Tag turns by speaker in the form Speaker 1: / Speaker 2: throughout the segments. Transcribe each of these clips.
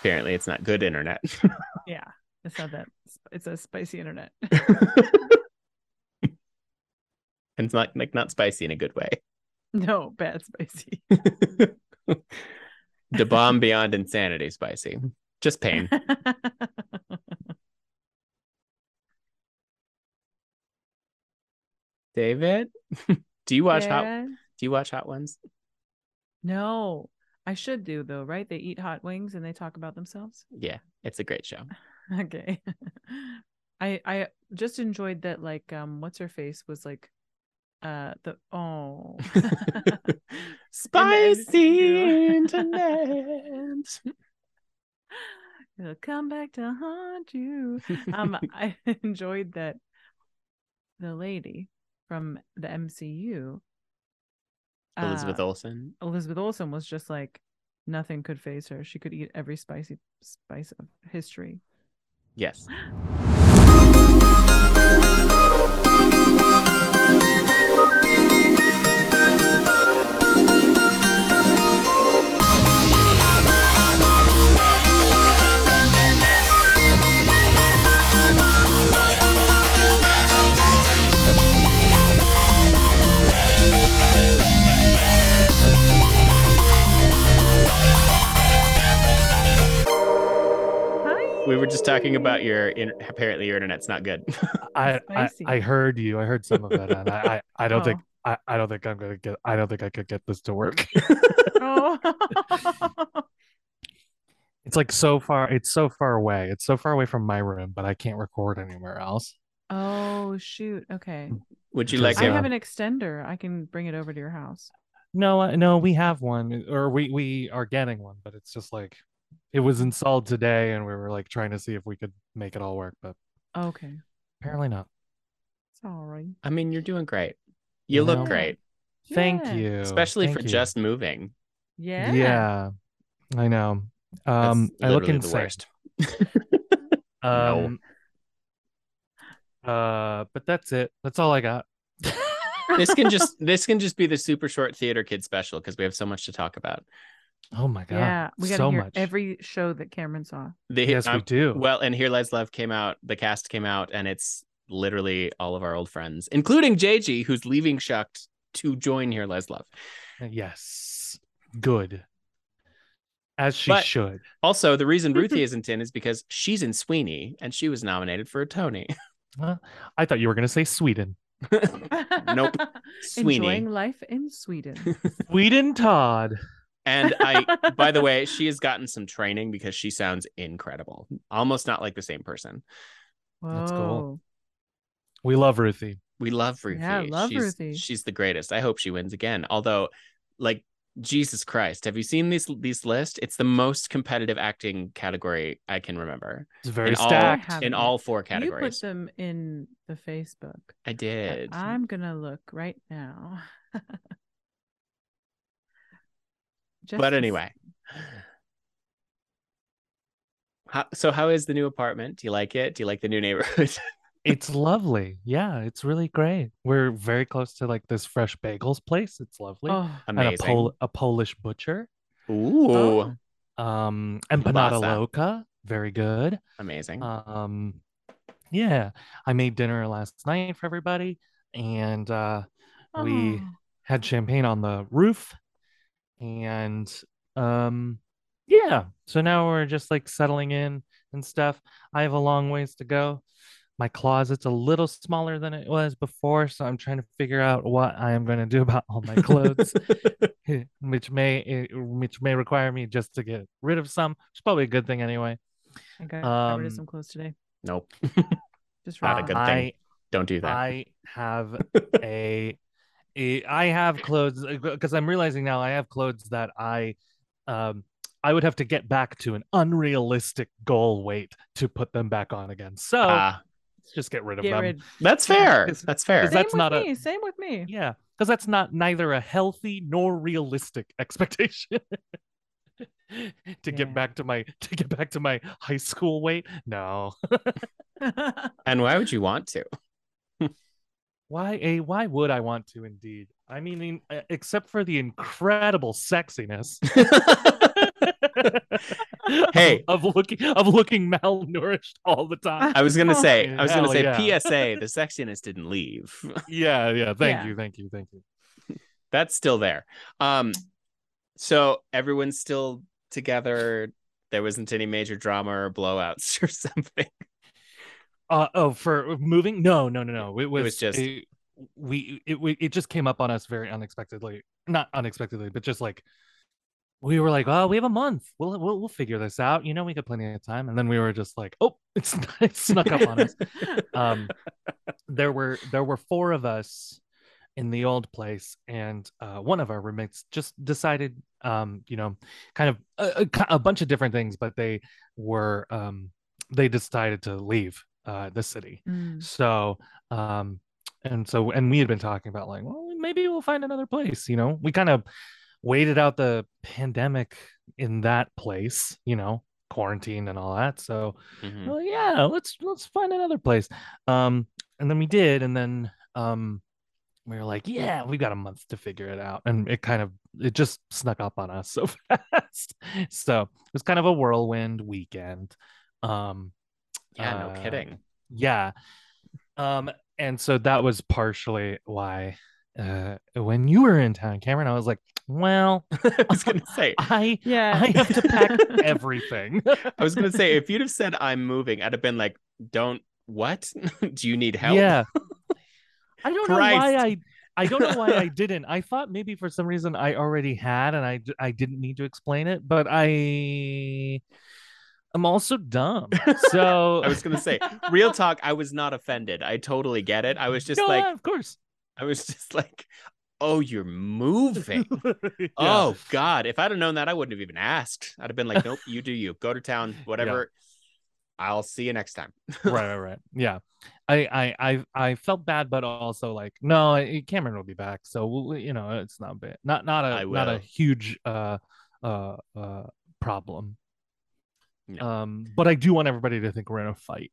Speaker 1: apparently it's not good internet.
Speaker 2: Yeah, it's not that. It's a spicy internet.
Speaker 1: And it's not like not spicy in a good way.
Speaker 2: No, bad spicy.
Speaker 1: The bomb beyond insanity spicy. Just pain. David, do you watch hot
Speaker 2: Yeah.
Speaker 1: do you watch hot ones?
Speaker 2: No, I should do though, right? They eat hot wings and they talk about themselves.
Speaker 1: Yeah, it's a great show.
Speaker 2: Okay. I I just enjoyed that like um what's her face was like uh the oh
Speaker 1: spicy
Speaker 2: And-
Speaker 1: internet.
Speaker 2: it'll come back to haunt you. Um I enjoyed that the lady from the MCU
Speaker 1: Elizabeth
Speaker 2: uh,
Speaker 1: Olsen.
Speaker 2: Elizabeth Olsen was just like nothing could phase her. She could eat every spicy spice of history.
Speaker 1: Yes.
Speaker 2: Hi.
Speaker 1: We were just talking about your in- apparently your internet's not good.
Speaker 3: I, I
Speaker 2: Spicy.
Speaker 3: I heard you. I heard some of it, and I I, I don't
Speaker 2: Oh.
Speaker 3: think I, I don't think I'm gonna get. I don't think I could get this to work.
Speaker 2: Oh.
Speaker 3: It's like so far. It's so far away. It's so far away from my room, but I can't record anywhere else.
Speaker 2: oh shoot. Okay.
Speaker 1: Would you
Speaker 3: Because,
Speaker 1: like
Speaker 2: I
Speaker 3: Yeah.
Speaker 2: have an extender. I can bring it over to your house.
Speaker 3: No, uh, no, we have one, or we we are getting one, but it's just like it was installed today, and we were like trying to see if we could make it all work, but
Speaker 2: Okay.
Speaker 3: apparently not.
Speaker 2: Sorry.
Speaker 1: I mean, you're doing great. You
Speaker 3: You
Speaker 1: look
Speaker 3: know?
Speaker 1: great,
Speaker 3: Thank
Speaker 2: Yeah.
Speaker 3: you,
Speaker 1: especially
Speaker 3: Thank
Speaker 1: for
Speaker 3: you.
Speaker 1: just moving.
Speaker 2: Yeah.
Speaker 3: yeah. I know.
Speaker 1: That's
Speaker 3: Um, I look
Speaker 1: literally the
Speaker 3: insane.
Speaker 1: worst. No.
Speaker 3: Um, uh, but that's it. That's all I got.
Speaker 1: this can just this can just be the super short theater kid special because we have so much to talk about.
Speaker 3: Oh my god.
Speaker 2: Yeah. We gotta
Speaker 3: so
Speaker 2: hear
Speaker 3: much.
Speaker 2: every show that Cameron saw.
Speaker 1: The,
Speaker 3: yes, we
Speaker 1: um,
Speaker 3: do.
Speaker 1: well, and Here Lies Love came out. The cast came out, and it's literally all of our old friends, including JG, who's leaving Shucked to join Here Lies Love.
Speaker 3: yes. Good. As she
Speaker 1: But-
Speaker 3: should.
Speaker 1: Also, the reason
Speaker 3: Mm-hmm.
Speaker 1: Ruthie isn't in is because she's in Sweeney, and she was nominated for a Tony.
Speaker 3: Huh? I thought you were gonna say Sweden.
Speaker 1: Nope. Sweeney.
Speaker 2: Enjoying life in Sweden.
Speaker 3: Sweden Todd.
Speaker 1: And I, by the way, she has gotten some training because she sounds incredible, almost not like the same person.
Speaker 3: That's
Speaker 2: Whoa.
Speaker 3: cool. We love Ruthie.
Speaker 1: We love Ruthie.
Speaker 2: Yeah, love
Speaker 1: she's,
Speaker 2: Ruthie.
Speaker 1: She's the greatest. I hope she wins again. Although, like Jesus Christ, have you seen these these list? It's the most competitive acting category I can remember
Speaker 3: It's very
Speaker 1: In all-
Speaker 3: stacked.
Speaker 2: Have
Speaker 1: in
Speaker 2: you-
Speaker 1: all four
Speaker 2: You put
Speaker 1: categories.
Speaker 2: them in the Facebook.
Speaker 1: I
Speaker 2: but
Speaker 1: did.
Speaker 2: I'm gonna look right now. Just to
Speaker 1: but
Speaker 2: see.
Speaker 1: anyway. How, so how is the new apartment? Do you like it? Do you like the new neighborhood?
Speaker 3: It's lovely. Yeah, it's really great. We're very close to like this fresh bagels place. It's lovely.
Speaker 2: Oh,
Speaker 3: and a,
Speaker 1: Amazing.
Speaker 3: Pol- a Polish butcher.
Speaker 1: Ooh,
Speaker 2: Oh.
Speaker 3: Um empanada
Speaker 1: Kielbasa.
Speaker 3: loca. Very good.
Speaker 1: amazing.
Speaker 3: Um, yeah, I made dinner last night for everybody, and uh, we
Speaker 2: oh.
Speaker 3: had champagne on the roof, and um, yeah. So now we're just like settling in and stuff. I have a long ways to go. My closet's a little smaller than it was before, so I'm trying to figure out what I am going to do about all my clothes, which may eh, which may require me just to get rid of some. It's probably a good thing anyway.
Speaker 2: I got, got rid of
Speaker 3: um,
Speaker 2: some clothes today.
Speaker 1: nope,
Speaker 2: Just
Speaker 1: not a
Speaker 2: raw.
Speaker 1: good thing.
Speaker 3: I
Speaker 1: don't do that.
Speaker 3: I have a, a I have clothes because I'm realizing now I have clothes that I um I would have to get back to an unrealistic goal weight to put them back on again. So
Speaker 1: Ah,
Speaker 3: let's just get rid of
Speaker 2: Get
Speaker 3: them.
Speaker 2: rid.
Speaker 1: that's fair.
Speaker 3: Oh. Is-
Speaker 1: That's fair.
Speaker 2: Same
Speaker 3: that- that's
Speaker 2: with
Speaker 3: not a-
Speaker 2: me. Same with me.
Speaker 3: Yeah, because that's not neither a healthy nor realistic expectation. to
Speaker 2: Yeah.
Speaker 3: get back to my to get back to my high school weight. No.
Speaker 1: and why would you want to?
Speaker 3: Why a why would I want to indeed? I mean, in- uh, except for the incredible sexiness.
Speaker 1: Hey.
Speaker 3: of looking of looking malnourished all the time.
Speaker 1: I was gonna say,
Speaker 3: Fucking
Speaker 1: I was gonna
Speaker 3: hell,
Speaker 1: say,
Speaker 3: yeah.
Speaker 1: PSA, the sexiness didn't leave.
Speaker 3: Uh, Yeah, yeah. Thank
Speaker 2: Yeah.
Speaker 3: you, thank you, thank you.
Speaker 1: That's still there. Um, so everyone's still together. There wasn't any major drama or blowouts or something.
Speaker 3: Uh oh, for moving? No, no, no, no. It was,
Speaker 1: was just-
Speaker 3: it- we it we, it just came up on us very unexpectedly. Not unexpectedly, but just like we were like, oh, we have a month. We'll we'll, we'll figure this out. You know, we got plenty of time. And then we were just like, oh, it's it snuck up on us. um there were there were four of us in the old place and uh one of our roommates just decided um you know kind of a, a ki- a bunch of different things but they were um they decided to leave uh the city
Speaker 2: Mm.
Speaker 3: so um and so and we had been talking about like well maybe we'll find another place you know we kind of waited out the pandemic in that place you know quarantine and all that so
Speaker 1: Mhm.
Speaker 3: well, yeah, let's let's find another place. Um, and then we did, and then um, we were like, yeah, we got a month to figure it out, and it kind of it just snuck up on us so fast. so it was kind of a whirlwind weekend. Um,
Speaker 1: Yeah,
Speaker 3: uh,
Speaker 1: no kidding.
Speaker 3: yeah. Um, and so that was partially why uh when you were in town, Cameron, I was like, well,
Speaker 1: I was gonna say,
Speaker 3: I
Speaker 2: Yeah.
Speaker 3: I have to pack everything.
Speaker 1: I was gonna say, if you'd have said I'm moving, I'd have been like, don't what? Do you need help?
Speaker 3: Yeah. I don't know
Speaker 1: Christ.
Speaker 3: why I I don't know why I didn't. I thought maybe for some reason I already had and I d- I didn't need to explain it, but I I'm also dumb. So
Speaker 1: I was gonna say, real talk, I was not offended. I totally get it. I was just
Speaker 3: No,
Speaker 1: like,
Speaker 3: yeah, of course.
Speaker 1: I was just like, oh, you're moving.
Speaker 3: Yeah.
Speaker 1: Oh God! If I'd have known that, I wouldn't have even asked. I'd have been like, "Nope, you do you. Go to town. Whatever. I'll see you next time."
Speaker 3: right, right, right. Yeah. I, I I I felt bad, but also like no, I- Cameron will be back, so we'll, you know it's not bad, not not
Speaker 1: I
Speaker 3: a not a
Speaker 1: will.
Speaker 3: huge uh uh uh problem.
Speaker 1: No.
Speaker 3: Um, but I do want everybody to think we're in a fight.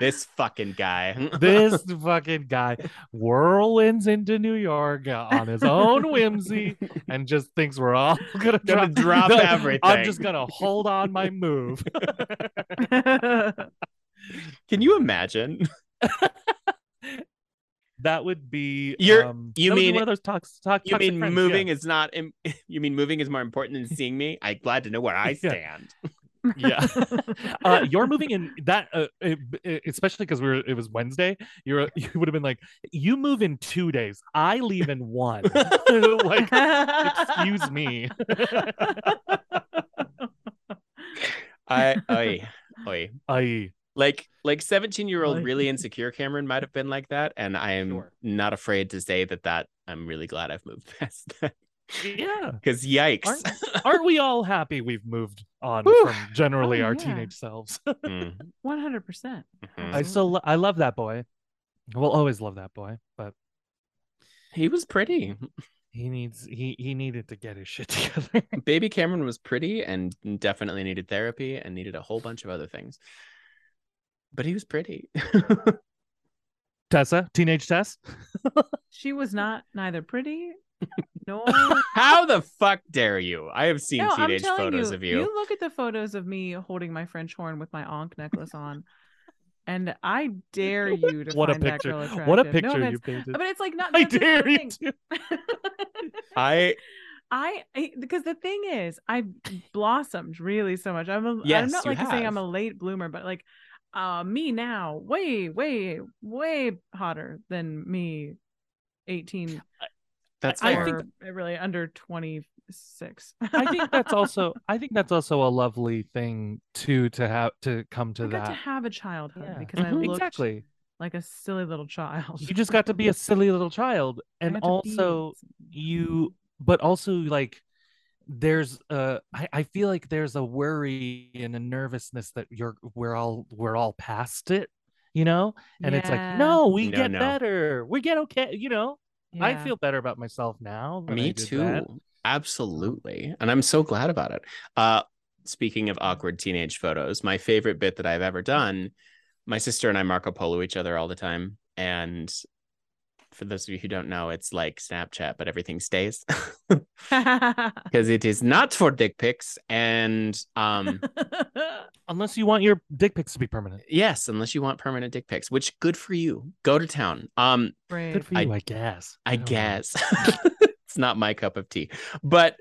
Speaker 1: This fucking guy.
Speaker 3: this fucking guy whirlwinds into New York uh, on his own whimsy and just thinks we're all gonna,
Speaker 1: Gonna drop
Speaker 3: I'm
Speaker 1: everything.
Speaker 3: just gonna hold on my move.
Speaker 1: Can you imagine?
Speaker 3: That would be
Speaker 1: You're-
Speaker 3: um,
Speaker 1: you
Speaker 3: that would be
Speaker 1: mean-
Speaker 3: one of those talks. Talk,
Speaker 1: You
Speaker 3: toxic
Speaker 1: mean
Speaker 3: friends, yeah.
Speaker 1: moving is not? Im- you mean moving is more important than seeing me? I'm glad to know where I
Speaker 3: Yeah.
Speaker 1: stand.
Speaker 3: yeah uh you're moving in that uh, it- it- especially because we were it was wednesday you're you would have been like you move in two days i leave in one like excuse me
Speaker 1: I, oi, oi.
Speaker 3: i E.
Speaker 1: Like, like, seventeen-year-old
Speaker 2: Oi.
Speaker 1: really insecure Cameron might have been like that, and I am
Speaker 3: Sure.
Speaker 1: not afraid to say that. That I'm really glad I've moved past that.
Speaker 3: yeah
Speaker 1: Because yikes.
Speaker 3: aren't, aren't we all happy we've moved on
Speaker 1: Whew.
Speaker 3: from generally
Speaker 2: Oh,
Speaker 3: our
Speaker 2: yeah.
Speaker 3: teenage selves
Speaker 1: Mm,
Speaker 2: One hundred percent.
Speaker 1: mhm.
Speaker 2: Mm-hmm.
Speaker 3: i still lo- i love that boy we'll always love that boy but
Speaker 1: He was pretty.
Speaker 3: he needs he he needed to get his shit together
Speaker 1: Baby Cameron was pretty and definitely needed therapy and needed a whole bunch of other things. But he was pretty.
Speaker 3: tessa teenage tess
Speaker 2: She was not neither pretty nor.
Speaker 1: How the fuck dare you? I have seen
Speaker 2: no, I'm
Speaker 1: teenage
Speaker 2: telling
Speaker 1: photos
Speaker 2: you,
Speaker 1: of you.
Speaker 2: You look at the photos of me holding my French horn with my onk necklace on, and I dare you to
Speaker 3: what a
Speaker 2: find
Speaker 3: picture
Speaker 2: that girl
Speaker 3: what a
Speaker 2: attractive. No
Speaker 3: picture you
Speaker 2: offense.
Speaker 3: painted
Speaker 2: But it's like not.
Speaker 3: i
Speaker 2: that's the
Speaker 3: dare you
Speaker 2: thing.
Speaker 3: to
Speaker 1: I
Speaker 2: I, I because the thing is, I blossomed really so much. I'm a, am
Speaker 1: Yes,
Speaker 2: not
Speaker 1: you
Speaker 2: like saying I'm
Speaker 1: have.
Speaker 2: a late bloomer, but like uh me now, way, way, way hotter than me 18
Speaker 1: that's
Speaker 2: I
Speaker 1: fair.
Speaker 2: think really under 26.
Speaker 3: I think that's also I think that's also a lovely thing too to have to come to
Speaker 2: I got
Speaker 3: that.
Speaker 2: to have a childhood
Speaker 3: Yeah.
Speaker 2: because I
Speaker 1: Mhm.
Speaker 2: looked
Speaker 3: exactly.
Speaker 2: like a silly little child.
Speaker 3: You just got to be a silly little child
Speaker 2: I
Speaker 3: and
Speaker 2: had to be
Speaker 3: also
Speaker 2: s-
Speaker 3: you but also like there's uh I, I feel like there's a worry and a nervousness that you're we're all we're all past it, you know? And it's
Speaker 2: Yeah,
Speaker 3: like, no, we
Speaker 1: No,
Speaker 3: get
Speaker 1: no.
Speaker 3: better. We get okay, you know. I
Speaker 2: yeah.
Speaker 3: feel better about myself now. than I
Speaker 1: Me
Speaker 3: did
Speaker 1: too.
Speaker 3: then.
Speaker 1: Absolutely. And I'm so glad about it. Uh speaking of awkward teenage photos, my favorite bit that I've ever done, my sister and I Marco Polo each other all the time. And for those of you who don't know, it's like Snapchat, but everything stays because it is not for dick pics. And um,
Speaker 3: Unless you want your dick pics to be permanent.
Speaker 1: yes, unless you want permanent dick pics, which good for you. Go to town. Um,
Speaker 2: Brave.
Speaker 3: Good for
Speaker 1: I-
Speaker 3: you, I, guess.
Speaker 1: I
Speaker 3: don't know.
Speaker 1: guess it's not my cup of tea. But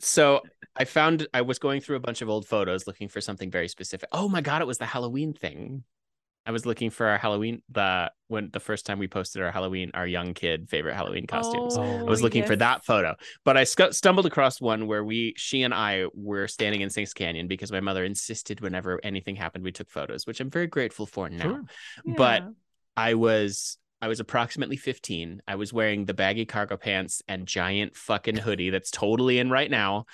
Speaker 1: so I found I was going through a bunch of old photos looking for something very specific. Oh my god, it was the Halloween thing. I was looking for our Halloween the when the first time we posted our Halloween our young kid favorite Halloween costumes.
Speaker 3: I
Speaker 1: I was
Speaker 2: Oh,
Speaker 1: looking for
Speaker 2: yes.
Speaker 1: that photo, but I scu- stumbled across one where we, she and I, were standing in Sinks Canyon because my mother insisted whenever anything happened, we took photos, which I'm very grateful for now.
Speaker 3: Sure.
Speaker 1: but
Speaker 2: Yeah.
Speaker 1: I was I was approximately 15. I was wearing the baggy cargo pants and giant fucking hoodie that's totally in right now.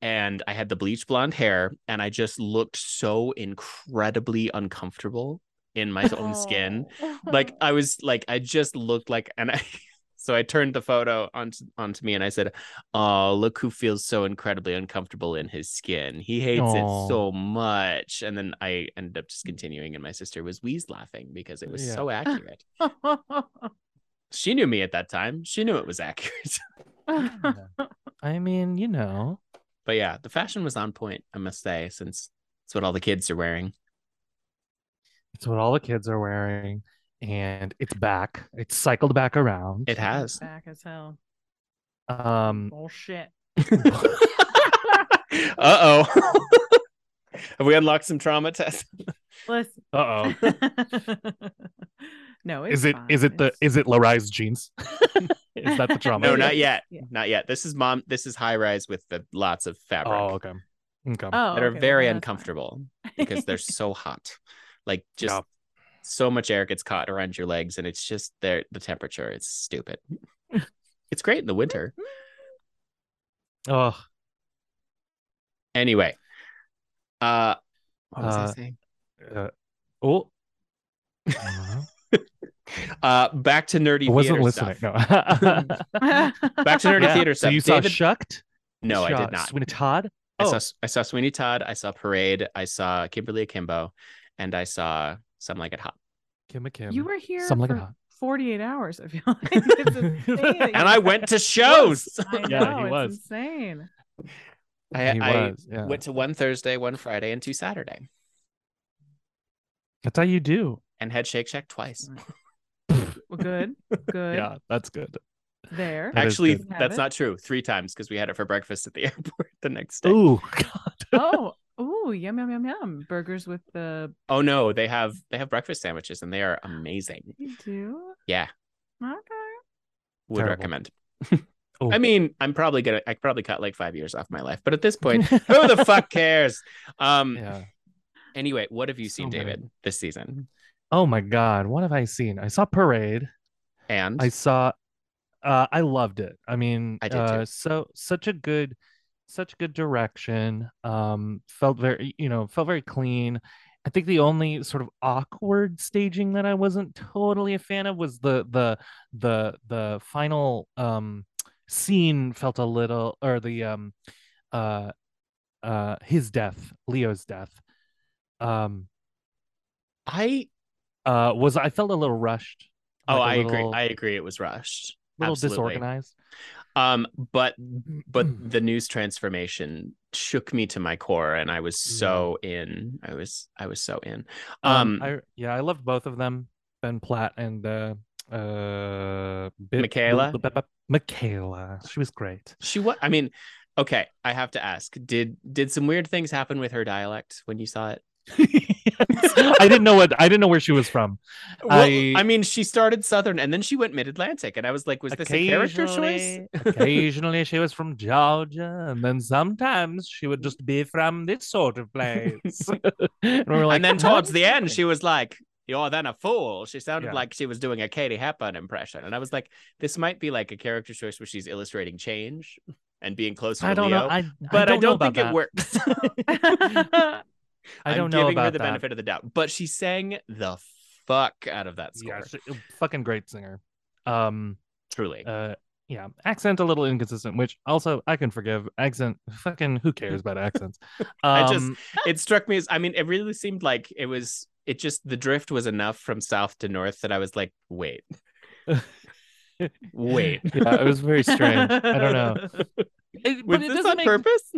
Speaker 1: And I had the bleach blonde hair and I just looked so incredibly uncomfortable in my own
Speaker 2: Oh.
Speaker 1: skin. Like I was like I just looked like and I so I turned the photo onto onto me and I said, "Oh, look who feels so incredibly uncomfortable in his skin. He hates
Speaker 3: Aw.
Speaker 1: it so much." And then I ended up just continuing and my sister was wheeze laughing because it was
Speaker 3: Yeah.
Speaker 1: so accurate. She knew me at that time. She knew it was accurate.
Speaker 3: Yeah. I mean, you know.
Speaker 1: but yeah, the fashion was on point, I must say, since it's what all the kids are wearing.
Speaker 3: It's what all the kids are wearing, and it's back. It's cycled back around.
Speaker 1: It has.
Speaker 2: back as hell.
Speaker 3: Um,
Speaker 2: Bullshit.
Speaker 1: uh oh. Have we unlocked some trauma tests?
Speaker 2: Listen.
Speaker 3: uh oh.
Speaker 2: no, it's
Speaker 3: Is it
Speaker 2: fine.
Speaker 3: is it the
Speaker 2: It's-
Speaker 3: is it Larai's jeans? is that the trauma?
Speaker 1: No,
Speaker 2: Yeah.
Speaker 1: not yet.
Speaker 2: Yeah.
Speaker 1: Not yet. This is mom. This is high rise with the lots of fabric
Speaker 3: Oh, okay. Okay.
Speaker 1: that
Speaker 2: oh, okay,
Speaker 1: are very
Speaker 2: well, then that's fine.
Speaker 1: uncomfortable because they're so hot. Like just
Speaker 3: Yeah.
Speaker 1: so much air gets caught around your legs, and it's just there. The temperature is stupid. it's great in the winter.
Speaker 3: Oh,
Speaker 1: Anyway. Uh what was I
Speaker 3: Uh,
Speaker 1: saying?
Speaker 3: uh, oh. I
Speaker 1: Uh back to nerdy
Speaker 3: wasn't
Speaker 1: theater
Speaker 3: listening.
Speaker 1: stuff.
Speaker 3: No.
Speaker 1: Back to nerdy
Speaker 3: Yeah,
Speaker 1: theater
Speaker 3: So
Speaker 1: stuff.
Speaker 3: you
Speaker 1: David,
Speaker 3: saw Shucked?
Speaker 1: no, I
Speaker 3: You saw
Speaker 1: did not.
Speaker 3: Sweeney Todd.
Speaker 1: I
Speaker 3: Oh.
Speaker 1: saw I saw Sweeney Todd, I saw Parade, I saw Kimberly Akimbo, and I saw Some Like It Hot.
Speaker 3: Kim McKim.
Speaker 2: You were here
Speaker 3: Something like
Speaker 2: for
Speaker 3: that.
Speaker 2: 48 hours. I feel like it's insane that you-
Speaker 1: And I went to shows.
Speaker 2: I know,
Speaker 3: Yeah, he
Speaker 2: it's
Speaker 3: was.
Speaker 2: insane.
Speaker 1: I,
Speaker 3: He
Speaker 1: I
Speaker 3: was, yeah.
Speaker 1: went to one Thursday, one Friday, and two Saturday
Speaker 3: That's how you do.
Speaker 1: and had Shake Shack twice.
Speaker 2: Well, good, good.
Speaker 3: Yeah, that's good.
Speaker 2: There.
Speaker 3: That is
Speaker 1: Actually,
Speaker 2: good. Have
Speaker 1: that's
Speaker 2: it?
Speaker 1: not true. Three times because we had it for breakfast at the airport the next day.
Speaker 3: Ooh, God.
Speaker 2: oh, ooh, yum yum yum yum. Burgers with the
Speaker 1: Oh no, they have they have breakfast sandwiches and they are amazing.
Speaker 2: you do.
Speaker 1: Yeah.
Speaker 2: Okay.
Speaker 1: Would
Speaker 3: Terrible.
Speaker 1: recommend.
Speaker 3: Oh.
Speaker 1: I mean, I'm probably gonna I probably cut like five years off my life, but at this point, who the fuck cares? Um
Speaker 3: Yeah.
Speaker 1: anyway, what have you
Speaker 3: So
Speaker 1: seen,
Speaker 3: many.
Speaker 1: David, this season?
Speaker 3: Oh my God, what have I seen? I saw Parade.
Speaker 1: And
Speaker 3: I saw. Uh, I loved it. I mean,
Speaker 1: I did too.
Speaker 3: uh, so such a good, such good direction. Um, felt very, you know, felt very clean. I think the only sort of awkward staging that I wasn't totally a fan of was the the the the final um scene felt a little, or the um uh uh his death, Leo's death. Um,
Speaker 1: I
Speaker 3: uh, was I felt a little rushed.
Speaker 1: oh,
Speaker 3: like
Speaker 1: I
Speaker 3: a
Speaker 1: agree.
Speaker 3: little-
Speaker 1: I agree it was rushed.
Speaker 3: little
Speaker 1: absolutely.
Speaker 3: disorganized.
Speaker 1: Um, but
Speaker 3: Hmm.
Speaker 1: but the news transformation shook me to my core and I was so in. I was I was so in. Um,
Speaker 3: I yeah, I loved both of them, Ben Platt and uh, uh, Bi-
Speaker 1: Michaela?
Speaker 3: Bi- Bi- Bi- Michaela, she was great.
Speaker 1: She what? I mean, okay. I have to ask. Did did some weird things happen with her dialect when you saw it?
Speaker 3: I didn't know what I didn't know where she was from.
Speaker 1: Well, I,
Speaker 3: I-
Speaker 1: mean, she started southern and then she went mid Atlantic, and I was like, was this a character choice?
Speaker 3: Occasionally- Occasionally, she was from Georgia, and then sometimes she would just be from this sort of place. and, we were like,
Speaker 1: and then
Speaker 3: "What
Speaker 1: towards
Speaker 3: is
Speaker 1: the end,
Speaker 3: happening?"
Speaker 1: she was like, "You're then a fool." She sounded
Speaker 3: Yeah.
Speaker 1: like she was doing a Katie Hepburn impression, and I was like, this might be like a character choice where she's illustrating change and being close to
Speaker 3: I don't
Speaker 1: Leo.
Speaker 3: know. I,
Speaker 1: but I
Speaker 3: know
Speaker 1: don't,
Speaker 3: about
Speaker 1: think it
Speaker 3: that.
Speaker 1: works.
Speaker 3: I don't
Speaker 1: am
Speaker 3: know
Speaker 1: giving her
Speaker 3: about
Speaker 1: the
Speaker 3: that.
Speaker 1: benefit of the doubt, but she sang the fuck out of that score.
Speaker 3: Yeah, she- fucking great singer. Um,
Speaker 1: Truly,
Speaker 3: uh yeah accent a little inconsistent which also i can forgive accent fucking who cares about accents um
Speaker 1: I just- it struck me as I mean, it really seemed like it was it just the drift was enough from south to north that I was like, wait, Wait.
Speaker 3: yeah, it was very strange. I don't know. It-
Speaker 1: Was
Speaker 3: but it
Speaker 1: this
Speaker 3: doesn't
Speaker 1: on
Speaker 3: make,
Speaker 1: purpose?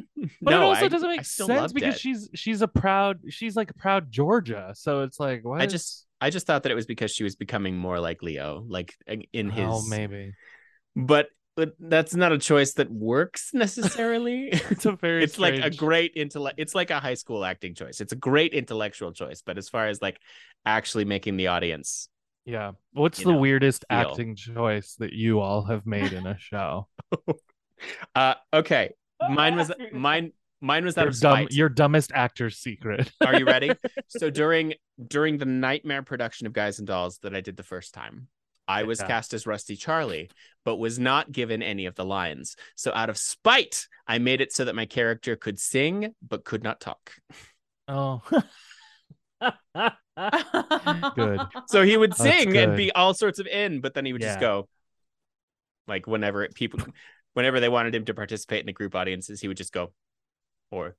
Speaker 3: But
Speaker 1: no,
Speaker 3: it also
Speaker 1: I,
Speaker 3: doesn't make
Speaker 1: I still
Speaker 3: sense
Speaker 1: loved
Speaker 3: because
Speaker 1: it.
Speaker 3: she's she's a proud she's like a proud Georgia. So it's like what?
Speaker 1: I just I just thought that it was because she was becoming more like Leo, like in his
Speaker 3: oh maybe
Speaker 1: but but that's not a choice that works necessarily.
Speaker 3: it's a very
Speaker 1: it's like a
Speaker 3: strange-
Speaker 1: great intellect it's like a high school acting choice. It's a great intellectual choice, but as far as like actually making the audience
Speaker 3: yeah. What's
Speaker 1: you
Speaker 3: the
Speaker 1: know,
Speaker 3: weirdest
Speaker 1: feel.
Speaker 3: acting choice that you all have made in a show?
Speaker 1: uh okay. Mine was mine mine was out
Speaker 3: Your,
Speaker 1: of
Speaker 3: dumb,
Speaker 1: spite.
Speaker 3: your dumbest actor's secret.
Speaker 1: Are you ready? so during during the nightmare production of Guys and Dolls that I did the first time, I was
Speaker 3: Yeah.
Speaker 1: cast as Rusty Charlie, but was not given any of the lines. So out of spite, I made it so that my character could sing but could not talk.
Speaker 3: Oh. Good.
Speaker 1: So he would
Speaker 3: That's
Speaker 1: sing and
Speaker 3: good.
Speaker 1: be all sorts of in, but then he would just
Speaker 3: Yeah.
Speaker 1: go like whenever it- people whenever they wanted him to participate in the group audiences, he would just go or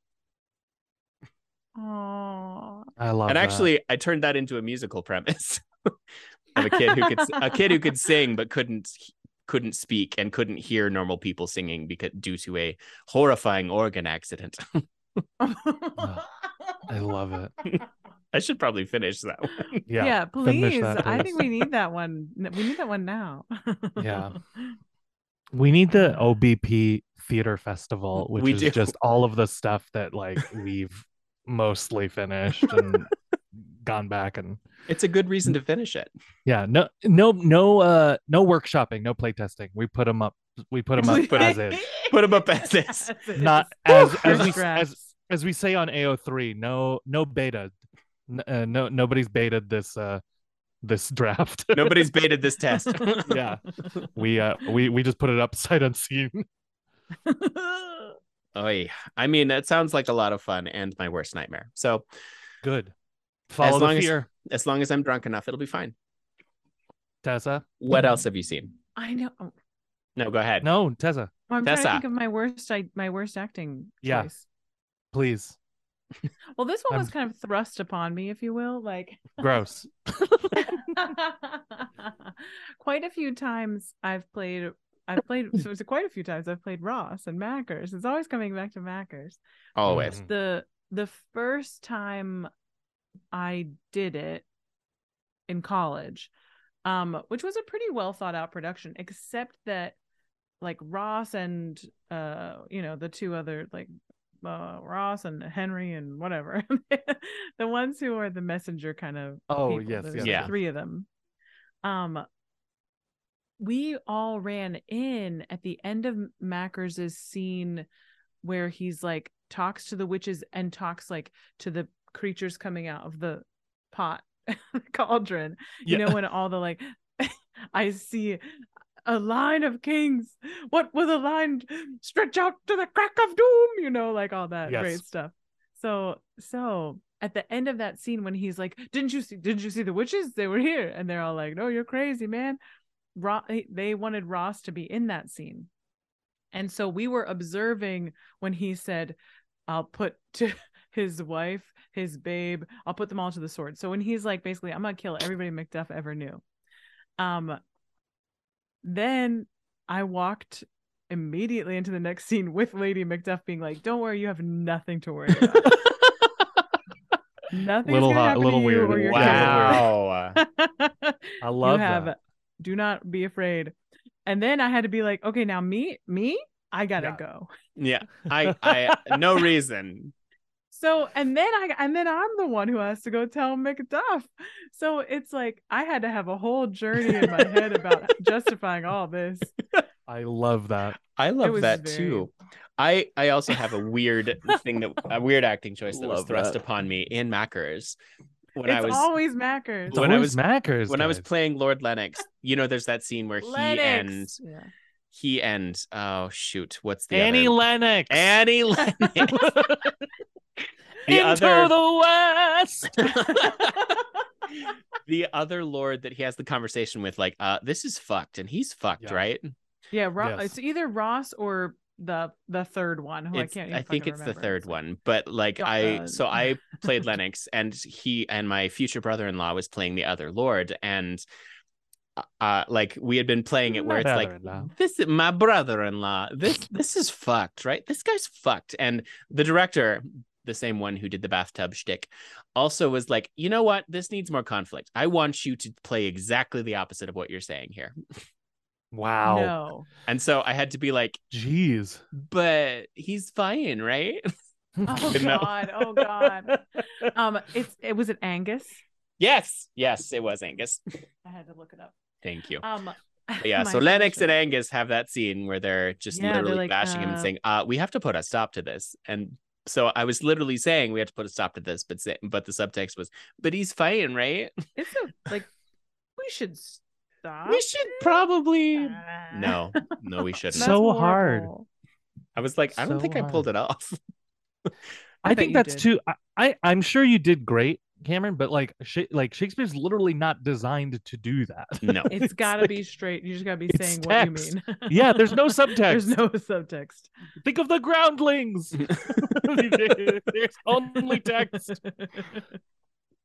Speaker 2: Aw.
Speaker 3: I love
Speaker 1: and
Speaker 3: that.
Speaker 1: actually I turned that into a musical premise of a kid who could a kid who could sing but couldn't couldn't speak and couldn't hear normal people singing because due to a horrifying organ accident.
Speaker 3: I love it.
Speaker 1: I should probably finish that one.
Speaker 3: Yeah.
Speaker 2: please.
Speaker 3: that,
Speaker 2: I
Speaker 3: please.
Speaker 2: think we need that one. N- We need that one now.
Speaker 3: Yeah. We need the OBP Theater Festival, which
Speaker 1: We
Speaker 3: is
Speaker 1: do.
Speaker 3: just all of the stuff that like we've mostly finished and gone back and
Speaker 1: It's a good reason to finish it.
Speaker 3: yeah, no no no uh no workshopping, no playtesting. We put them up we put them up
Speaker 1: Please.
Speaker 3: as is.
Speaker 1: Put 'em up as is.
Speaker 2: is.
Speaker 3: Not as as
Speaker 2: First
Speaker 3: we as
Speaker 2: drafts.
Speaker 3: as we say on AO3, no no beta. N- uh, no nobody's baited this uh this draft.
Speaker 1: Nobody's baited this test.
Speaker 3: yeah. We uh we we just put it upside unseen.
Speaker 1: Oy. I mean, that sounds like a lot of fun and my worst nightmare. So
Speaker 3: Good. Follow
Speaker 1: long
Speaker 3: the
Speaker 1: as-
Speaker 3: fear,
Speaker 1: as long as I'm drunk enough, it'll be fine.
Speaker 3: Tessa.
Speaker 1: What else have you seen?
Speaker 2: I know. oh,
Speaker 1: No, go ahead.
Speaker 3: No, Tessa,
Speaker 2: I'm
Speaker 1: Tessa.
Speaker 2: trying to think of my worst. I, my worst acting.
Speaker 3: Yeah.
Speaker 2: Choice.
Speaker 3: please.
Speaker 2: Well, this one was
Speaker 3: I'm-
Speaker 2: kind of thrust upon me, if you will. Like
Speaker 3: Gross.
Speaker 2: quite a few times I've played I've played so it's quite a few times I've played Ross and Mackers. It's always coming back to Mackers.
Speaker 1: Always.
Speaker 3: Mhm.
Speaker 2: The the first time I did it in college, um, which was a pretty well thought out production, except that like Ross and uh, you know, the two other like uh, Ross and Henry and whatever, the ones who are the messenger kind of
Speaker 3: Oh,
Speaker 2: people.
Speaker 3: yes,
Speaker 2: There's
Speaker 3: yes,
Speaker 2: the
Speaker 1: yes.
Speaker 2: three of them. Um, we all ran in at the end of Mackers' scene where he's like talks to the witches and talks like to the creatures coming out of the pot cauldron. You
Speaker 3: Yeah.
Speaker 2: know when all the like, I see a line of kings. What will the line stretch out to the crack of doom? You know, like all that
Speaker 3: Yes.
Speaker 2: great stuff. So, so at the end of that scene when he's like, "Didn't you see? Didn't you see the witches? They were here," and they're all like, "No, you're crazy, man." Ro- they wanted Ross to be in that scene, and so we were observing when he said, "I'll put to his wife, his babe, I'll put them all to the sword." So when he's like, basically, "I'm gonna kill everybody McDuff ever knew," um, then I walked immediately into the next scene with Lady Macduff being like, "Don't worry, you have nothing to worry about. nothing
Speaker 3: Little
Speaker 2: is gonna
Speaker 3: hot-
Speaker 2: happen
Speaker 3: little
Speaker 2: to you
Speaker 3: weird.
Speaker 2: or your
Speaker 1: Wow.
Speaker 2: kids."
Speaker 3: I love
Speaker 2: you have
Speaker 3: that.
Speaker 2: do not be afraid. And then I had to be like, "Okay, now me, me, I gotta
Speaker 3: Yeah.
Speaker 2: go."
Speaker 1: yeah. I I no reason.
Speaker 2: So and then I and then I'm the one who has to go tell McDuff. So it's like I had to have a whole journey in my head about justifying all this.
Speaker 3: I love that.
Speaker 1: I love
Speaker 2: was
Speaker 1: that
Speaker 2: very-
Speaker 1: too. I I also have a weird thing that a weird acting choice that was
Speaker 3: Love
Speaker 1: thrust
Speaker 3: that.
Speaker 1: upon me in Mackers when I
Speaker 2: it's
Speaker 1: was
Speaker 2: always Mackers.
Speaker 1: When I
Speaker 3: Always
Speaker 1: was-
Speaker 3: Mackers,
Speaker 1: when I was
Speaker 3: guys.
Speaker 1: playing Lord Lennox. You know, there's that scene where he and
Speaker 2: Lennox. Yeah.
Speaker 1: he and oh shoot, what's the
Speaker 3: Annie
Speaker 1: other?
Speaker 3: Lennox.
Speaker 1: Annie Lennox. the
Speaker 3: Into
Speaker 1: other
Speaker 3: the West.
Speaker 1: the other lord that he has the conversation with like uh this is fucked and he's fucked
Speaker 3: Yeah.
Speaker 1: right
Speaker 2: yeah, Ro-
Speaker 3: Yes.
Speaker 2: it's either Ross or the the third one who
Speaker 1: It's-
Speaker 2: Oh, I can't.
Speaker 1: I think it's the third one but like
Speaker 2: Yeah,
Speaker 1: I
Speaker 2: uh,
Speaker 1: so I played Lennox and he and my future brother-in-law was playing the other lord and uh, like we had been playing it where
Speaker 3: My
Speaker 1: it's like
Speaker 3: brother-in-law.
Speaker 1: this is my brother-in-law this this is fucked right this guy's fucked and the director the same one who did the bathtub shtick also was like you know what this needs more conflict i want you to play exactly the opposite of what you're saying here
Speaker 3: Wow.
Speaker 2: No.
Speaker 1: and so i had to be like
Speaker 3: Jeez.
Speaker 1: but he's fine right
Speaker 2: Oh
Speaker 1: No.
Speaker 2: God. Oh God. Um, it's it was it Angus.
Speaker 1: yes yes it was angus
Speaker 2: I had to look it up.
Speaker 1: thank you
Speaker 2: Um.
Speaker 1: But yeah
Speaker 2: my
Speaker 1: so lennox
Speaker 2: gosh.
Speaker 1: and angus have that scene where they're just
Speaker 2: Yeah, they're
Speaker 1: literally
Speaker 2: like,
Speaker 1: bashing him
Speaker 2: uh,
Speaker 1: and saying uh we have to put a stop to this and so i was literally saying we have to put a stop to this but say, but the subtext was but he's fine right
Speaker 2: It's a, like we should stop.
Speaker 1: we should probably
Speaker 2: Ah.
Speaker 1: no no we shouldn't
Speaker 2: That's
Speaker 3: So hard.
Speaker 2: horrible.
Speaker 1: i was like i don't
Speaker 3: so
Speaker 1: think i pulled it off
Speaker 3: I,
Speaker 2: bet
Speaker 3: think
Speaker 2: you
Speaker 3: that's
Speaker 2: did.
Speaker 3: too. I, I I'm sure you did great, Cameron. But like, sh- like Shakespeare's literally not designed to do that.
Speaker 1: no
Speaker 2: It's got to
Speaker 3: like-
Speaker 2: be straight. You just got to be
Speaker 3: It's
Speaker 2: saying what you
Speaker 3: text.
Speaker 2: mean.
Speaker 3: yeah, there's no subtext.
Speaker 2: There's no subtext.
Speaker 3: Think of the groundlings. there's only text.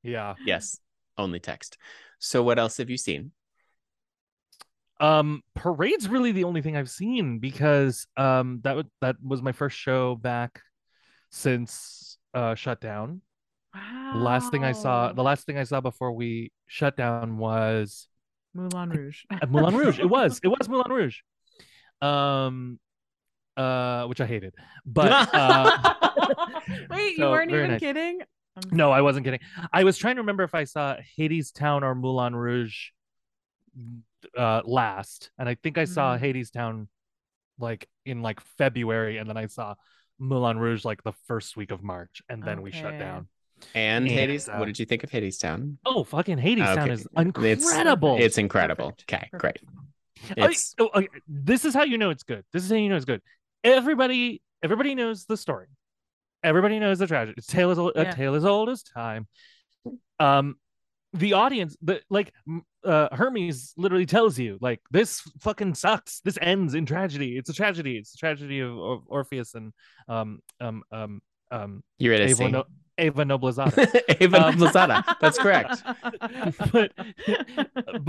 Speaker 3: Yeah.
Speaker 1: yes only text so what else have you seen
Speaker 3: Um, Parade's really the only thing I've seen because um that was that was my first show back since uh shutdown.
Speaker 2: Wow.
Speaker 3: The last thing I saw, the last thing I saw before we shut down was
Speaker 2: Moulin Rouge.
Speaker 3: at Moulin Rouge. It was. It was Moulin Rouge. Um uh which I hated. But uh
Speaker 2: Wait, you
Speaker 3: So,
Speaker 2: weren't
Speaker 3: very
Speaker 2: even
Speaker 3: nice.
Speaker 2: kidding? Um,
Speaker 3: no, I wasn't kidding. I was trying to remember if I saw Hades Town or Moulin Rouge uh last. And I think I saw
Speaker 2: Mm.
Speaker 3: Hades Town like in like February and then I saw Moulin Rouge like the first week of March and then we shut
Speaker 2: Okay.
Speaker 3: down.
Speaker 1: and
Speaker 3: Yeah.
Speaker 1: hades what did you think of hades town
Speaker 3: Oh, fucking Hades Town
Speaker 1: Ah, Okay.
Speaker 3: is
Speaker 1: It's-
Speaker 3: incredible.
Speaker 1: it's incredible
Speaker 2: Perfect.
Speaker 1: okay great
Speaker 2: Perfect.
Speaker 3: Oh,
Speaker 1: It's-
Speaker 3: oh, okay, This is how you know it's good. This is how you know it's good. Everybody, everybody knows the story. Everybody knows the tragedy. It's tale as old,
Speaker 2: Yeah.
Speaker 3: a tale as old as time. Um, the audience, the like, m- uh, Hermes literally tells you, like, this fucking sucks. This ends in tragedy. It's a tragedy. It's a tragedy of, of Orpheus and um um um um
Speaker 1: eurydice
Speaker 3: Ava, no- Ava Noblezada.
Speaker 1: Ava
Speaker 3: Um,
Speaker 1: Lozada. That's correct.
Speaker 3: but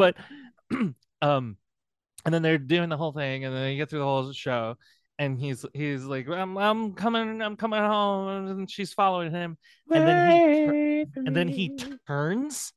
Speaker 3: but um and then they're doing the whole thing and then you get through the whole show and he's he's like I'm, I'm coming I'm coming home and she's following him and then
Speaker 1: he
Speaker 3: and then he
Speaker 2: Mm-hmm.
Speaker 3: turns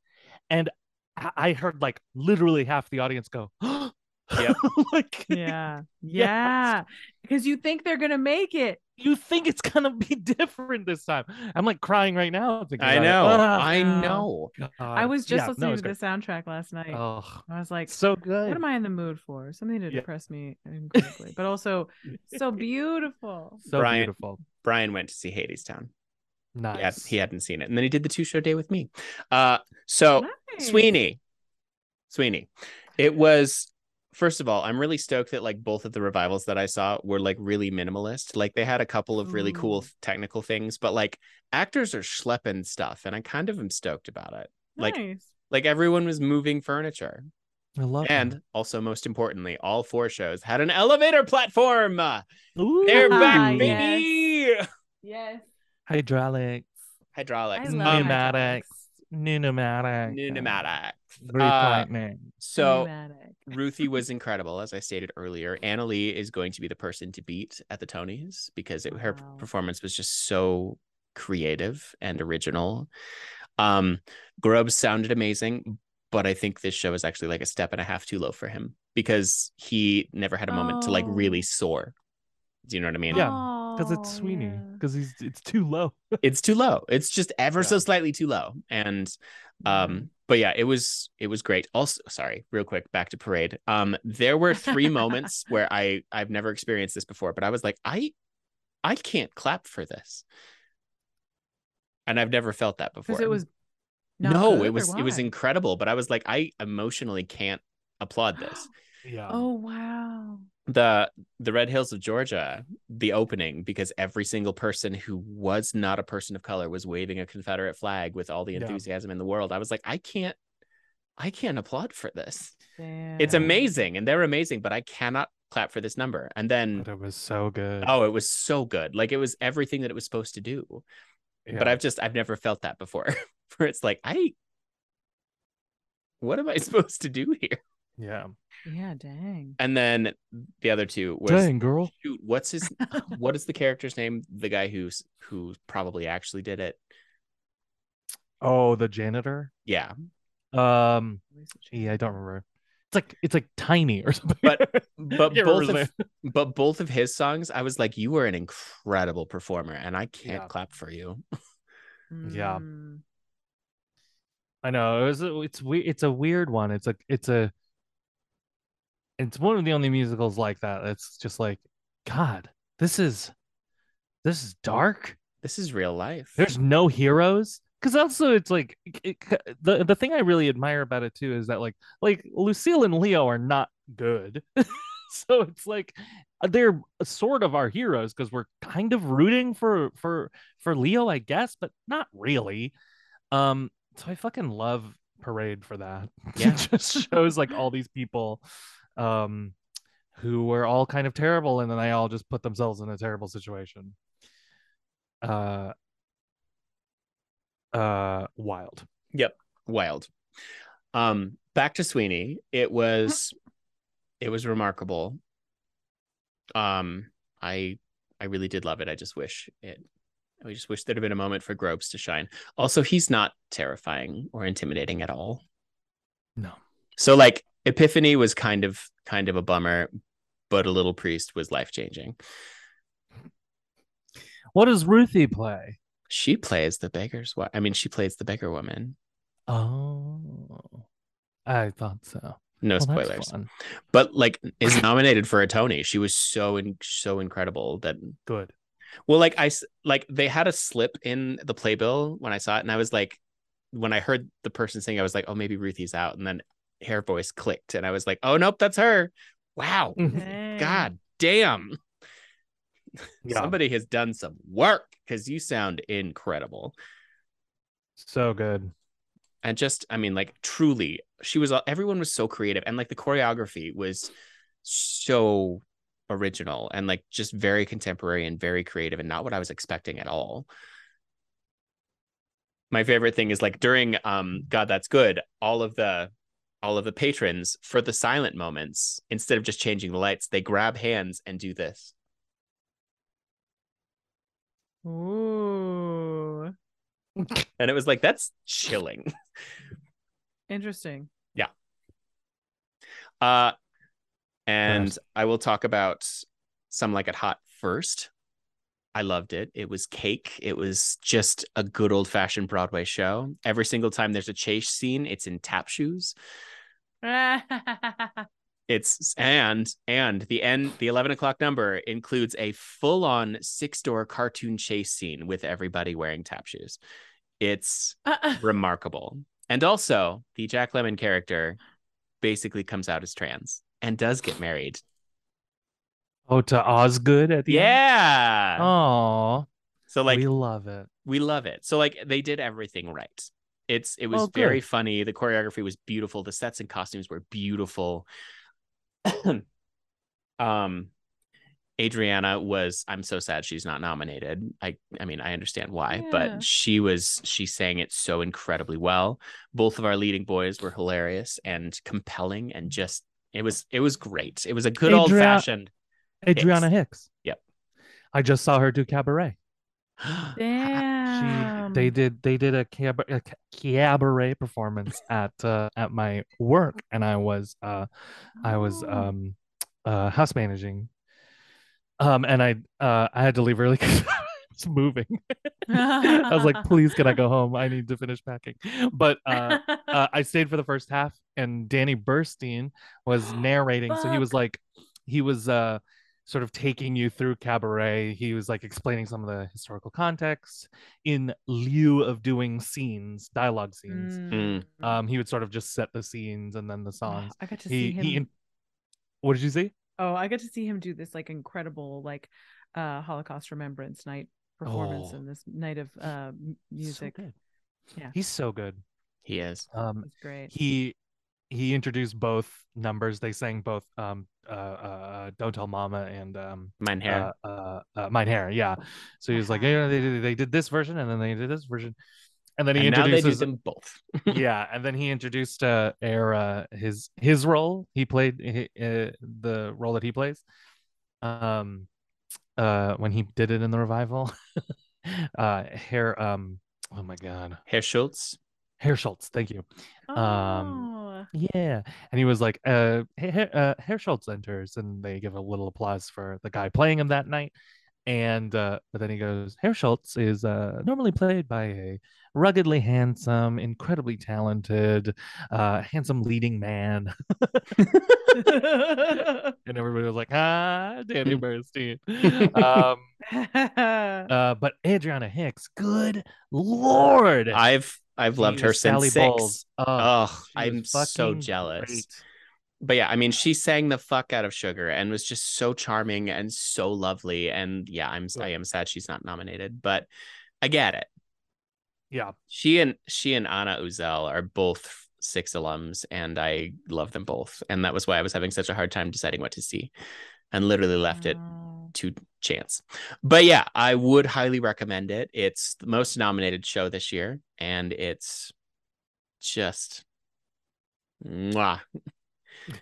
Speaker 3: and I- I heard like literally half the audience go
Speaker 1: Yep.
Speaker 3: like
Speaker 2: yeah. Yeah.
Speaker 3: Yeah.
Speaker 2: Because you think they're going to make it.
Speaker 3: you think it's gonna be different this time I'm like crying right now thinking
Speaker 1: I
Speaker 3: about it.
Speaker 1: know.
Speaker 3: Ah,
Speaker 1: I
Speaker 2: Oh, no.
Speaker 1: know.
Speaker 2: I
Speaker 3: God.
Speaker 2: was just
Speaker 3: Uh, Yeah, no,
Speaker 2: listening
Speaker 3: it's
Speaker 2: to the soundtrack last night.
Speaker 3: great. oh
Speaker 2: I was like,
Speaker 3: so good
Speaker 2: what am I in the mood for? Something to
Speaker 3: Yeah.
Speaker 2: depress me incredibly, but also so beautiful.
Speaker 3: so
Speaker 1: Brian-
Speaker 3: beautiful
Speaker 1: Brian went to see Hades Town. He, had,
Speaker 3: nice
Speaker 1: he hadn't seen it. And then he did the two show day with me. Uh, so
Speaker 2: Nice.
Speaker 1: Sweeney, Sweeney, it was, first of all, I'm really stoked that like both of the revivals that I saw were like really minimalist. Like they had a couple of really cool
Speaker 2: Ooh.
Speaker 1: technical things, but like actors are schlepping stuff. And I kind of am stoked about it. Like,
Speaker 2: Nice.
Speaker 1: like everyone was moving furniture.
Speaker 3: I love that.
Speaker 1: And also, most importantly, all four shows had an elevator platform.
Speaker 3: Ooh.
Speaker 1: They're
Speaker 2: Ah,
Speaker 1: back,
Speaker 2: yes.
Speaker 1: baby.
Speaker 2: Yes.
Speaker 3: hydraulics,
Speaker 1: Hydraulics.
Speaker 2: I love
Speaker 1: Um,
Speaker 3: Pneumatics. new pneumatic,
Speaker 1: new pneumatic. Uh,
Speaker 3: recycling.
Speaker 1: So
Speaker 2: Pneumatic.
Speaker 1: Ruthie was incredible, as I stated earlier. Annalie is going to be the person to beat at the Tonys because it, her
Speaker 2: Wow.
Speaker 1: performance was just so creative and original. Um, Grubbs sounded amazing, but I think this show is actually like a step and a half too low for him because he never had a moment to like
Speaker 2: Oh.
Speaker 1: really soar. Do you know what I mean?
Speaker 3: Yeah, 'Cause
Speaker 2: Oh,
Speaker 3: it's Sweeney.
Speaker 2: yeah.
Speaker 3: Because he's it's too low.
Speaker 1: it's too low. It's just ever so
Speaker 3: Yeah.
Speaker 1: slightly too low. And
Speaker 2: Yeah.
Speaker 1: um but yeah it was it was great also sorry real quick back to parade um there were three moments where i i've never experienced this before but i was like i i can't clap for this and i've never felt that before
Speaker 2: because it was not
Speaker 1: no
Speaker 2: good,
Speaker 1: it
Speaker 2: or
Speaker 1: was it was
Speaker 2: why?
Speaker 1: incredible but i was like i emotionally can't applaud this
Speaker 3: Yeah.
Speaker 2: oh wow
Speaker 1: the the red hills of georgia the opening because every single person who was not a person of color was waving a confederate flag with all the
Speaker 3: Yeah.
Speaker 1: enthusiasm in the world i was like i can't i can't applaud for this it's
Speaker 2: Damn.
Speaker 1: amazing and they're amazing but i cannot clap for this number and then
Speaker 3: But it was so good.
Speaker 1: oh it was so good like it was everything that it was supposed to do but
Speaker 3: Yeah.
Speaker 1: i've just i've never felt that before where it's like i what am i supposed to do here
Speaker 3: Yeah.
Speaker 2: Yeah, dang.
Speaker 1: And then the other two was
Speaker 3: Dang, girl.
Speaker 1: shoot, what's his what is the character's name? The guy who's who probably actually did it.
Speaker 3: Oh, the janitor.
Speaker 1: Yeah.
Speaker 3: Um, yeah, I don't remember. It's like it's like tiny or something.
Speaker 1: But- But
Speaker 3: Can't remember
Speaker 1: both
Speaker 3: his
Speaker 1: of,
Speaker 3: name.
Speaker 1: but both of his songs, I was like, you were an incredible performer, and I can't
Speaker 3: Yeah.
Speaker 1: clap for you.
Speaker 3: Yeah.
Speaker 2: Mm.
Speaker 3: I know it was a- it's weird. It's a weird one. It's a it's a it's one of the only musicals like that. It's just like God. This is this is dark.
Speaker 1: This is real life.
Speaker 3: There's no heroes. Because also, it's like it- it- the the thing I really admire about it too is that like like Lucille and Leo are not good, so it's like uh, they're sort of our heroes because we're kind of rooting for for for Leo, I guess, but not really. Um, so I fucking love Parade for that.
Speaker 1: Yeah.
Speaker 3: it just shows like all these people, um, who were all kind of terrible, and then they all just put themselves in a terrible situation. Uh uh wild
Speaker 1: wild. Um, back to Sweeney. It was it was remarkable. Um, I I really did love it. I just wish it I just wish there'd have been a moment for Gropes to shine. Also, he's not terrifying or intimidating at all.
Speaker 3: no
Speaker 1: So like Epiphany was kind of kind of a bummer, but a little priest was life changing.
Speaker 3: what does ruthie play
Speaker 1: She plays the beggar's wife. I mean, she plays the beggar woman.
Speaker 3: oh i thought so
Speaker 1: No
Speaker 3: Well, that's
Speaker 1: spoilers.
Speaker 3: fun.
Speaker 1: But like is nominated for a Tony. She was so in- so incredible that
Speaker 3: good
Speaker 1: Well, like I s- like they had a slip in the playbill when I saw it, and I was like, when I heard the person sing, I was like, oh, maybe Ruthie's out, and then her voice clicked, and I was like, oh nope, that's her. Wow,
Speaker 2: Dang.
Speaker 1: god damn,
Speaker 3: yeah
Speaker 1: somebody has done some work because you sound incredible,
Speaker 3: so good
Speaker 1: and just I mean, like truly, she was. uh, Everyone was so creative, and like the choreography was so original and like just very contemporary and very creative and not what I was expecting at all. My favorite thing is like during um God that's good, all of the all of the patrons for the silent moments, instead of just changing the lights, they grab hands and do this.
Speaker 2: Ooh.
Speaker 1: And it was like that's chilling.
Speaker 2: Interesting.
Speaker 1: Uh and
Speaker 3: Nice.
Speaker 1: I will talk about some like it hot first. I loved it. It was cake. It was just a good old fashioned Broadway show. Every single time there's a chase scene, it's in tap shoes. It's and and the end the eleven o'clock number includes a full on six door cartoon chase scene with everybody wearing tap shoes. It's remarkable. And also, the Jack Lemon character basically comes out as trans and does get married.
Speaker 3: oh to osgood at the
Speaker 1: Yeah.
Speaker 3: end? oh
Speaker 1: So like
Speaker 3: we
Speaker 1: we...
Speaker 3: love it
Speaker 1: love it. So like they did everything right. It's it was
Speaker 3: Oh, good.
Speaker 1: very funny. The choreography was beautiful. The sets and costumes were beautiful. um Adriana was I'm so sad she's not nominated. I I mean I understand why,
Speaker 2: Yeah.
Speaker 1: but she was she sang it so incredibly well. Both of our leading boys were hilarious and compelling and just it was it was great. It was a good
Speaker 3: Adria-
Speaker 1: old fashioned
Speaker 3: adriana hicks
Speaker 1: Yep.
Speaker 3: i just saw her do cabaret
Speaker 2: Damn. Um.
Speaker 3: She, they did they did a cabaret, a ca- cabaret performance at uh, at my work and I was uh I was
Speaker 2: Oh.
Speaker 3: um uh house managing um and I uh I had to leave early cuz I was moving. I was like please can I go home? I need to finish packing. But uh, uh I stayed for the first half and Danny Burstein was narrating so he was like he was uh sort of taking you through cabaret he was like explaining some of the historical context in lieu of doing scenes dialogue scenes
Speaker 2: Mm.
Speaker 3: um he would sort of just set the scenes and then the songs
Speaker 2: I got to
Speaker 3: he,
Speaker 2: see him.
Speaker 3: he in- what did you see
Speaker 2: Oh, I got to see him do this like incredible like uh Holocaust Remembrance Night performance
Speaker 3: Oh.
Speaker 2: and this night of uh m- music.
Speaker 3: so good.
Speaker 2: Yeah.
Speaker 3: he's so good
Speaker 1: he is.
Speaker 3: um
Speaker 2: It's great.
Speaker 3: he he introduced both numbers they sang both um uh, uh don't tell mama and um
Speaker 1: Mine hair.
Speaker 3: Uh, uh, uh, mine hair, yeah. So he was like,
Speaker 2: Wow.
Speaker 3: yeah, they did, they did this version, and then they did this version, and then he
Speaker 1: And now they do
Speaker 3: introduces
Speaker 1: them both.
Speaker 3: yeah, and then he introduced uh Era his his role. He played hi- uh, the role that he plays. Um uh when he did it in the revival. uh hair um oh my god.
Speaker 1: Herr Schultz.
Speaker 3: Hair Schultz, thank you. Um,
Speaker 1: Oh.
Speaker 2: Um,
Speaker 3: Yeah. And he was like, uh, hey, Herr- uh Herr Schultz enters and they give a little applause for the guy playing him that night. And uh, but then he goes, Herr Schultz is uh, normally played by a ruggedly handsome, incredibly talented, uh, handsome leading man. and everybody was like, ah, Danny Bernstein. um, uh, but Adriana Hicks, good lord.
Speaker 1: I've I've loved
Speaker 3: She
Speaker 1: her
Speaker 3: was
Speaker 1: since
Speaker 3: Sally
Speaker 1: six.
Speaker 3: Bowles. Oh,
Speaker 1: Ugh,
Speaker 3: she
Speaker 1: I'm
Speaker 3: was
Speaker 1: so
Speaker 3: fucking
Speaker 1: jealous.
Speaker 3: great.
Speaker 1: But yeah, I mean, she sang the fuck out of Sugar and was just so charming and so lovely. And yeah, I'm I am sad she's not nominated, but I get it.
Speaker 3: Yeah.
Speaker 1: She and she and Anna Uzel are both six alums, and I love them both. And that was why I was having such a hard time deciding what to see, and literally left it
Speaker 2: Oh,
Speaker 1: to chance. But yeah, I would highly recommend it. It's the most nominated show this year, and it's just mwah.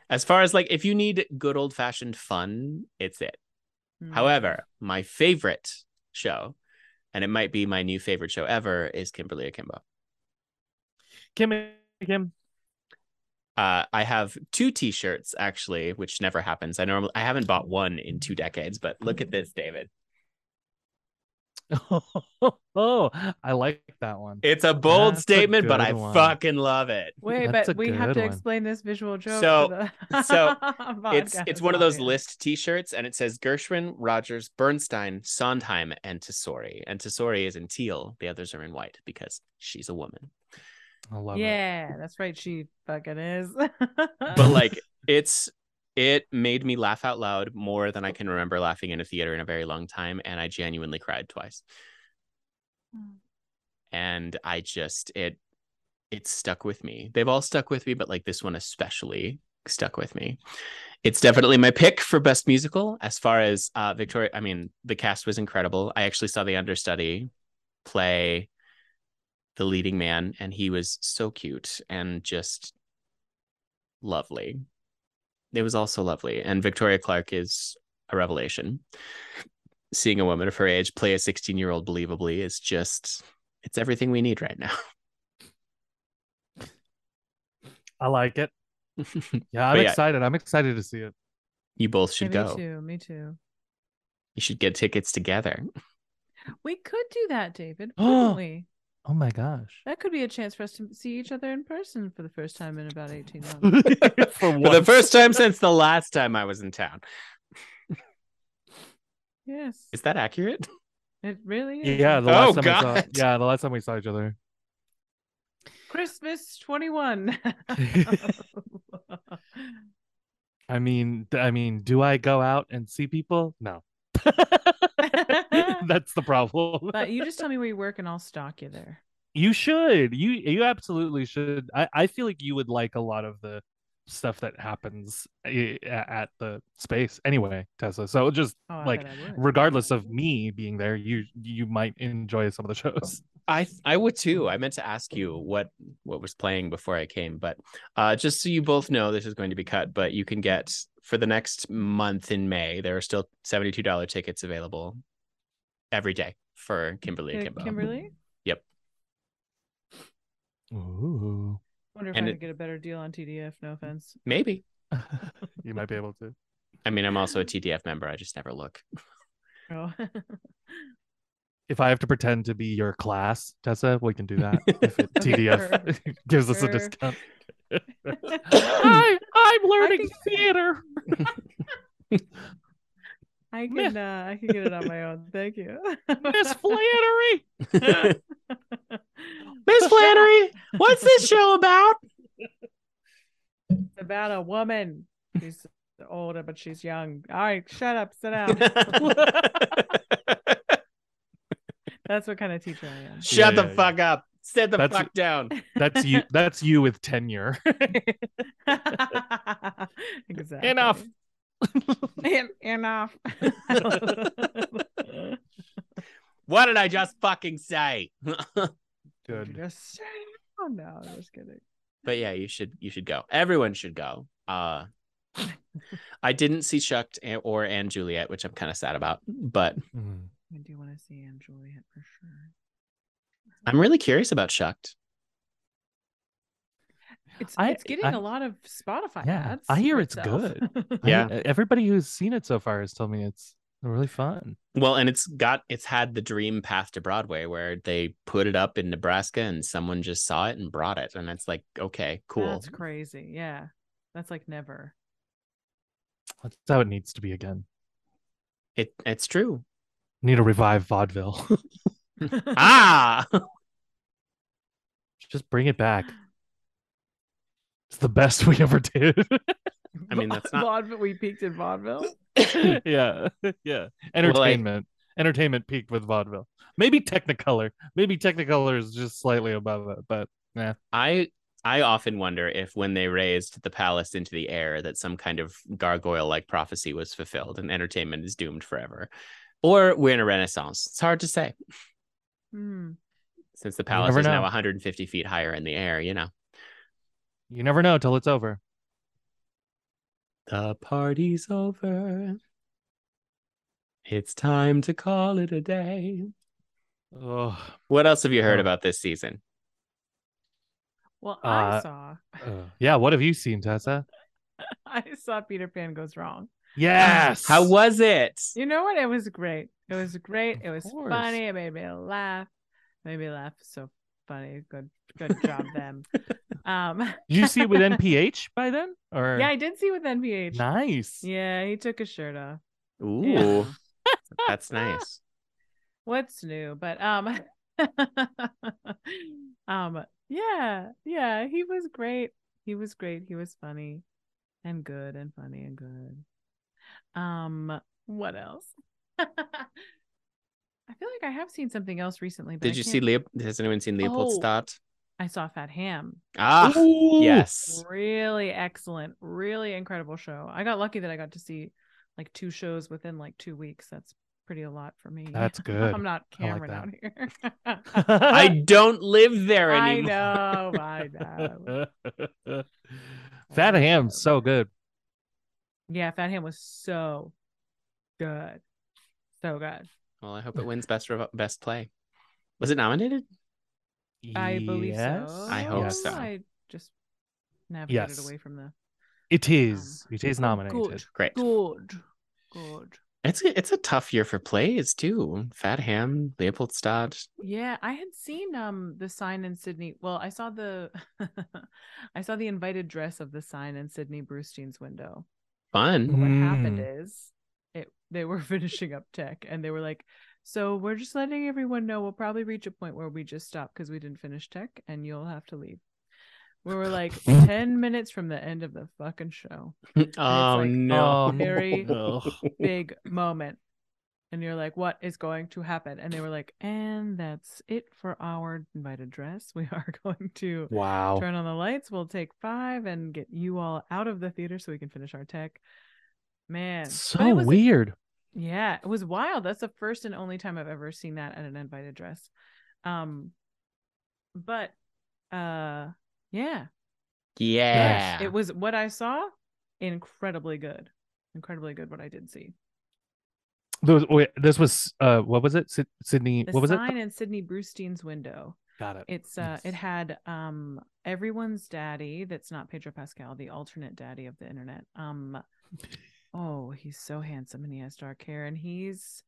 Speaker 1: As far as like, if you need good old fashioned fun, it's it.
Speaker 2: hmm.
Speaker 3: Mm-hmm.
Speaker 1: However, my favorite show, and it might be my new favorite show ever, is Kimberly Akimbo.
Speaker 3: Kim, Kim.
Speaker 1: Uh, I have two T-shirts actually, which never happens. I normally I haven't bought one in two decades, but look at this, David.
Speaker 3: oh, I like that one.
Speaker 1: It's a bold
Speaker 3: That's a
Speaker 1: statement, but
Speaker 3: good
Speaker 1: I
Speaker 3: one.
Speaker 1: fucking love it.
Speaker 2: Wait,
Speaker 3: That's
Speaker 2: but
Speaker 3: a
Speaker 2: we have
Speaker 3: good
Speaker 2: to
Speaker 3: one.
Speaker 2: explain this visual joke.
Speaker 1: So-
Speaker 2: for the
Speaker 1: so
Speaker 2: Oh,
Speaker 1: It's it's
Speaker 2: podcast
Speaker 1: one of those
Speaker 2: audience.
Speaker 1: list T-shirts, and it says Gershwin, Rogers, Bernstein, Sondheim, and Tessori. And Tessori is in teal. The others are in white because she's a woman.
Speaker 3: I love it.
Speaker 2: Yeah, that's right. She fucking is.
Speaker 1: But like, it's it made me laugh out loud more than I can remember laughing in a theater in a very long time, and I genuinely cried twice. and I just it it stuck with me. They've all stuck with me, but like this one especially stuck with me. It's definitely my pick for best musical. As far as uh Victoria, I mean, the cast was incredible. I actually saw the understudy play the leading man, and he was so cute and just lovely. It was also lovely. And Victoria Clark is a revelation. Seeing a woman of her age play a 16 year old believably is just it's everything we need right now.
Speaker 3: I like it. Yeah, I'm
Speaker 1: But yeah.
Speaker 3: excited. I'm excited to see it.
Speaker 1: you both should
Speaker 2: Yeah, me
Speaker 1: go.
Speaker 2: too. Me too.
Speaker 1: You should get tickets together.
Speaker 2: We could do that, David. couldn't we?
Speaker 3: Oh my gosh.
Speaker 2: That could be a chance for us to see each other in person for the first time in about 18 months.
Speaker 1: For
Speaker 3: For
Speaker 1: the
Speaker 3: once.
Speaker 1: first time since the last time I was in town.
Speaker 2: Yes.
Speaker 1: Is that accurate?
Speaker 2: It really is.
Speaker 3: Yeah, the
Speaker 1: Oh,
Speaker 3: last time we saw
Speaker 1: God.
Speaker 3: Yeah, the last time we saw each other.
Speaker 2: Christmas 21.
Speaker 3: I mean, d- I mean, do I go out and see people? No. That's the problem.
Speaker 2: but you just tell me where you work and I'll stalk you there.
Speaker 3: You should. You you absolutely should. I I feel like you would like a lot of the stuff that happens i- a- at the space anyway, Tessa. So just
Speaker 2: Oh, I
Speaker 3: Like,
Speaker 2: bet I would.
Speaker 3: regardless of me being there, you you might enjoy some of the shows.
Speaker 1: I I would too. I meant to ask you what what was playing before I came, but uh, just so you both know, this is going to be cut. But you can get for the next month in May. There are still seventy two dollar tickets available every day for Kimberly
Speaker 2: Kim-
Speaker 1: Akimbo.
Speaker 2: Kimberly?
Speaker 3: Ooh.
Speaker 2: wonder if
Speaker 1: And
Speaker 2: I
Speaker 1: it-
Speaker 2: could get a better deal on TDF. No offense.
Speaker 1: Maybe.
Speaker 3: you might be able to.
Speaker 1: I mean, I'm also a TDF member. I just never look.
Speaker 2: Oh.
Speaker 3: If I have to pretend to be your class, Tessa, we can do that. If it,
Speaker 2: Okay,
Speaker 3: TDF gives us a
Speaker 2: sure.
Speaker 3: discount.
Speaker 2: I
Speaker 3: I'm
Speaker 2: learning
Speaker 3: theater.
Speaker 2: can uh, I can get it on my own. Thank you.
Speaker 3: Flannery.
Speaker 1: Miss Flannery, what's this show about?
Speaker 2: It's about a woman. She's older, but she's young. All right, shut up, sit down. That's what kind of teacher I am.
Speaker 1: Shut
Speaker 3: Yeah,
Speaker 1: the
Speaker 3: yeah, yeah.
Speaker 1: fuck up. Sit the
Speaker 3: That's-
Speaker 1: fuck down.
Speaker 3: That's you. That's you with tenure.
Speaker 2: exactly.
Speaker 3: Enough.
Speaker 2: En- enough.
Speaker 1: What did I just fucking say?
Speaker 3: Good.
Speaker 2: Just, oh no, I'm just kidding.
Speaker 1: but yeah you should you should go everyone should go uh i didn't see shucked and- or and juliet which i'm kind of sad about but
Speaker 3: Mm.
Speaker 2: I do want to see Anne Juliet for sure.
Speaker 1: i'm really curious about shucked
Speaker 2: It's,
Speaker 3: I-
Speaker 2: it's getting
Speaker 3: I-
Speaker 2: a lot of Spotify
Speaker 3: Yeah,
Speaker 2: ads.
Speaker 3: I hear it's
Speaker 2: itself.
Speaker 3: I-
Speaker 1: Yeah.
Speaker 3: everybody who's seen it so far has told me it's really fun.
Speaker 1: well and it's got it's had the dream path to broadway where they put it up in nebraska and someone just saw it and brought it and it's like okay cool
Speaker 2: That's crazy. Yeah. That's like never.
Speaker 3: That's how it needs to be again.
Speaker 1: it it's true
Speaker 3: Need to revive vaudeville.
Speaker 1: ah
Speaker 3: Just bring it back. It's the best we ever did.
Speaker 1: I mean, that's not-
Speaker 2: vaudeville. We peaked in vaudeville.
Speaker 3: yeah. Yeah. Entertainment. Entertainment peaked with vaudeville. Maybe Technicolor. Maybe Technicolor is just slightly above it, but
Speaker 1: I I often wonder if when they raised the palace into the air that some kind of gargoyle like prophecy was fulfilled and entertainment is doomed forever. Or we're in a renaissance. It's hard to say
Speaker 2: Hmm.
Speaker 1: since the palace
Speaker 3: never
Speaker 1: is now
Speaker 3: know.
Speaker 1: 150 feet higher in the air, you know.
Speaker 3: you never know till it's over.
Speaker 1: The party's over. It's time to call it a day.
Speaker 3: Oh,
Speaker 1: What else have you heard
Speaker 3: Oh.
Speaker 1: about this season?
Speaker 2: Well, I
Speaker 3: Uh,
Speaker 2: saw
Speaker 3: yeah. What have you seen, Tessa?
Speaker 2: I saw Peter Pan goes wrong.
Speaker 3: Yes.
Speaker 1: How was it?
Speaker 2: You know what? It was great. It was great. It
Speaker 3: Of
Speaker 2: was
Speaker 3: course.
Speaker 2: funny. It made me laugh. Made me laugh. So funny. Good good job them. Um
Speaker 3: Did you see it with NPH by then? Or
Speaker 2: yeah, I did see with NPH.
Speaker 3: nice.
Speaker 2: Yeah, he took his shirt off.
Speaker 1: Ooh,
Speaker 2: Yeah.
Speaker 1: that's nice.
Speaker 2: what's new but um um yeah yeah he was great he was great he was funny and good and funny and good um what else i feel like i have seen something else recently but I
Speaker 1: Did you see
Speaker 2: can't-
Speaker 1: Leop? Has anyone seen Leopoldstadt?
Speaker 2: i saw fat ham
Speaker 1: Ah,
Speaker 3: Ooh.
Speaker 1: yes.
Speaker 2: really excellent really incredible show i got lucky that i got to see like two shows within like two weeks that's pretty a lot for me
Speaker 3: That's good.
Speaker 2: i'm not
Speaker 3: I like
Speaker 2: cameron out here
Speaker 1: I don't live there
Speaker 2: I
Speaker 1: anymore.
Speaker 2: know, I know.
Speaker 3: Fat ham's so good.
Speaker 2: Yeah, Fat Ham was so good, so good.
Speaker 1: Well, I hope it wins best rev- best play. Was it nominated?
Speaker 2: I believe
Speaker 3: Yes.
Speaker 2: so.
Speaker 1: I hope
Speaker 3: Yes.
Speaker 1: so.
Speaker 2: I just navigated
Speaker 3: Yes.
Speaker 2: away from the
Speaker 3: It
Speaker 2: Oh,
Speaker 3: is. It is
Speaker 2: good,
Speaker 3: nominated.
Speaker 1: Great.
Speaker 2: good, good.
Speaker 1: It's a, it's a tough year for plays too. Fat Ham, Leopoldstadt.
Speaker 2: Yeah, I had seen um the sign in Sydney. Well, I saw the I saw the invited dress of the sign in Sydney Brewstein's window.
Speaker 1: Fun.
Speaker 2: But what happened
Speaker 3: Mm.
Speaker 2: is it they were finishing up tech and they were like so we're just letting everyone know we'll probably reach a point where we just stop because we didn't finish tech and you'll have to leave we were like 10 minutes from the end of the fucking show
Speaker 1: Oh
Speaker 2: like,
Speaker 1: no.
Speaker 3: oh,
Speaker 2: Very-
Speaker 3: Ugh.
Speaker 2: big moment and you're like what is going to happen and they were like and that's it for our invited dress we are going to
Speaker 3: Wow.
Speaker 2: turn on the lights we'll take five and get you all out of the theater so we can finish our tech man But it
Speaker 3: So
Speaker 2: was-
Speaker 3: weird.
Speaker 2: yeah, it was wild. That's the first and only time I've ever seen that at an invited dress. Um but uh yeah,
Speaker 1: yeah.
Speaker 2: it was what I saw incredibly good. Incredibly good what I did see.
Speaker 3: This, wait, oh, this was uh what was it? Syd- Sydney.
Speaker 2: The
Speaker 3: What was it?
Speaker 2: sign in Sydney Brewstein's window.
Speaker 3: Got it.
Speaker 2: It's uh it
Speaker 3: Yes.
Speaker 2: had um everyone's daddy that's not Pedro Pascal, the alternate daddy of the internet. Um oh, he's so handsome and he has dark hair and he's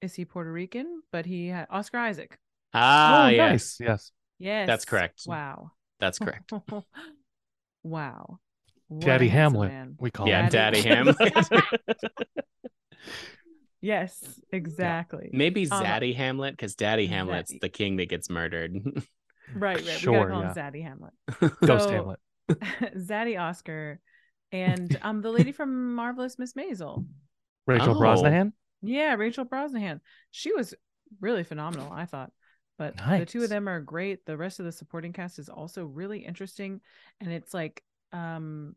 Speaker 2: is he Puerto Rican? But he had Oscar Isaac.
Speaker 1: ah,
Speaker 3: oh,
Speaker 1: yes.
Speaker 3: nice. Yes.
Speaker 2: Yes.
Speaker 1: correct.
Speaker 2: Wow.
Speaker 1: That's correct.
Speaker 2: wow. What a
Speaker 3: Daddy
Speaker 2: handsome
Speaker 3: Hamlet.
Speaker 2: man.
Speaker 3: We call
Speaker 1: Yeah,
Speaker 3: him.
Speaker 2: Daddy
Speaker 1: Hamlet.
Speaker 2: Yes, exactly.
Speaker 1: Maybe
Speaker 2: Um,
Speaker 1: Zaddy Hamlet, because Daddy Hamlet's
Speaker 2: Zaddy.
Speaker 1: the king that gets murdered.
Speaker 2: Right, right. we
Speaker 3: Sure.
Speaker 2: gotta call
Speaker 3: Yeah.
Speaker 2: him Zaddy Hamlet.
Speaker 3: Ghost
Speaker 2: So-
Speaker 3: Hamlet.
Speaker 2: Zaddy Oscar and um the lady from Marvelous Miss Maisel.
Speaker 3: Rachel
Speaker 1: Oh.
Speaker 3: Brosnahan.
Speaker 2: Yeah, Rachel Brosnahan. She was really phenomenal, I thought. But the two
Speaker 3: Nice.
Speaker 2: of them are great. The rest of the supporting cast is also really interesting. And it's like, um,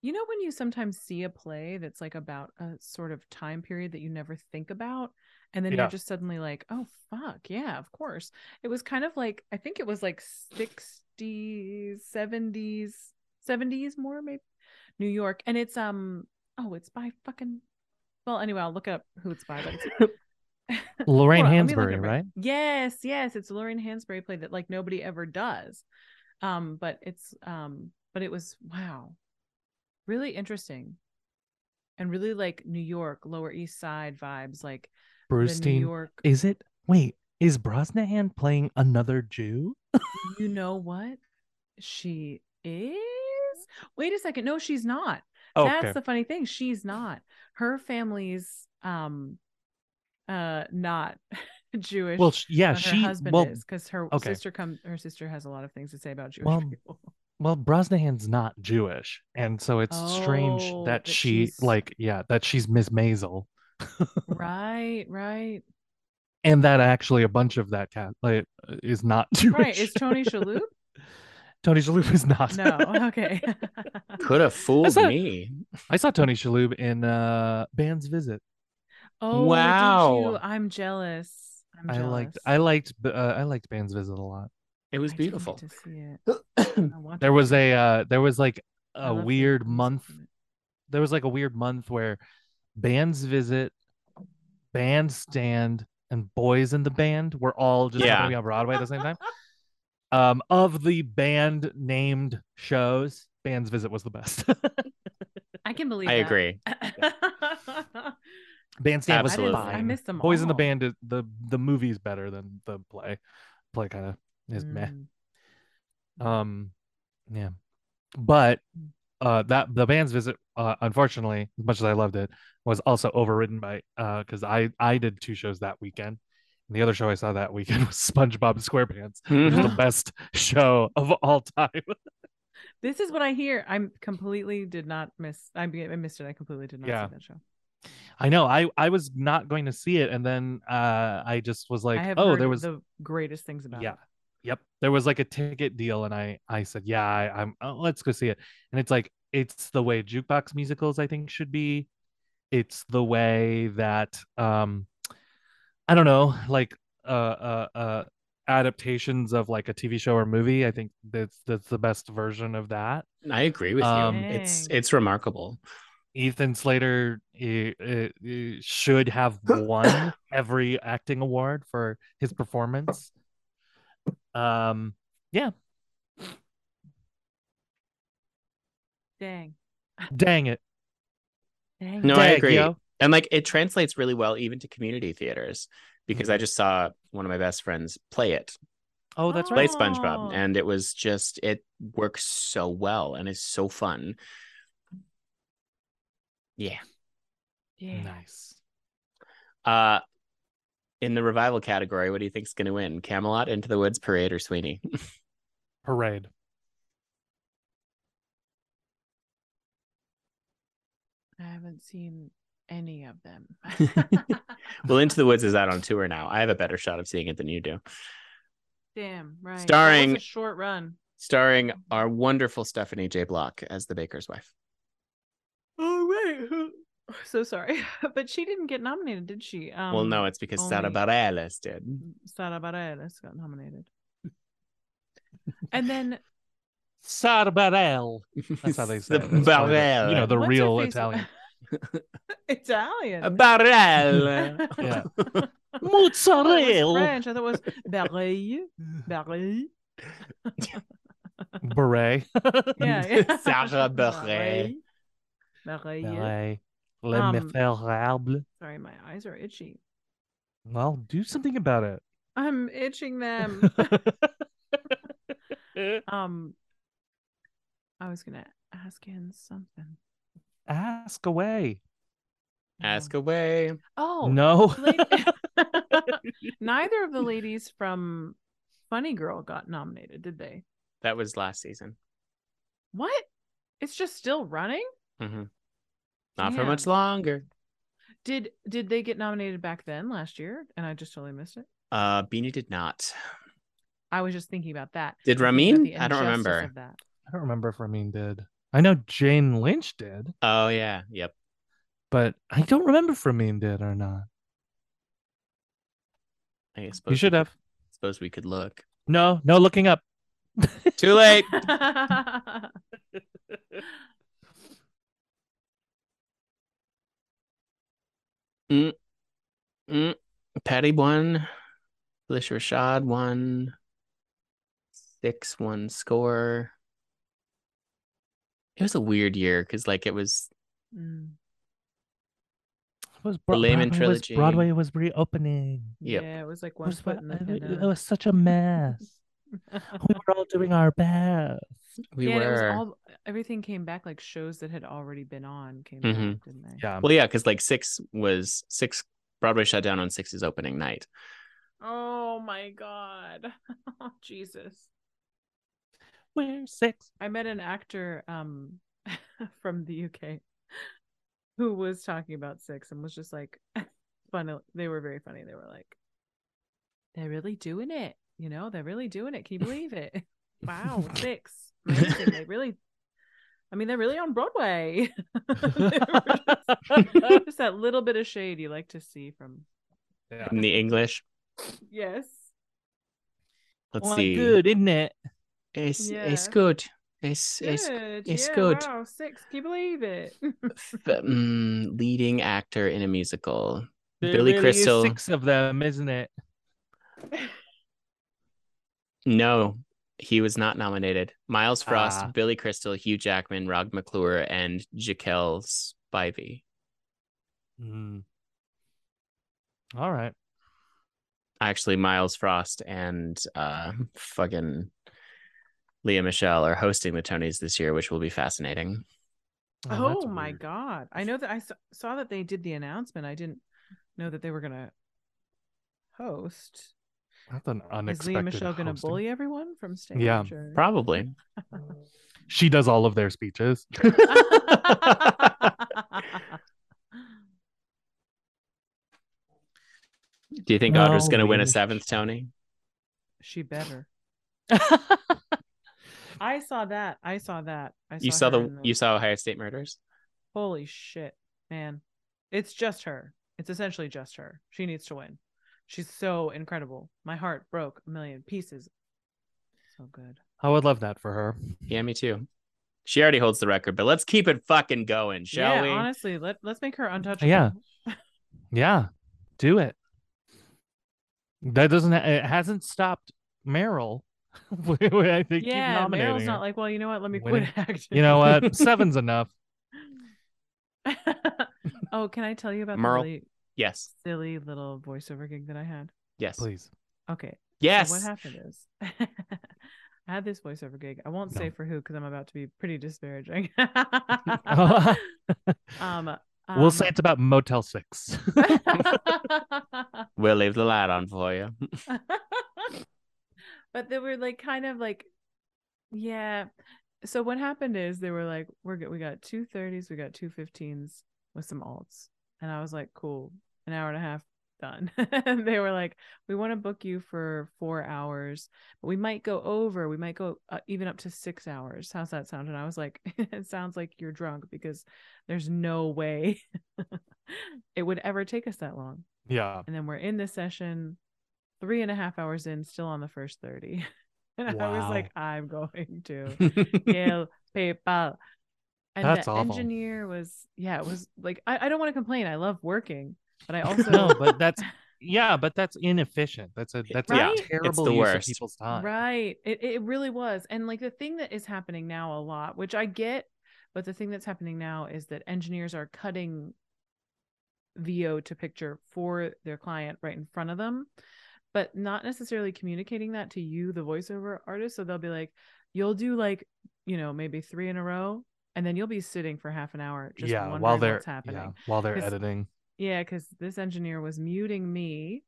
Speaker 2: you know, when you sometimes see a play that's like about a sort of time period that you never think about, And then
Speaker 3: Yeah.
Speaker 2: you're just suddenly like, oh, fuck. Yeah, of course. It was kind of like, I think it was like 60s, 70s, 70s more, maybe New York. And it's, um, oh, it's by fucking, well, anyway, I'll look up who it's by, but it's
Speaker 3: Lorraine
Speaker 2: Hold on, let me look
Speaker 3: Hansberry,
Speaker 2: it up.
Speaker 3: right?
Speaker 2: Yes, yes, it's a Lorraine Hansberry play that like nobody ever does. Um, but it's um, but it was wow, really interesting, and really like New York, Lower East Side vibes, like
Speaker 3: Bruce
Speaker 2: the New
Speaker 3: Dean.
Speaker 2: York.
Speaker 3: Is it? Wait, is Brosnahan playing another Jew?
Speaker 2: You know what? She is. Wait a second. No, she's not.
Speaker 3: Oh,
Speaker 2: That's the funny thing. She's not. Her family's um, uh, not Jewish.
Speaker 3: well, sh- yeah,
Speaker 2: but her
Speaker 3: she.
Speaker 2: husband
Speaker 3: well,
Speaker 2: is because her
Speaker 3: okay.
Speaker 2: sister come her sister has a lot of things to say about Jewish
Speaker 3: Well,
Speaker 2: people.
Speaker 3: well, Brosnahan's not Jewish, and so it's strange
Speaker 2: Oh,
Speaker 3: that
Speaker 2: that
Speaker 3: she,
Speaker 2: she's-
Speaker 3: like, yeah, that she's Miss Maisel,
Speaker 2: right, right,
Speaker 3: and that actually a bunch of that cat like, is not Jewish.
Speaker 2: right. Is Tony Shalhoub?
Speaker 3: Tony Shalhoub is not.
Speaker 2: No, okay.
Speaker 1: Could have fooled
Speaker 3: not-
Speaker 1: me.
Speaker 3: I saw Tony Shalhoub in uh Band's Visit.
Speaker 2: oh, did
Speaker 1: Wow.
Speaker 2: you? I'm jealous. I'm
Speaker 3: I
Speaker 2: jealous.
Speaker 3: liked, I liked, uh, I liked Band's Visit a lot.
Speaker 1: It was
Speaker 2: I didn't get
Speaker 1: beautiful.
Speaker 2: to see it. I want
Speaker 3: There
Speaker 2: to
Speaker 3: was
Speaker 2: see it.
Speaker 3: a, uh, there was like
Speaker 2: I
Speaker 3: a
Speaker 2: love
Speaker 3: weird
Speaker 2: musicals
Speaker 3: month
Speaker 2: from it.
Speaker 3: there was like a weird month where bands visit, bandstand, and boys in the band were all just
Speaker 1: Yeah.
Speaker 3: going to be on Broadway at the same time. Um, of the band named shows, Bands Visit was the best.
Speaker 2: I can believe.
Speaker 1: I
Speaker 2: that.
Speaker 1: agree.
Speaker 3: Bandstand was
Speaker 1: Absolutely.
Speaker 2: I
Speaker 3: fine.
Speaker 2: miss them
Speaker 3: boys in the
Speaker 2: all.
Speaker 3: band, is- the the movie's better than the play. Play kind of is meh.
Speaker 2: Mm.
Speaker 3: Um, yeah, but
Speaker 2: Mm.
Speaker 3: uh, that the band's visit, uh, unfortunately, as much as I loved it, was also overridden by uh, because I I did two shows that weekend. And the other show I saw that weekend was SpongeBob SquarePants, which is the best show of all time.
Speaker 2: This is what I hear. I'm completely did not miss. I, be- I missed it. I completely did not
Speaker 3: Yeah.
Speaker 2: see that show.
Speaker 3: I know I I was not going to see it, and then uh, I just was
Speaker 2: I
Speaker 3: like,
Speaker 2: have
Speaker 3: oh,
Speaker 2: heard
Speaker 3: there was
Speaker 2: the greatest things about.
Speaker 3: yeah
Speaker 2: it.
Speaker 3: yep there was like a ticket deal and i i said yeah I, i'm oh, let's go see it and it's like it's the way jukebox musicals i think should be it's the way that um i don't know like uh uh uh adaptations of like a tv show or movie i think that's that's the best version of that
Speaker 1: I agree with
Speaker 3: Um,
Speaker 1: you. It's
Speaker 2: Dang.
Speaker 1: it's remarkable.
Speaker 3: ethan slater eh, eh, eh, should have won every acting award for his performance um
Speaker 2: Dang.
Speaker 3: dang it
Speaker 2: Dang.
Speaker 1: No, I
Speaker 3: Dag,
Speaker 1: agree.
Speaker 3: yo.
Speaker 1: And like it translates really well even to community theaters
Speaker 3: Mm-hmm.
Speaker 1: because I just saw one of my best friends play it,
Speaker 3: oh that's
Speaker 1: play
Speaker 3: right
Speaker 2: Oh.
Speaker 1: SpongeBob, and it was just it works so well and is so fun. Yeah.
Speaker 2: Oh, Yeah.
Speaker 3: Nice.
Speaker 1: Uh in the revival category, what do you think's going to win? Camelot, Into the Woods, Parade, or Sweeney?
Speaker 3: Parade.
Speaker 2: I haven't seen any of them.
Speaker 1: well, Into the Woods is out on tour now. I have a better shot of seeing it than you do.
Speaker 2: Damn right. That was a
Speaker 1: Starring-
Speaker 2: short run.
Speaker 1: Starring our wonderful Stephanie J. Block as the baker's wife.
Speaker 2: Oh wait. So sorry, but she didn't get nominated, did she? Um,
Speaker 1: well, no, it's
Speaker 3: oh
Speaker 1: because Sara
Speaker 2: only-
Speaker 1: Bareilles did.
Speaker 2: Sara Bareilles got nominated. And then
Speaker 3: Sarbarel. That's how they say
Speaker 1: The
Speaker 3: it. That's part of it. You
Speaker 1: Barella.
Speaker 3: know, the
Speaker 2: what's her
Speaker 3: real
Speaker 2: face-
Speaker 3: Italian.
Speaker 1: A
Speaker 2: Italian.
Speaker 1: Barella.
Speaker 3: Yeah.
Speaker 2: I thought it was
Speaker 3: Mozzarella.
Speaker 2: French. I thought it was Bareilles. Bareilles.
Speaker 3: Beret.
Speaker 2: Yeah, yeah.
Speaker 1: Sarah Bareilles.
Speaker 2: Bareilles.
Speaker 3: Beret.
Speaker 2: Um,
Speaker 3: Le miserable.
Speaker 2: Sorry, my eyes are itchy.
Speaker 3: Well, do something about it.
Speaker 2: I'm itching them. um, I was gonna ask in something.
Speaker 3: Ask away.
Speaker 1: Ask away.
Speaker 2: Oh
Speaker 3: No.
Speaker 2: la- Neither of the ladies from Funny Girl got nominated, did they?
Speaker 1: That was last season.
Speaker 2: What? It's just still running.
Speaker 1: Mhm. Not for
Speaker 2: Damn.
Speaker 1: much longer.
Speaker 2: Did did they get nominated back then last year? And I just totally missed it.
Speaker 1: Uh, Beanie did not.
Speaker 2: I was just thinking about that.
Speaker 1: Did
Speaker 2: I'm
Speaker 1: Ramin?
Speaker 2: thinking about the
Speaker 1: I don't
Speaker 2: injustice
Speaker 1: remember.
Speaker 2: of that.
Speaker 3: I don't remember if Ramin did. I know Jane Lynch did,
Speaker 1: Oh yeah. Yep.
Speaker 3: but I don't remember if Ramin did or not.
Speaker 1: I suppose
Speaker 3: You should
Speaker 1: we-
Speaker 3: have.
Speaker 1: Suppose we could look.
Speaker 3: No, no looking up.
Speaker 1: Too late. Mm, Patty one, Lish Rashad one, six one score. It was a weird year because like it was
Speaker 2: Mm,
Speaker 3: It was Bro-
Speaker 1: Lehman
Speaker 3: Broadway was-
Speaker 1: trilogy.
Speaker 3: Broadway was reopening.
Speaker 1: Yep.
Speaker 2: Yeah, it was like
Speaker 3: It
Speaker 2: one
Speaker 3: was,
Speaker 2: foot in the, in
Speaker 3: it
Speaker 2: the-
Speaker 3: was such a mess. we were all doing our best.
Speaker 1: we
Speaker 2: yeah, and it was
Speaker 1: were
Speaker 2: all everything came back like shows that had already been on came
Speaker 1: Mhm.
Speaker 2: back, didn't they?
Speaker 3: Yeah.
Speaker 1: well yeah because like six was six Broadway shut down on six's opening night.
Speaker 2: Oh my god. Jesus.
Speaker 3: We're six.
Speaker 2: I met an actor um from the UK who was talking about six and was just like funny. They were very funny. They were like, They're really doing it. You know, they're really doing it. Can you believe it? Wow, six. Amazing. They really I mean, they're really on Broadway. They were just, just that little bit of shade you like to see from
Speaker 3: Yeah.
Speaker 1: In the English.
Speaker 2: yes.
Speaker 1: Let's
Speaker 3: Well,
Speaker 1: see.
Speaker 3: good, isn't it?
Speaker 1: It's it's
Speaker 2: Yeah.
Speaker 1: good. It's it's it's
Speaker 2: yeah,
Speaker 1: good.
Speaker 2: Wow, six. Can you believe it?
Speaker 1: f- mm, leading actor in a musical.
Speaker 3: There
Speaker 1: Billy
Speaker 3: really is
Speaker 1: Crystal.
Speaker 3: six of them, isn't it?
Speaker 1: No, he was not nominated. Miles Frost,
Speaker 3: Ah.
Speaker 1: Billy Crystal, Hugh Jackman, Rog McClure, and Jaquel Spivey.
Speaker 3: Mm-hmm. All right.
Speaker 1: Actually, Miles Frost and uh, fucking Leah Michelle are hosting the Tonys this year, which will be fascinating.
Speaker 2: Oh,
Speaker 3: that's
Speaker 2: my
Speaker 3: weird.
Speaker 2: god! I know that I saw, saw that they did the announcement. I didn't know that they were gonna host.
Speaker 3: That's an
Speaker 2: Is
Speaker 3: unexpected.
Speaker 2: Leah Michelle gonna
Speaker 3: hosting.
Speaker 2: bully everyone from stage?
Speaker 3: Yeah,
Speaker 2: or-
Speaker 1: Probably.
Speaker 3: She does all of their speeches.
Speaker 1: Do you think Audra's
Speaker 3: No,
Speaker 1: going to win a
Speaker 3: Leah
Speaker 1: seventh Tony?
Speaker 2: she better. I saw that. I saw that. I saw
Speaker 1: You saw
Speaker 2: her
Speaker 1: the,
Speaker 2: in
Speaker 1: you saw Ohio State Murders.
Speaker 2: Holy shit, man! It's just her. It's essentially just her. She needs to win. She's so incredible. My heart broke a million pieces. So good.
Speaker 3: I would love that for her.
Speaker 1: Yeah, me too. She already holds the record, but let's keep it fucking going, shall
Speaker 2: yeah,
Speaker 1: we?
Speaker 2: honestly, let let's make her untouchable.
Speaker 3: Yeah. Yeah, do it. That doesn't. It hasn't stopped Meryl. I think
Speaker 2: yeah.
Speaker 3: keep nominating
Speaker 2: Meryl's
Speaker 3: her.
Speaker 2: not like, well, you know what? Let me
Speaker 3: Winning.
Speaker 2: quit acting.
Speaker 3: you know what? Seven's enough.
Speaker 2: oh, can I tell you about
Speaker 1: Merle.
Speaker 2: the really
Speaker 1: Yes.
Speaker 2: silly little voiceover gig that I had?
Speaker 1: Yes.
Speaker 3: Please.
Speaker 2: Okay.
Speaker 1: Yes.
Speaker 2: So what happened is I had this voiceover gig. I won't
Speaker 3: No.
Speaker 2: say for who because I'm about to be pretty disparaging. um,
Speaker 3: Oh. we'll say it's about Motel Six.
Speaker 2: um,
Speaker 1: We'll leave the light on for you.
Speaker 2: but they were like kind of like yeah so what happened is they were like we're good we got two 30s we got two 15s with some alts and i was like cool an hour and a half done and they were like we want to book you for four hours but we might go over we might go uh, even up to six hours how's that sound and i was like it sounds like you're drunk because there's no way it would ever take us that long
Speaker 3: yeah.
Speaker 2: and then we're in this session, three and a half hours in, still on the first 30. And I was like, I'm going to kill people. And
Speaker 3: That's
Speaker 2: the
Speaker 3: awful.
Speaker 2: engineer was, yeah, it was like, I, I don't want to complain. I love working, but I
Speaker 3: no,
Speaker 2: also,
Speaker 3: but that's yeah, but that's inefficient. That's a that's
Speaker 1: Yeah,
Speaker 3: a
Speaker 2: it's
Speaker 3: terrible
Speaker 1: the
Speaker 3: use of
Speaker 1: worst.
Speaker 3: people's time.
Speaker 2: right. It, it really was. And like the thing that is happening now a lot, which I get, but the thing that's happening now is that engineers are cutting VO to picture for their client right in front of them, but not necessarily communicating that to you, the voiceover artist. So they'll be like, you'll do like, you know, maybe three in a row, and then you'll be sitting for half an hour just
Speaker 3: yeah,
Speaker 2: wondering
Speaker 3: while they're
Speaker 2: what's happening.
Speaker 3: yeah, while they're
Speaker 2: 'Cause-
Speaker 3: editing.
Speaker 2: Yeah, because this engineer was muting me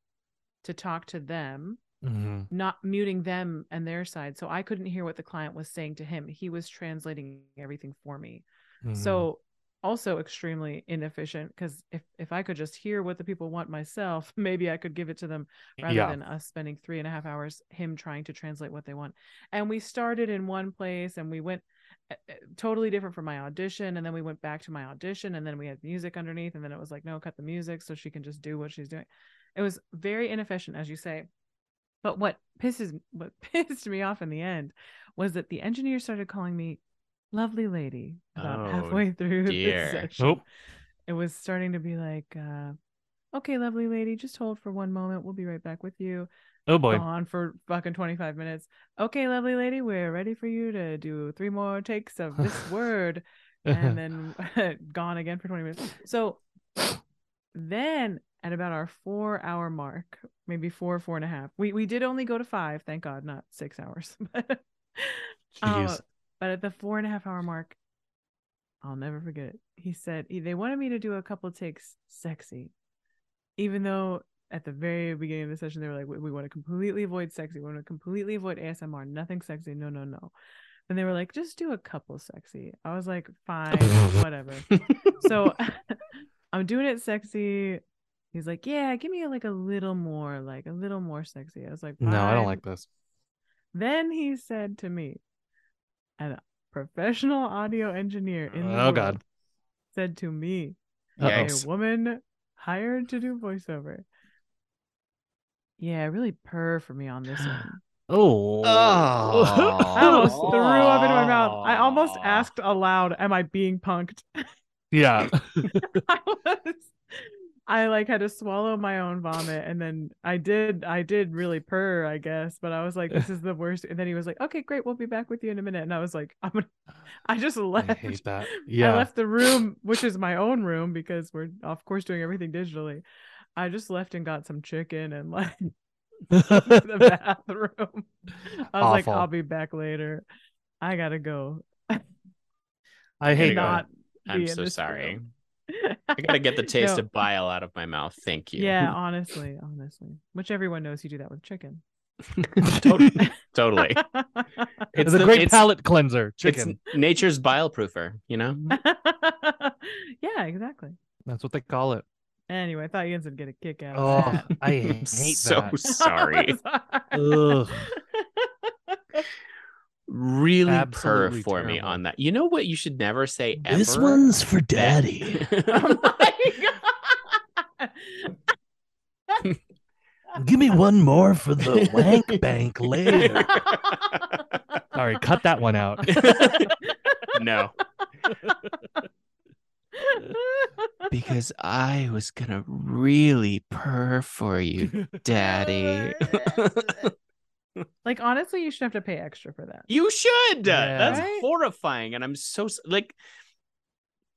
Speaker 2: to talk to them,
Speaker 3: Mhm.
Speaker 2: not muting them and their side. So I couldn't hear what the client was saying to him. He was translating everything for me.
Speaker 3: Mhm.
Speaker 2: So also extremely inefficient because if, if I could just hear what the people want myself, maybe I could give it to them rather
Speaker 3: yeah,
Speaker 2: than us spending three and a half hours him trying to translate what they want. And we started in one place and we went uh, uh, totally different from my audition. And then we went back to my audition and then we had music underneath. And then it was like, no, cut the music so she can just do what she's doing. It was very inefficient, as you say. But what pisses what pissed me off in the end was that the engineer started calling me lovely lady about
Speaker 1: Oh,
Speaker 2: halfway through
Speaker 1: dear.
Speaker 2: this section.
Speaker 3: Nope.
Speaker 2: It was starting to be like, uh, okay, lovely lady, just hold for one moment. We'll be right back with you.
Speaker 3: Oh boy.
Speaker 2: Gone for fucking 25 minutes. Okay, lovely lady, we're ready for you to do three more takes of this word and then gone again for 20 minutes. So then at about our four hour mark, maybe four, four and a half, we, we did only go to five, thank God, not six hours. But,
Speaker 3: Jeez.
Speaker 2: uh, but at the four and a half hour mark, I'll never forget it. He said he- they wanted me to do a couple takes sexy, even though at the very beginning of the session they were like, we, we want to completely avoid sexy, we want to completely avoid ASMR, nothing sexy, no, no, no. And they were like, just do a couple sexy. I was like, fine, whatever. So I'm doing it sexy. He's like, yeah, give me like a little more, like a little more sexy. I was like,
Speaker 3: no, I
Speaker 2: "Fine."
Speaker 3: don't like this.
Speaker 2: Then he said to me, an professional audio engineer in the
Speaker 3: Oh, God.
Speaker 2: world said to me,
Speaker 1: Yikes.
Speaker 2: a woman hired to do voiceover. Yeah, really purr for me on this one.
Speaker 3: Oh.
Speaker 2: I almost threw up in my mouth. I almost asked aloud, "Am I being punked?"
Speaker 3: Yeah.
Speaker 2: I was. I like had to swallow my own vomit, and then I did. I did really purr, I guess. But I was like, "This is the worst." And then he was like, "Okay, great. We'll be back with you in a minute." And I was like, "I'm gonna." I just left.
Speaker 3: I hate that.
Speaker 2: I
Speaker 3: Yeah.
Speaker 2: left the room, which is my own room because we're of course doing everything digitally. I just left and got some chicken and like the bathroom. I was like,
Speaker 3: Awful.
Speaker 2: I'll be back later. I gotta go.
Speaker 3: I
Speaker 1: Gotta
Speaker 3: hate that.
Speaker 2: Not.
Speaker 1: I'm
Speaker 2: be in
Speaker 1: so
Speaker 2: this
Speaker 1: sorry.
Speaker 2: room.
Speaker 1: I gotta get the taste
Speaker 2: No.
Speaker 1: of bile out of my mouth. Thank you.
Speaker 2: Yeah, honestly, honestly, which everyone knows you do that with chicken.
Speaker 1: totally. totally.
Speaker 3: It's,
Speaker 1: the-
Speaker 3: a great
Speaker 1: it's-
Speaker 3: palate cleanser.
Speaker 1: It's
Speaker 3: Chicken.
Speaker 1: nature's bile proofer, you know?
Speaker 2: yeah, exactly.
Speaker 3: That's what they call it.
Speaker 2: Anyway, I thought Ian would get a kick out of
Speaker 3: Oh,
Speaker 2: that.
Speaker 3: I
Speaker 1: I'm
Speaker 3: hate
Speaker 1: so
Speaker 3: that.
Speaker 1: sorry.
Speaker 2: Sorry.
Speaker 1: really purr
Speaker 3: Absolutely
Speaker 1: for me
Speaker 3: terrible.
Speaker 1: on that. You know what you should never say ever?
Speaker 4: This one's for daddy.
Speaker 2: oh
Speaker 1: That-
Speaker 2: my god.
Speaker 4: Give me one more for the wank bank later.
Speaker 3: Sorry, cut that one out.
Speaker 1: no, because I was gonna really purr for you, daddy.
Speaker 2: like honestly, you should have to pay extra for that.
Speaker 1: you should.
Speaker 3: Yeah.
Speaker 1: That's
Speaker 2: Right?
Speaker 1: horrifying, and I'm so s- like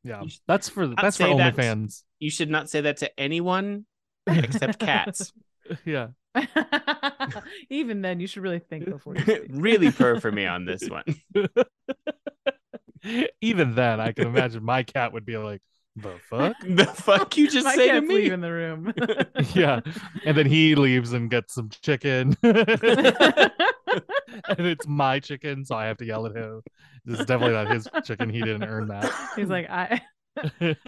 Speaker 3: Yeah.
Speaker 1: You should
Speaker 3: That's for that's for
Speaker 1: say that.
Speaker 3: OnlyFans.
Speaker 1: you should not say that to anyone except cats.
Speaker 3: Yeah.
Speaker 2: Even then, you should really think before you speak.
Speaker 1: really purr for me on this one.
Speaker 3: Even then, I can imagine my cat would be like, the fuck?
Speaker 1: The fuck you just
Speaker 2: My
Speaker 1: say to
Speaker 2: cat's
Speaker 1: me?
Speaker 2: leaving the room.
Speaker 3: yeah. And then he leaves and gets some chicken. and it's my chicken, so I have to yell at him. This is definitely not his chicken. He didn't earn that.
Speaker 2: He's like, I,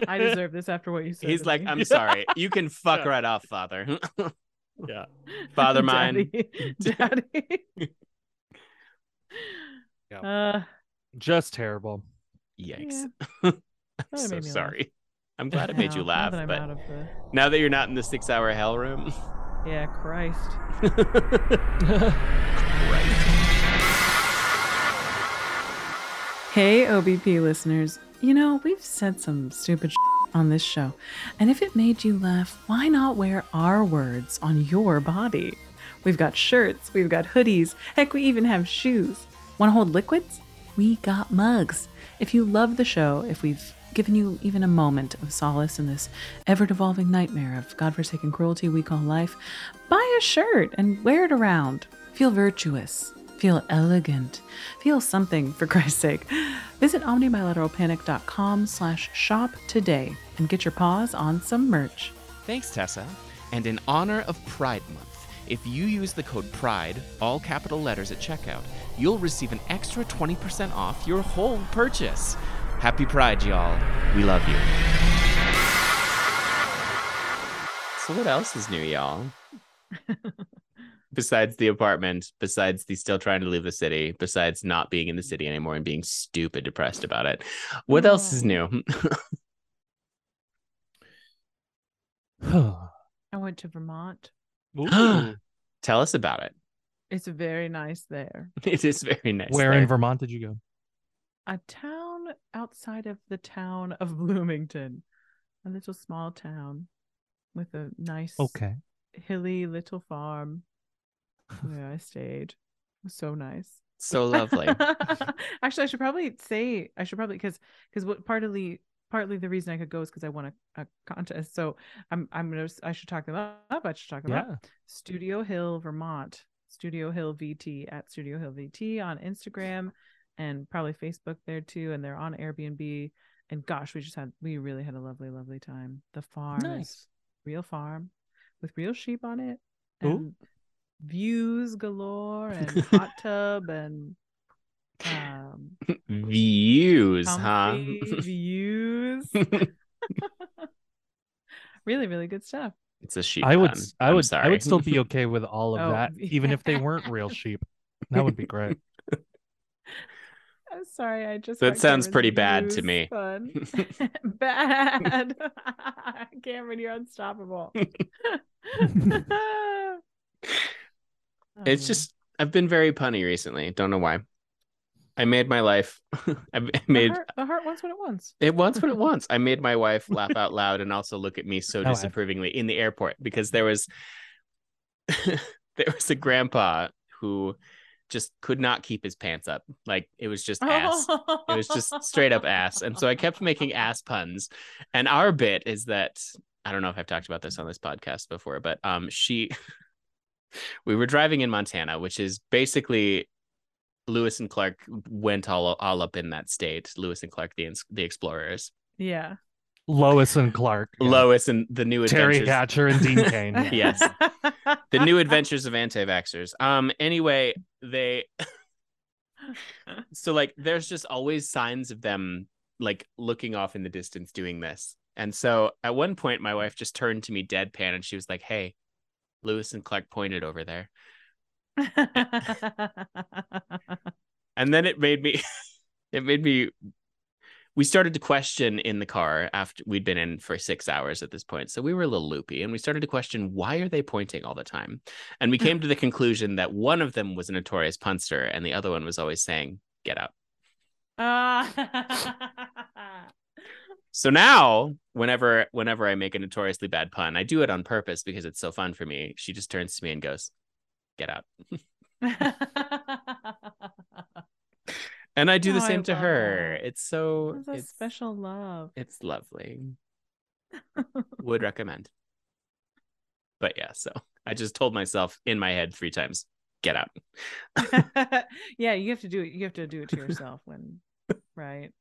Speaker 2: I deserve this after what you said.
Speaker 1: He's
Speaker 2: to
Speaker 1: like,
Speaker 2: me.
Speaker 1: I'm sorry. You can fuck
Speaker 3: Yeah.
Speaker 1: right off, father.
Speaker 3: yeah.
Speaker 1: Father mine.
Speaker 2: Daddy. Daddy.
Speaker 3: Yeah.
Speaker 2: Uh,
Speaker 3: Just terrible.
Speaker 1: Yikes.
Speaker 2: that
Speaker 1: I'm so
Speaker 2: made me laugh.
Speaker 1: sorry. I'm glad it made you
Speaker 2: Now- now
Speaker 1: laugh,
Speaker 2: that I'm
Speaker 1: but
Speaker 2: out of the-
Speaker 1: now that you're not in the six hour hell room.
Speaker 2: yeah, Christ. Hey, OBP listeners. You know, we've said some stupid on this show, and if it made you laugh, why not wear our words on your body? We've got shirts, we've got hoodies, heck, we even have shoes. Want to hold liquids? We got mugs. If you love the show, if we've given you even a moment of solace in this ever devolving nightmare of godforsaken cruelty we call life, buy a shirt and wear it around. Feel virtuous. Feel elegant. Feel something, for Christ's sake. Visit omnibilateralpanic.com slash shop today and get your paws on some merch.
Speaker 1: Thanks, Tessa. And in honor of Pride Month, if you use the code PRIDE, all capital letters at checkout, you'll receive an extra 20% off your whole purchase. Happy Pride, y'all. We love you. So, what else is new, y'all? besides the apartment, besides the still trying to leave the city, besides not being in the city anymore and being stupid depressed about it, what else is new?
Speaker 3: I
Speaker 2: I went to Vermont.
Speaker 3: Ooh.
Speaker 1: Tell us about it.
Speaker 2: It's very nice there.
Speaker 1: It is very nice.
Speaker 3: Where
Speaker 1: there.
Speaker 3: in Vermont did you go?
Speaker 2: a town outside of the town of Bloomington, a little small town with a nice,
Speaker 3: Okay.
Speaker 2: hilly little farm where I stayed. It was so nice.
Speaker 1: so lovely.
Speaker 2: Actually, I should probably say I should probably because because what partly partly the reason I could go is because I won a, a contest. So I'm I'm gonna I should talk them up. I should talk them up.
Speaker 3: Yeah.
Speaker 2: Studio Hill, Vermont. Studio Hill VT at Studio Hill VT on Instagram and probably Facebook there too. And they're on Airbnb. And gosh, we just had we really had a lovely, lovely time. The farm is
Speaker 3: Nice.
Speaker 2: real farm with real sheep on it.
Speaker 3: Ooh.
Speaker 2: And views galore and hot tub and um
Speaker 1: Views, huh?
Speaker 2: comfy views. really, really good stuff.
Speaker 1: It's a sheep.
Speaker 3: I would
Speaker 1: pun.
Speaker 3: s- I
Speaker 1: I'm
Speaker 3: would I
Speaker 1: sorry.
Speaker 3: would still be okay with all of
Speaker 2: Oh,
Speaker 3: that,
Speaker 2: yeah.
Speaker 3: even if they weren't real sheep. That would be great.
Speaker 2: I'm sorry, I just
Speaker 1: That
Speaker 2: got
Speaker 1: sounds
Speaker 2: Cameron's
Speaker 1: pretty bad to
Speaker 2: views
Speaker 1: me.
Speaker 2: fun. bad. Cameron, you're unstoppable.
Speaker 1: It's
Speaker 2: Um,
Speaker 1: just I've been very punny recently. Don't know why. I made my life. I made
Speaker 2: the heart, the heart wants what it wants.
Speaker 1: it once what it wants. I made my wife laugh out loud and also look at me so
Speaker 3: Now I've-
Speaker 1: disapprovingly in the airport because there was there was a grandpa who just could not keep his pants up. Like it was
Speaker 2: Oh.
Speaker 1: just ass. It was just straight up ass. And so I kept making ass puns. And our bit is that I don't know if I've talked about this on this podcast before, but um she we were driving in Montana, which is basically Lewis and Clark went all all up in that state. Lewis and Clark the ins- the explorers.
Speaker 2: Yeah.
Speaker 3: Lois and Clark. yeah.
Speaker 1: Lois and the new
Speaker 3: Terry
Speaker 1: adventures.
Speaker 3: Hatcher and Dean Kane. yeah.
Speaker 1: Yes. the new adventures of anti-vaxxers. Um anyway, they so like there's just always signs of them like looking off in the distance doing this. And so at one point my wife just turned to me deadpan and she was like, "Hey, Lewis and Clark pointed over there." And then it made me it made me we started to question in the car after we'd been in for 6 hours at this point. So we were a little loopy and we started to question why are they pointing all the time? And
Speaker 2: Hmm.
Speaker 1: we came to the conclusion that one of them was a notorious punster and the other one was always saying, "Get out."
Speaker 2: Ah.
Speaker 1: So now, whenever whenever I make a notoriously bad pun, I do it on purpose because it's so fun for me. She just turns to me and goes, "Get out,"
Speaker 2: That's
Speaker 1: and I do the
Speaker 2: Oh, I
Speaker 1: same to
Speaker 2: love
Speaker 1: her.
Speaker 2: that.
Speaker 1: It's so
Speaker 2: a
Speaker 1: it's
Speaker 2: special love.
Speaker 1: It's lovely. Would recommend. But yeah, so I just told myself in my head three times, "Get out."
Speaker 2: yeah, you have to do it. You have to do it to yourself when, right?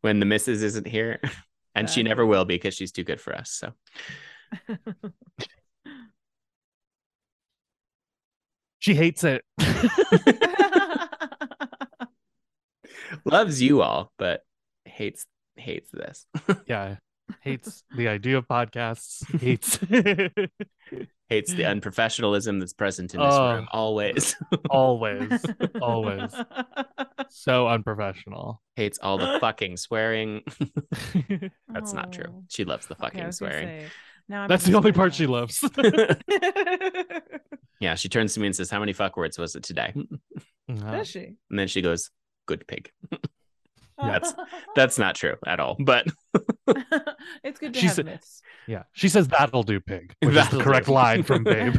Speaker 1: When the missus isn't here, and she
Speaker 2: Exactly.
Speaker 1: never will because she's too good for us. So
Speaker 3: She hates it.
Speaker 1: loves you all, but hates hates this.
Speaker 3: yeah. Hates the idea of podcasts. Hates
Speaker 1: Hates the unprofessionalism that's present in this
Speaker 3: Oh.
Speaker 1: room always.
Speaker 3: always. Always. So unprofessional.
Speaker 1: hates all the fucking swearing. That's not
Speaker 2: Oh.
Speaker 1: true. She loves the
Speaker 2: Okay, I
Speaker 1: fucking
Speaker 2: was gonna
Speaker 1: swearing.
Speaker 2: say, now I'm
Speaker 3: That's the
Speaker 2: gonna
Speaker 3: only
Speaker 2: swear
Speaker 3: part she
Speaker 2: less.
Speaker 3: loves.
Speaker 1: Yeah, she turns to me and says, "How many fuck words was it today?"
Speaker 3: No.
Speaker 2: Does she?
Speaker 1: And then she goes, "Good pig." That's- That's not true at all. But
Speaker 2: it's good to
Speaker 3: She
Speaker 2: have
Speaker 3: said-
Speaker 2: myths.
Speaker 3: Yeah. She says that'll do pig, which
Speaker 1: That'll
Speaker 3: is
Speaker 1: do.
Speaker 3: the correct line from Babe.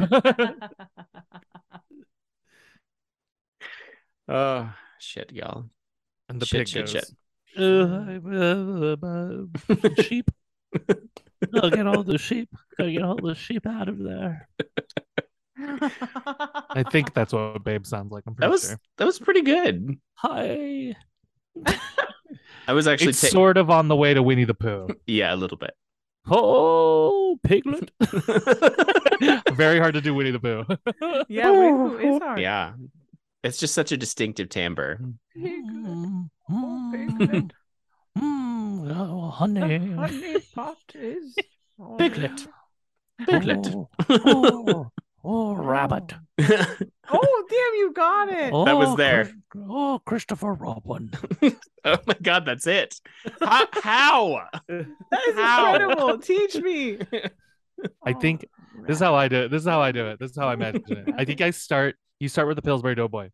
Speaker 1: oh shit, y'all.
Speaker 3: and the
Speaker 1: Shit,
Speaker 3: pig
Speaker 1: shit, shit.
Speaker 3: goes, "Uh, uh, uh, uh, sheep. I'll get all the sheep. I'll get all the sheep out of there. I think that's what Babe sounds like. I'm pretty
Speaker 1: That was
Speaker 3: sure.
Speaker 1: that was pretty good.
Speaker 3: Hi.
Speaker 1: I was actually
Speaker 3: It's
Speaker 1: ta-
Speaker 3: sort of on the way to Winnie the Pooh.
Speaker 1: yeah, a little bit.
Speaker 3: Oh, piglet. Very hard to do Winnie the Pooh.
Speaker 2: yeah, Winnie the Pooh is hard.
Speaker 1: yeah. It's just such a distinctive timbre.
Speaker 2: Piglet,
Speaker 4: Mm,
Speaker 2: oh,
Speaker 4: mm,
Speaker 2: piglet,
Speaker 4: mm, oh,
Speaker 2: the
Speaker 4: honey.
Speaker 2: honey pot is on.
Speaker 1: Piglet. Piglet.
Speaker 4: Oh, oh, oh, rabbit.
Speaker 2: Oh, damn, you got it.
Speaker 4: Oh,
Speaker 1: That was there.
Speaker 4: Chris- Oh, Christopher Robin.
Speaker 1: oh my god, that's it. Ho- How?
Speaker 2: That is
Speaker 1: How?
Speaker 2: incredible. Teach me. Oh,
Speaker 3: I think this is how I do it. This is how I do it. This is how I imagine it. I think I start. You start with the Pillsbury Doughboy,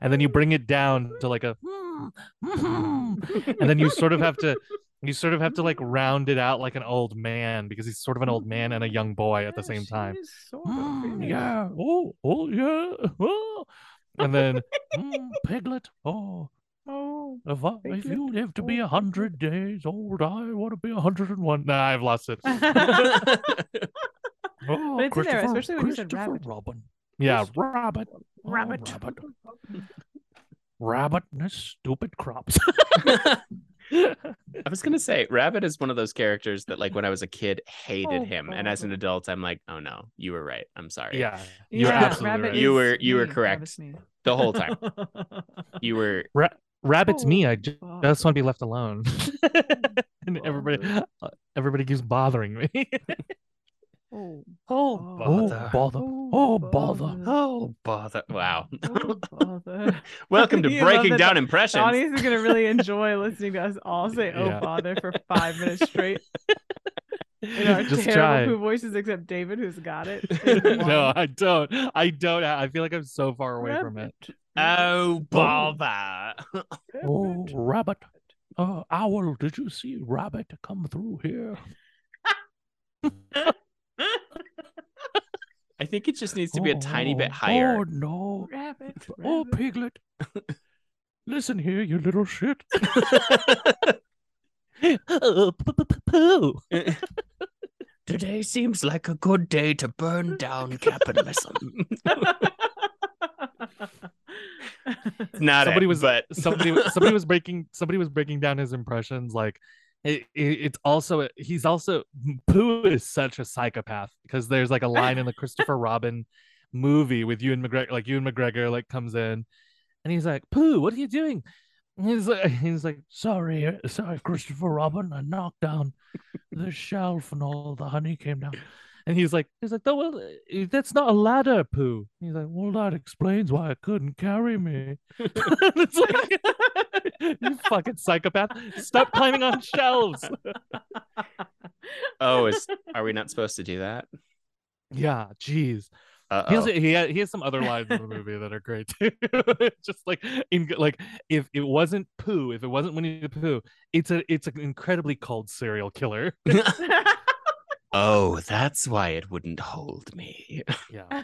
Speaker 3: and then you bring it down to like a, and then you sort of have to, you sort of have to like round it out like an old man because he's sort of an old man and a young boy
Speaker 2: Oh,
Speaker 3: at the same time. Mm, yeah. Oh, oh, yeah. Oh. And then, mm, Piglet. Oh,
Speaker 2: Oh,
Speaker 3: if, I, if
Speaker 2: Piglet,
Speaker 3: you live to be
Speaker 2: oh,
Speaker 3: a hundred days old, I want to be a hundred and one. Nah, I've lost it. Oh,
Speaker 2: But it's in there,
Speaker 3: Christopher-
Speaker 2: especially when you said
Speaker 3: Christopher
Speaker 2: rabbit.
Speaker 3: Robin. Yeah,
Speaker 2: Christopher
Speaker 3: rabbit. Oh,
Speaker 2: rabbit.
Speaker 3: rabbit. Rabbit and his stupid crops.
Speaker 1: I was gonna say Rabbit is one of those characters that like when I was a kid hated
Speaker 2: Oh,
Speaker 1: him, and as an
Speaker 2: Rabbit.
Speaker 1: adult, I'm like, oh no, you were right. I'm sorry.
Speaker 3: yeah, you're
Speaker 2: yeah,
Speaker 3: absolutely
Speaker 2: rabbit
Speaker 3: right.
Speaker 1: is- You
Speaker 2: is
Speaker 1: were- you were
Speaker 2: me,
Speaker 1: correct.
Speaker 2: rabbit's me.
Speaker 1: The whole time you were.
Speaker 3: Rabbit's me.
Speaker 2: Oh,
Speaker 3: I ju-
Speaker 2: fuck.
Speaker 3: just want to be left alone, and
Speaker 2: Fuck.
Speaker 3: everybody, uh, everybody keeps bothering me.
Speaker 2: Oh,
Speaker 4: Oh,
Speaker 3: oh
Speaker 4: bother.
Speaker 3: bother!
Speaker 2: oh,
Speaker 3: Oh bother!
Speaker 1: Oh bother! Wow.
Speaker 2: Oh, bother.
Speaker 1: Welcome to
Speaker 2: You love
Speaker 1: breaking
Speaker 2: that
Speaker 1: down
Speaker 2: the- The
Speaker 1: impressions.
Speaker 2: audience is gonna really enjoy listening to us all say "Oh
Speaker 3: Yeah.
Speaker 2: bother" for five minutes straight in our
Speaker 3: Just
Speaker 2: terrible
Speaker 3: try.
Speaker 2: poo voices, except David, who's got it.
Speaker 3: no, I don't. I don't. ha- I feel like I'm so far away from it.
Speaker 1: Oh bother!
Speaker 4: Oh, rabbit. Uh, owl, did you see rabbit come through here?
Speaker 1: I think it just needs to be a tiny bit
Speaker 4: Oh,
Speaker 1: higher.
Speaker 4: Oh, no.
Speaker 2: rabbit.
Speaker 4: Oh,
Speaker 2: rabbit.
Speaker 4: piglet. Listen here, you little shit.
Speaker 3: Uh, p- p- p- poo.
Speaker 1: Today seems like a good day to burn down capitalism. Not
Speaker 3: Somebody
Speaker 1: it,
Speaker 3: was-
Speaker 1: but
Speaker 3: somebody was- somebody was breaking somebody was breaking down his impressions like it, it, it's also he's also pooh is such a psychopath because there's like a line in the christopher robin movie with you and mcgregor like you and mcgregor like comes in and he's like pooh what are you doing And he's like he's like
Speaker 4: Sorry, uh, sorry, Christopher Robin. I knocked down the shelf and all the honey came down.
Speaker 3: and he's like he's like "Oh, well uh, that's not a ladder pooh
Speaker 4: He's like, well, that explains why it couldn't carry me.
Speaker 3: it's like you fucking psychopath stop climbing on shelves
Speaker 1: oh, is are we not supposed to do that?
Speaker 3: yeah jeez He
Speaker 1: Uh
Speaker 3: also, he has, he has some other lines in the movie that are great too. Just like in like if it wasn't Pooh, if it wasn't Winnie the Pooh, it's a it's an incredibly cold serial killer.
Speaker 1: oh, that's why it wouldn't hold me.
Speaker 3: Yeah.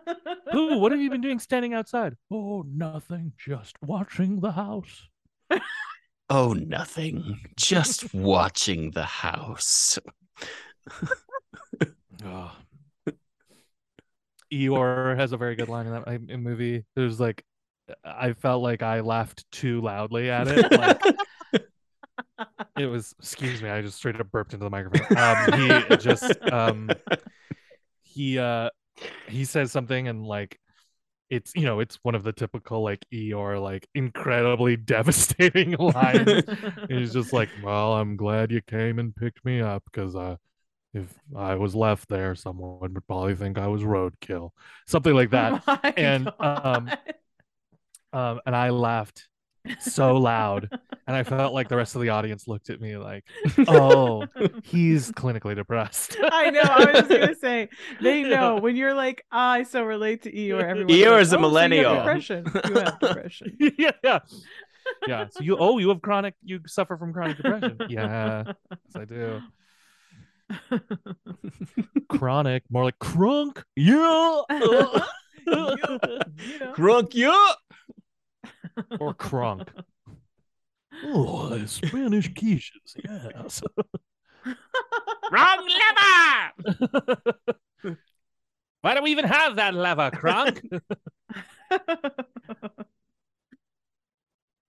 Speaker 3: Pooh, what have you been doing standing outside?
Speaker 4: Oh, nothing, just watching the house.
Speaker 1: Oh, nothing. Just watching the house.
Speaker 3: Oh. Eeyore has a very good line in that in- in movie. There's like, I felt like I laughed too loudly at it. Like, it was, excuse me, I just straight up burped into the microphone. Um, he just, um, he, uh, he says something and like, it's you know it's one of the typical like Eeyore like incredibly devastating lines and he's just like, "Well, I'm glad you came and picked me up because uh, if I was left there, someone would probably think I was roadkill, something like that."
Speaker 2: My
Speaker 3: and, um,
Speaker 2: God.
Speaker 3: Um, and I laughed so loud, and I felt like the rest of the audience looked at me like, "Oh, he's clinically depressed."
Speaker 2: I know. I was just gonna say they know when you're like, I so relate to Eeyore. Everyone
Speaker 1: Eeyore's E
Speaker 2: like,
Speaker 1: a
Speaker 2: "Oh, so you have
Speaker 1: millennial."
Speaker 2: depression. You have depression.
Speaker 3: yeah, yeah, yeah. So you, oh, you have chronic, you suffer from chronic depression. Yeah, yes, I do. Chronic, more like crunk. Yeah.
Speaker 2: You know?
Speaker 1: Crunk you!
Speaker 3: or crunk.
Speaker 4: Oh, uh, Spanish quiches, yes.
Speaker 1: Wrong lever!
Speaker 3: Why do we even have that lever, Kronk?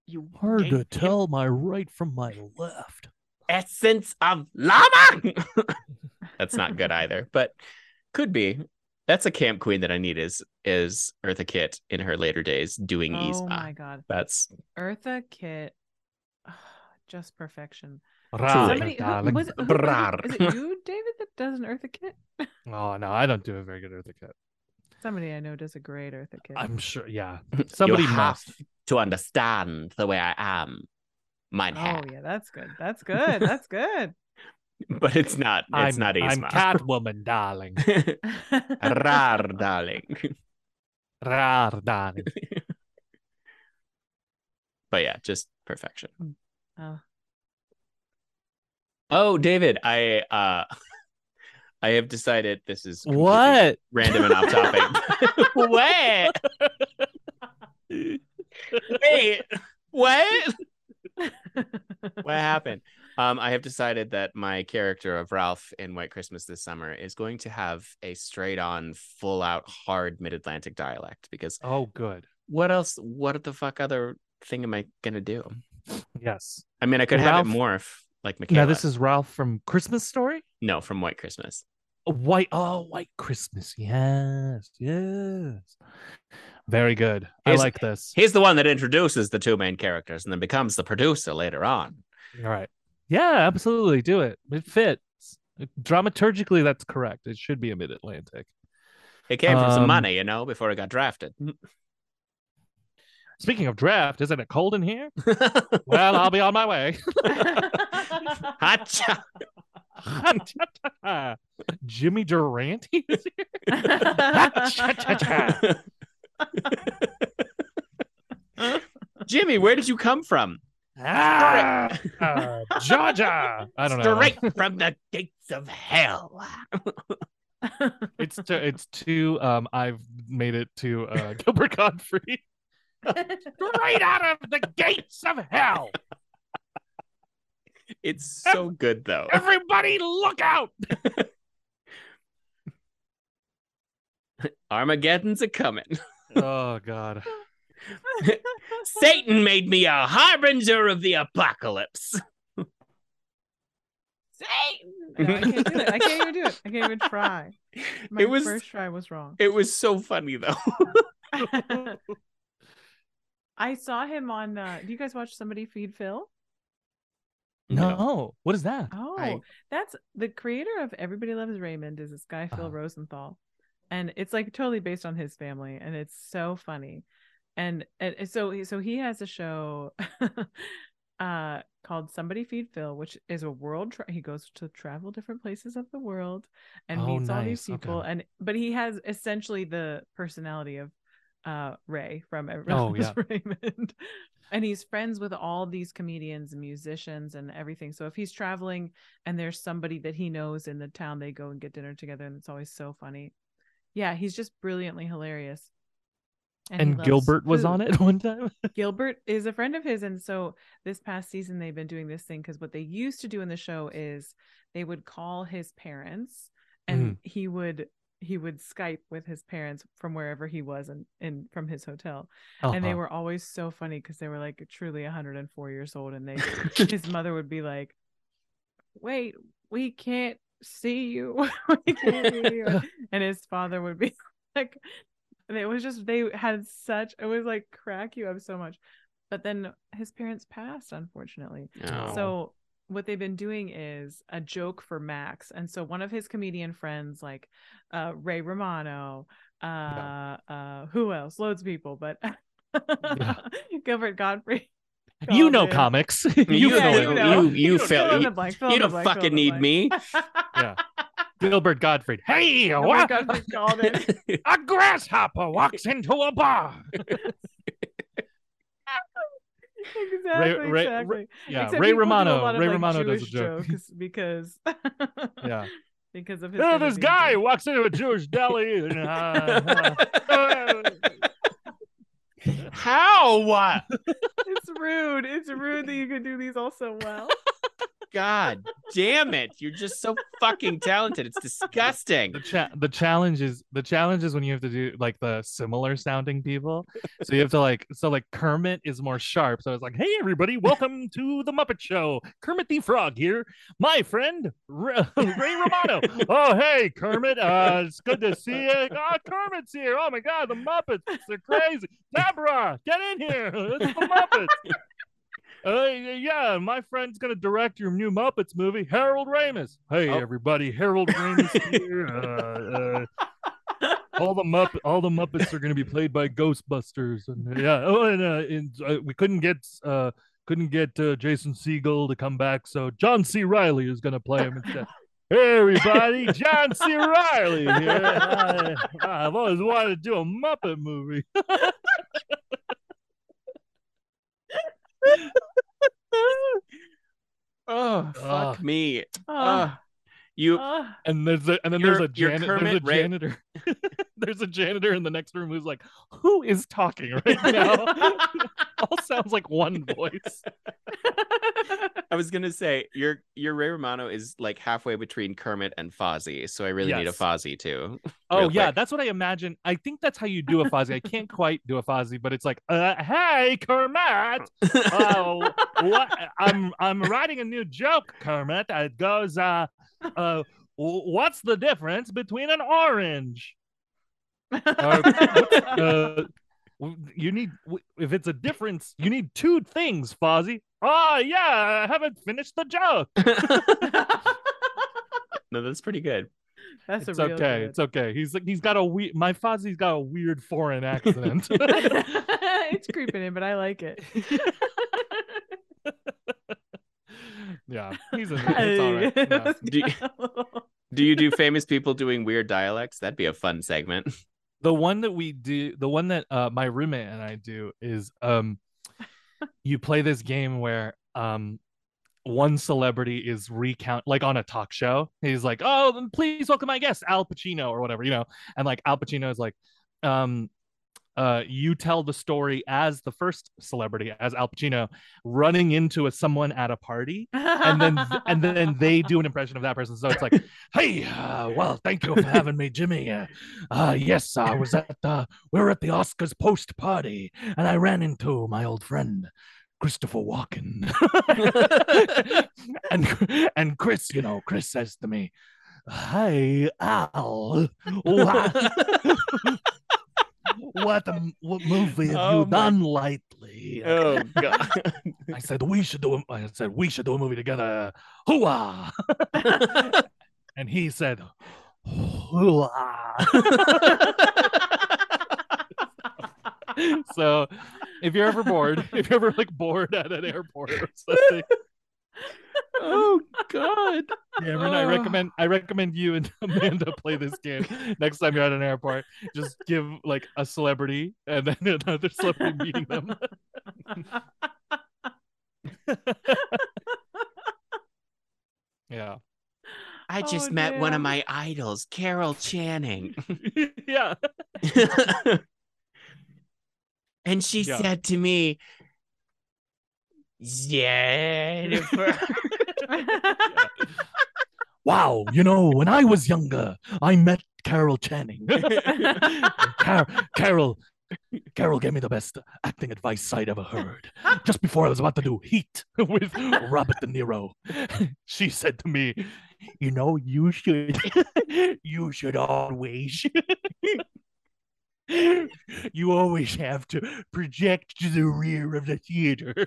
Speaker 1: You
Speaker 4: Hard to
Speaker 1: gave him
Speaker 4: tell my right from my left.
Speaker 1: Essence of llama! That's not good either, but could be. That's a camp queen that I need is is Eartha Kitt in her later days doing
Speaker 2: oh
Speaker 1: Yzma.
Speaker 2: my god,
Speaker 1: That's
Speaker 2: Eartha Kit, just perfection.
Speaker 3: Oh
Speaker 1: Truly.
Speaker 2: Somebody, who,
Speaker 3: Darling.
Speaker 2: was, it- who-
Speaker 1: Brar.
Speaker 2: is it you, David, that does an Eartha Kit?
Speaker 3: Oh no, I don't do a very good Eartha Kit.
Speaker 2: Somebody I know does a great Eartha Kit.
Speaker 3: I'm sure. Yeah,
Speaker 1: Somebody
Speaker 3: somebody
Speaker 1: you have
Speaker 3: must.
Speaker 1: to understand the way I am. Mine
Speaker 2: oh yeah, that's good. That's good. That's good.
Speaker 1: but it's not. It's
Speaker 3: I'm,
Speaker 1: not
Speaker 3: I'm
Speaker 1: Isma.
Speaker 3: Catwoman, darling.
Speaker 1: Rar, darling.
Speaker 3: Rar, darling.
Speaker 1: But yeah, just perfection.
Speaker 3: Hmm.
Speaker 2: Oh.
Speaker 1: Oh, David, I uh, I have decided this is completely
Speaker 3: What?
Speaker 1: random and off topic. what? Wait, what? What happened? Um, I have decided that my character of Ralph in White Christmas this summer is going to have a straight-on, full-out, hard Mid-Atlantic dialect because
Speaker 3: Oh, good.
Speaker 1: what else? What the fuck other thing am I gonna do?
Speaker 3: Yes.
Speaker 1: I mean, I could have
Speaker 3: Ralph-
Speaker 1: it morph like Michaela.
Speaker 3: Now this is Ralph from Christmas Story.
Speaker 1: no from White Christmas.
Speaker 3: A White, oh, White Christmas. Yes, yes. Very good.
Speaker 1: Here's-
Speaker 3: I like this.
Speaker 1: He's the one that introduces the two main characters and then becomes the producer later on.
Speaker 3: All right. Yeah, absolutely. Do it. It fits. Dramaturgically, that's correct. It should be a mid Atlantic.
Speaker 1: It came from some
Speaker 3: Um,
Speaker 1: money, you know, before it got drafted.
Speaker 3: Speaking of draft, isn't it cold in here? well, I'll be on my way.
Speaker 1: Hacha.
Speaker 3: Jimmy Ah, Durant. is here?
Speaker 1: Jimmy, where did you come from?
Speaker 3: Ah, uh, Georgia. I don't know.
Speaker 1: Straight from the gates of hell.
Speaker 3: It's to, it's too. Um, I've made it to uh, Gilbert Godfrey. Straight out of the gates of hell.
Speaker 1: It's so good though.
Speaker 3: Everybody, look out!
Speaker 1: Armageddon's a coming.
Speaker 3: Oh God.
Speaker 1: Satan made me a harbinger of the apocalypse.
Speaker 2: No, I can't do it. I can't even do it. I can't even try. My
Speaker 1: it was
Speaker 2: first try was wrong.
Speaker 1: it was so funny though.
Speaker 2: I saw him on. Uh, do you guys watch somebody feed Phil?
Speaker 3: No. What is that?
Speaker 2: Oh,
Speaker 1: I-
Speaker 2: that's the creator of Everybody Loves Raymond is this guy Phil
Speaker 3: Uh-huh.
Speaker 2: Rosenthal, and it's like totally based on his family, and it's so funny, and and and so so he has a show, uh, called Somebody Feed Phil, which is a world. Tra- he goes to travel different places of the world and
Speaker 3: Oh,
Speaker 2: meets all these
Speaker 3: nice. Okay.
Speaker 2: people, and but he has essentially the personality of uh Ray from Everybody
Speaker 3: Oh,
Speaker 2: Loves Raymond. And he's friends with all these comedians and musicians and everything. So if he's traveling and there's somebody that he knows in the town, they go and get dinner together and it's always so funny. Yeah, he's just brilliantly hilarious. he
Speaker 3: And
Speaker 2: loves
Speaker 3: Gilbert was on
Speaker 2: food.
Speaker 3: it one time.
Speaker 2: Gilbert is a friend of his. And so this past season, they've been doing this thing because what they used to do in the show is they would call his parents and he would he would Skype with his parents from wherever he was and, and from his hotel. And they
Speaker 3: Uh-huh.
Speaker 2: were always so funny because they were like truly 104 years old. And they his mother would be like, Wait, we can't see you. we can't hear you. And his father would be like, and it was just they had such it was like crack you up so much but then his parents passed unfortunately
Speaker 1: Oh.
Speaker 2: so what they've been doing is a joke for max and so one of his comedian friends like uh ray romano uh uh who else loads of people but gilbert godfrey
Speaker 3: you know
Speaker 2: Colin.
Speaker 3: comics.
Speaker 1: You
Speaker 3: you
Speaker 2: Yeah,
Speaker 3: know,
Speaker 2: you
Speaker 3: it.
Speaker 2: know.
Speaker 1: you you
Speaker 2: Fill
Speaker 1: fail.
Speaker 2: in
Speaker 1: You,
Speaker 2: the blank, fill
Speaker 1: you
Speaker 2: in the
Speaker 1: don't
Speaker 2: blank, fill in
Speaker 1: fucking
Speaker 2: the
Speaker 1: need
Speaker 2: blank.
Speaker 1: me.
Speaker 3: Gilbert Gottfried. Hey,
Speaker 2: Gilbert
Speaker 3: what?
Speaker 2: Gottfried called in.
Speaker 3: a grasshopper walks into a bar.
Speaker 2: exactly,
Speaker 3: Ray- Ray-
Speaker 2: exactly.
Speaker 3: Yeah,
Speaker 2: Except people
Speaker 3: Ray
Speaker 2: do a
Speaker 3: Romano.
Speaker 2: lot of,
Speaker 3: Ray
Speaker 2: like,
Speaker 3: Romano does a
Speaker 2: Jewish
Speaker 3: joke.
Speaker 2: jokes because
Speaker 3: Yeah.
Speaker 2: because of his.
Speaker 3: Oh,
Speaker 2: family
Speaker 3: this
Speaker 2: being
Speaker 3: guy
Speaker 2: Jewish.
Speaker 3: walks into a Jewish deli. and, uh, uh,
Speaker 1: How? What?
Speaker 2: It's rude. It's rude that you could do these all so well.
Speaker 1: God damn it! You're just so fucking talented. It's disgusting.
Speaker 3: the, cha- the challenge is the challenge is when you have to do like the similar sounding people. So you have to like so like Kermit is more sharp. So it's like, hey everybody, welcome to the Muppet Show. Kermit the Frog here. My friend R- Ray Romano. oh hey Kermit, uh, it's good to see you. Oh Kermit's here. Oh my God, the Muppets, they're crazy. Deborah, get in here. It's the Muppets. Uh, yeah, my friend's gonna direct your new Muppets movie, Harold Ramis. Hey,
Speaker 1: Oh.
Speaker 3: everybody, Harold Ramis here. Uh, uh, all the Mupp- all the Muppets are gonna be played by Ghostbusters, and yeah, oh, and, uh, and uh, we couldn't get uh, couldn't get uh, Jason Siegel to come back, so John C. Riley is going to play him instead. Hey everybody, John C. Riley here. I, I've always wanted to do a Muppet movie.
Speaker 1: Oh, fuck
Speaker 3: Ugh.
Speaker 1: me.
Speaker 2: Oh,
Speaker 1: Ugh.
Speaker 3: Uh,
Speaker 1: you
Speaker 2: oh.
Speaker 3: And there's a, and then there's
Speaker 1: Your- your
Speaker 3: a janitor. There's a
Speaker 1: Kermit Ra-
Speaker 3: janitor. there's a janitor in the next room who's like, "Who is talking right now?" All sounds like one voice.
Speaker 1: I was gonna say your your Ray Romano is like halfway between Kermit and Fozzie, so I really need a
Speaker 3: Yes.
Speaker 1: Fozzie too.
Speaker 3: Oh
Speaker 1: Real
Speaker 3: yeah,
Speaker 1: quick.
Speaker 3: that's what I imagine. I think that's how you do a Fozzie. I can't quite do a Fozzie, but it's like, uh, "Hey Kermit, uh, what? I'm I'm writing a new joke, Kermit. It goes, uh, uh, w- what's the difference between an orange? Uh, w- you need w- if it's a difference, you need two things, Fozzie. Oh yeah, I haven't finished the joke.
Speaker 1: no, that's pretty good.
Speaker 2: That's
Speaker 3: it's
Speaker 2: a real
Speaker 3: okay.
Speaker 2: good.
Speaker 3: It's okay. He's like he's got a we- my Fozzie's got a weird foreign accent.
Speaker 2: it's creeping in, but I like it.
Speaker 3: yeah, he's in it. It's all right. Yeah.
Speaker 1: Do, do you do famous people doing weird dialects? That'd be a fun segment.
Speaker 3: The one that we do, the one that uh, my roommate and I do is um, you play this game where um, one celebrity is recount like on a talk show. He's like, "Oh, then please welcome my guest, Al Pacino," or whatever, you know. And like Al Pacino is like, um, uh, you tell the story as the first celebrity, as Al Pacino, running into a someone at a party, and then th- and then they do an impression of that person. So it's like, hey, uh, well, thank you for having me, Jimmy. Uh, uh, yes, I was at the we were at the Oscars post party, and I ran into my old friend. Christopher Walken, and and Chris, you know, Chris says to me, "Hey Al, what, what, um, what movie have
Speaker 1: Oh
Speaker 3: you
Speaker 1: my-
Speaker 3: done lately?"
Speaker 1: Oh god.
Speaker 3: I said we should do. A, I said we should do a movie together. Hooah! And he said, hooah. so, if you're ever bored, if you're ever like bored at an airport or something,
Speaker 1: oh god.
Speaker 3: Cameron, I
Speaker 1: Oh.
Speaker 3: recommend I recommend you and Amanda play this game next time you're at an airport. Just give like a celebrity and then another celebrity meeting them. Yeah.
Speaker 1: I
Speaker 2: Oh,
Speaker 1: just met one of
Speaker 2: damn.
Speaker 1: my idols, Carol Channing.
Speaker 3: yeah.
Speaker 1: and she
Speaker 3: Yeah.
Speaker 1: said to me, Jennifer.
Speaker 3: Wow, you know, when I was younger, I met Carol Channing. Car- Carol, Carol gave me the best acting advice I'd ever heard. Just before I was about to do Heat with Robert De Niro, she said to me, "You know, you should, you should always." You always have to project to the rear of the theater.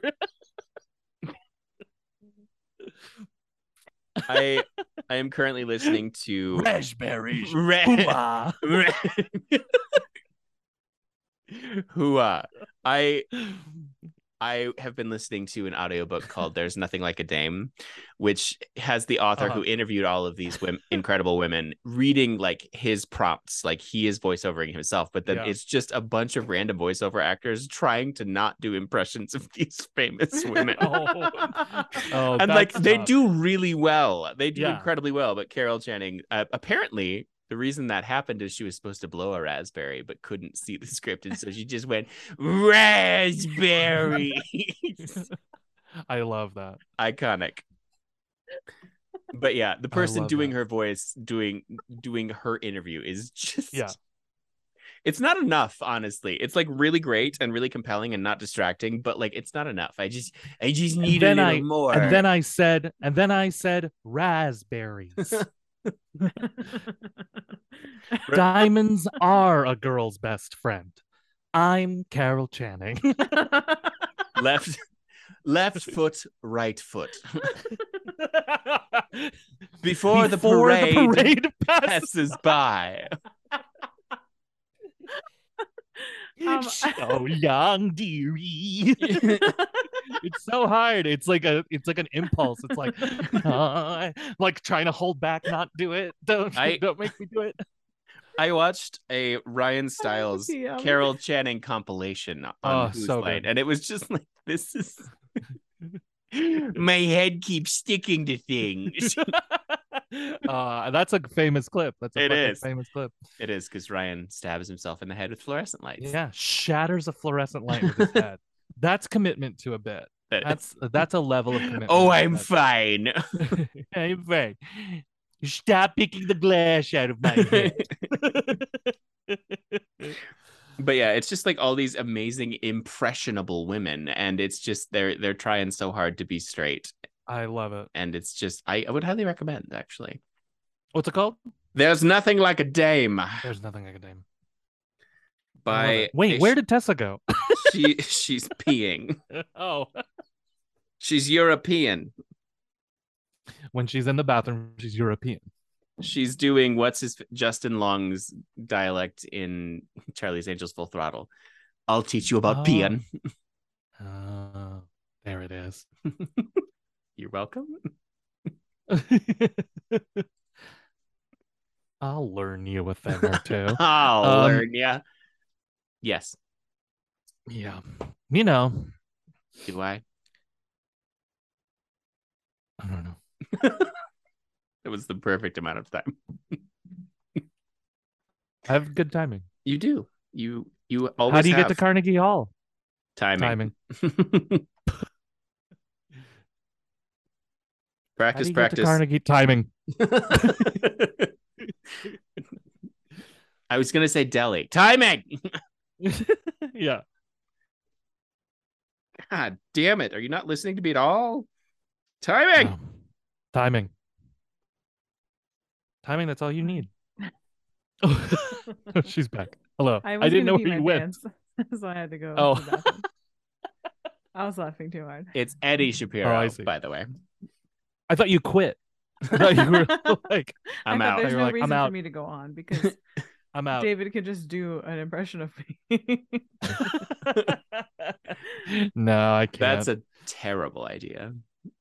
Speaker 1: I I am currently listening to
Speaker 3: Raspberries.
Speaker 1: Ra-
Speaker 3: Hoo-ah.
Speaker 1: Hooah. uh, I I have been listening to an audiobook called There's Nothing Like a Dame, which has the author
Speaker 3: Uh-huh.
Speaker 1: who interviewed all of these women, incredible women reading like his prompts, like he is voiceovering himself, but then
Speaker 3: Yeah.
Speaker 1: it's just a bunch of random voiceover actors trying to not do impressions of these famous women.
Speaker 3: Oh,
Speaker 1: and like
Speaker 3: that's
Speaker 1: they
Speaker 3: tough.
Speaker 1: do really well. They do
Speaker 3: Yeah.
Speaker 1: incredibly well. But Carol Channing, uh, apparently, the reason that happened is she was supposed to blow a raspberry, but couldn't see the script, and so she just went raspberry.
Speaker 3: I love that.
Speaker 1: Iconic. But yeah, the person
Speaker 3: love
Speaker 1: doing
Speaker 3: that.
Speaker 1: her voice, doing doing her interview, is just
Speaker 3: Yeah.
Speaker 1: It's not enough, honestly. It's like really great and really compelling and not distracting, but like it's not enough. I just, I just need a
Speaker 3: then
Speaker 1: little
Speaker 3: I-
Speaker 1: more.
Speaker 3: And then I said, and then I said, raspberries. Diamonds are a girl's best friend. I'm Carol Channing.
Speaker 1: left left foot right foot before, the
Speaker 3: Before
Speaker 1: parade,
Speaker 3: parade passes.
Speaker 1: passes by
Speaker 2: Um,
Speaker 1: Um,
Speaker 3: so young, dearie. it's so hard. It's like a it's like an impulse. It's like uh, like trying to hold back, not do it. Don't
Speaker 1: I-
Speaker 3: don't make me do it.
Speaker 1: I watched a Ryan Stiles
Speaker 2: DM.
Speaker 1: Carol Channing compilation
Speaker 3: Oh,
Speaker 1: on Who's
Speaker 3: so
Speaker 1: Line,
Speaker 3: good.
Speaker 1: and it was just like this is my head keeps sticking to things.
Speaker 3: uh, that's a famous clip. That's a
Speaker 1: It
Speaker 3: fucking
Speaker 1: is.
Speaker 3: famous clip.
Speaker 1: it is because Ryan stabs himself in the head with fluorescent lights.
Speaker 3: Yeah, shatters a fluorescent light with his head. That's commitment to a bit.
Speaker 1: That-
Speaker 3: That's that's a level of commitment.
Speaker 1: oh, I'm
Speaker 3: That's-
Speaker 1: fine.
Speaker 3: I'm fine. Stop picking the glass out of my head.
Speaker 1: but yeah, it's just like all these amazing impressionable women, and it's just they're they're trying so hard to be straight,
Speaker 3: I love it.
Speaker 1: and it's just I, I would highly recommend actually.
Speaker 3: What's it called?
Speaker 1: There's nothing like a dame
Speaker 3: There's nothing I can name. I love
Speaker 1: by
Speaker 3: it. wait, where did Tessa go?
Speaker 1: she she's peeing.
Speaker 3: oh,
Speaker 1: She's European.
Speaker 3: when she's in the bathroom, she's European.
Speaker 1: She's doing what's his Justin Long's dialect in Charlie's Angels Full Throttle. I'll teach you about
Speaker 3: Oh.
Speaker 1: peeing.
Speaker 3: Oh, there it is.
Speaker 1: You're welcome.
Speaker 3: I'll learn you a thing or two.
Speaker 1: I'll
Speaker 3: Um,
Speaker 1: learn ya. Yes.
Speaker 3: yeah, you know,
Speaker 1: Do I?
Speaker 3: I don't know.
Speaker 1: It was the perfect amount of time.
Speaker 3: I have good timing.
Speaker 1: You do. You you always
Speaker 3: How do you
Speaker 1: have
Speaker 3: get to Carnegie Hall?
Speaker 1: timing.
Speaker 3: Timing. How
Speaker 1: practice,
Speaker 3: do you get
Speaker 1: practice.
Speaker 3: to Carnegie timing.
Speaker 1: I was gonna say deli. Timing.
Speaker 3: yeah.
Speaker 1: God damn it. Are you not listening to me at all? Timing.
Speaker 3: No. Timing. Timing, that's all you need. She's back. Hello.
Speaker 2: I,
Speaker 3: I,
Speaker 2: was
Speaker 3: didn't know
Speaker 2: gonna pee
Speaker 3: where you
Speaker 2: my
Speaker 3: went.
Speaker 2: pants, so I had to go.
Speaker 3: Oh.
Speaker 2: to the bathroom. I was laughing too hard.
Speaker 1: It's Eddie Shapiro,
Speaker 3: Oh, I see.
Speaker 1: by the way.
Speaker 3: I thought you quit. I thought you were like,
Speaker 2: I
Speaker 1: I'm
Speaker 2: thought
Speaker 1: out.
Speaker 2: There's
Speaker 3: You were
Speaker 2: no
Speaker 3: like, "I'm
Speaker 2: reason for
Speaker 3: out."
Speaker 2: me to go on because
Speaker 3: I'm out.
Speaker 2: David could just do an impression of me.
Speaker 3: no, I can't.
Speaker 1: That's a terrible idea.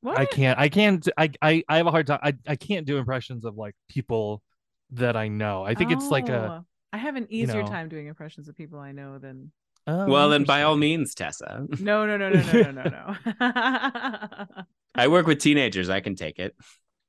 Speaker 2: what?
Speaker 3: I can't. I can't. I, I, I have a hard time. I, I can't do impressions of like people that I know. I think it's like a.
Speaker 2: Oh, I have an
Speaker 3: you
Speaker 2: easier
Speaker 3: know.
Speaker 2: time doing impressions of people I know than
Speaker 3: oh,
Speaker 1: well, then by all
Speaker 3: interesting.
Speaker 1: means, Tessa.
Speaker 2: no, no, no, no, no, no, no,
Speaker 1: I work with teenagers. I can take it.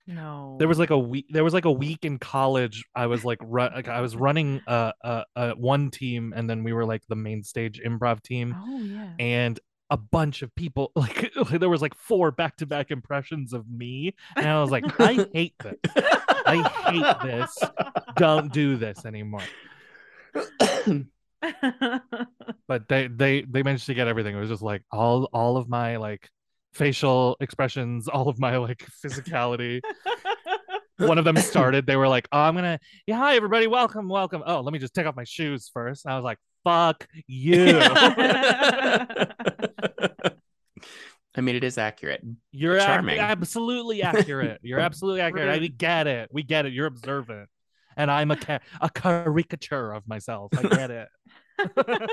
Speaker 2: no. no.
Speaker 3: there was like a week there was like a week in college i was like, run, like i was running uh, uh uh one team and then we were like the main stage improv team
Speaker 2: oh yeah.
Speaker 3: and a bunch of people like there was like four back-to-back impressions of me and i was like i hate this i hate this don't do this anymore but they they they managed to get everything it was just like all all of my like facial expressions all of my like physicality one of them started. They were like, "Oh, I'm gonna, yeah, hi everybody, welcome, welcome." Oh, let me just take off my shoes first. I was like, "Fuck you,
Speaker 1: I mean, it is accurate.
Speaker 3: you're ac-
Speaker 1: Charming.
Speaker 3: absolutely accurate. You're absolutely accurate. I, we get it. We get it. You're observant, and I'm a ca- a caricature of myself. I get it.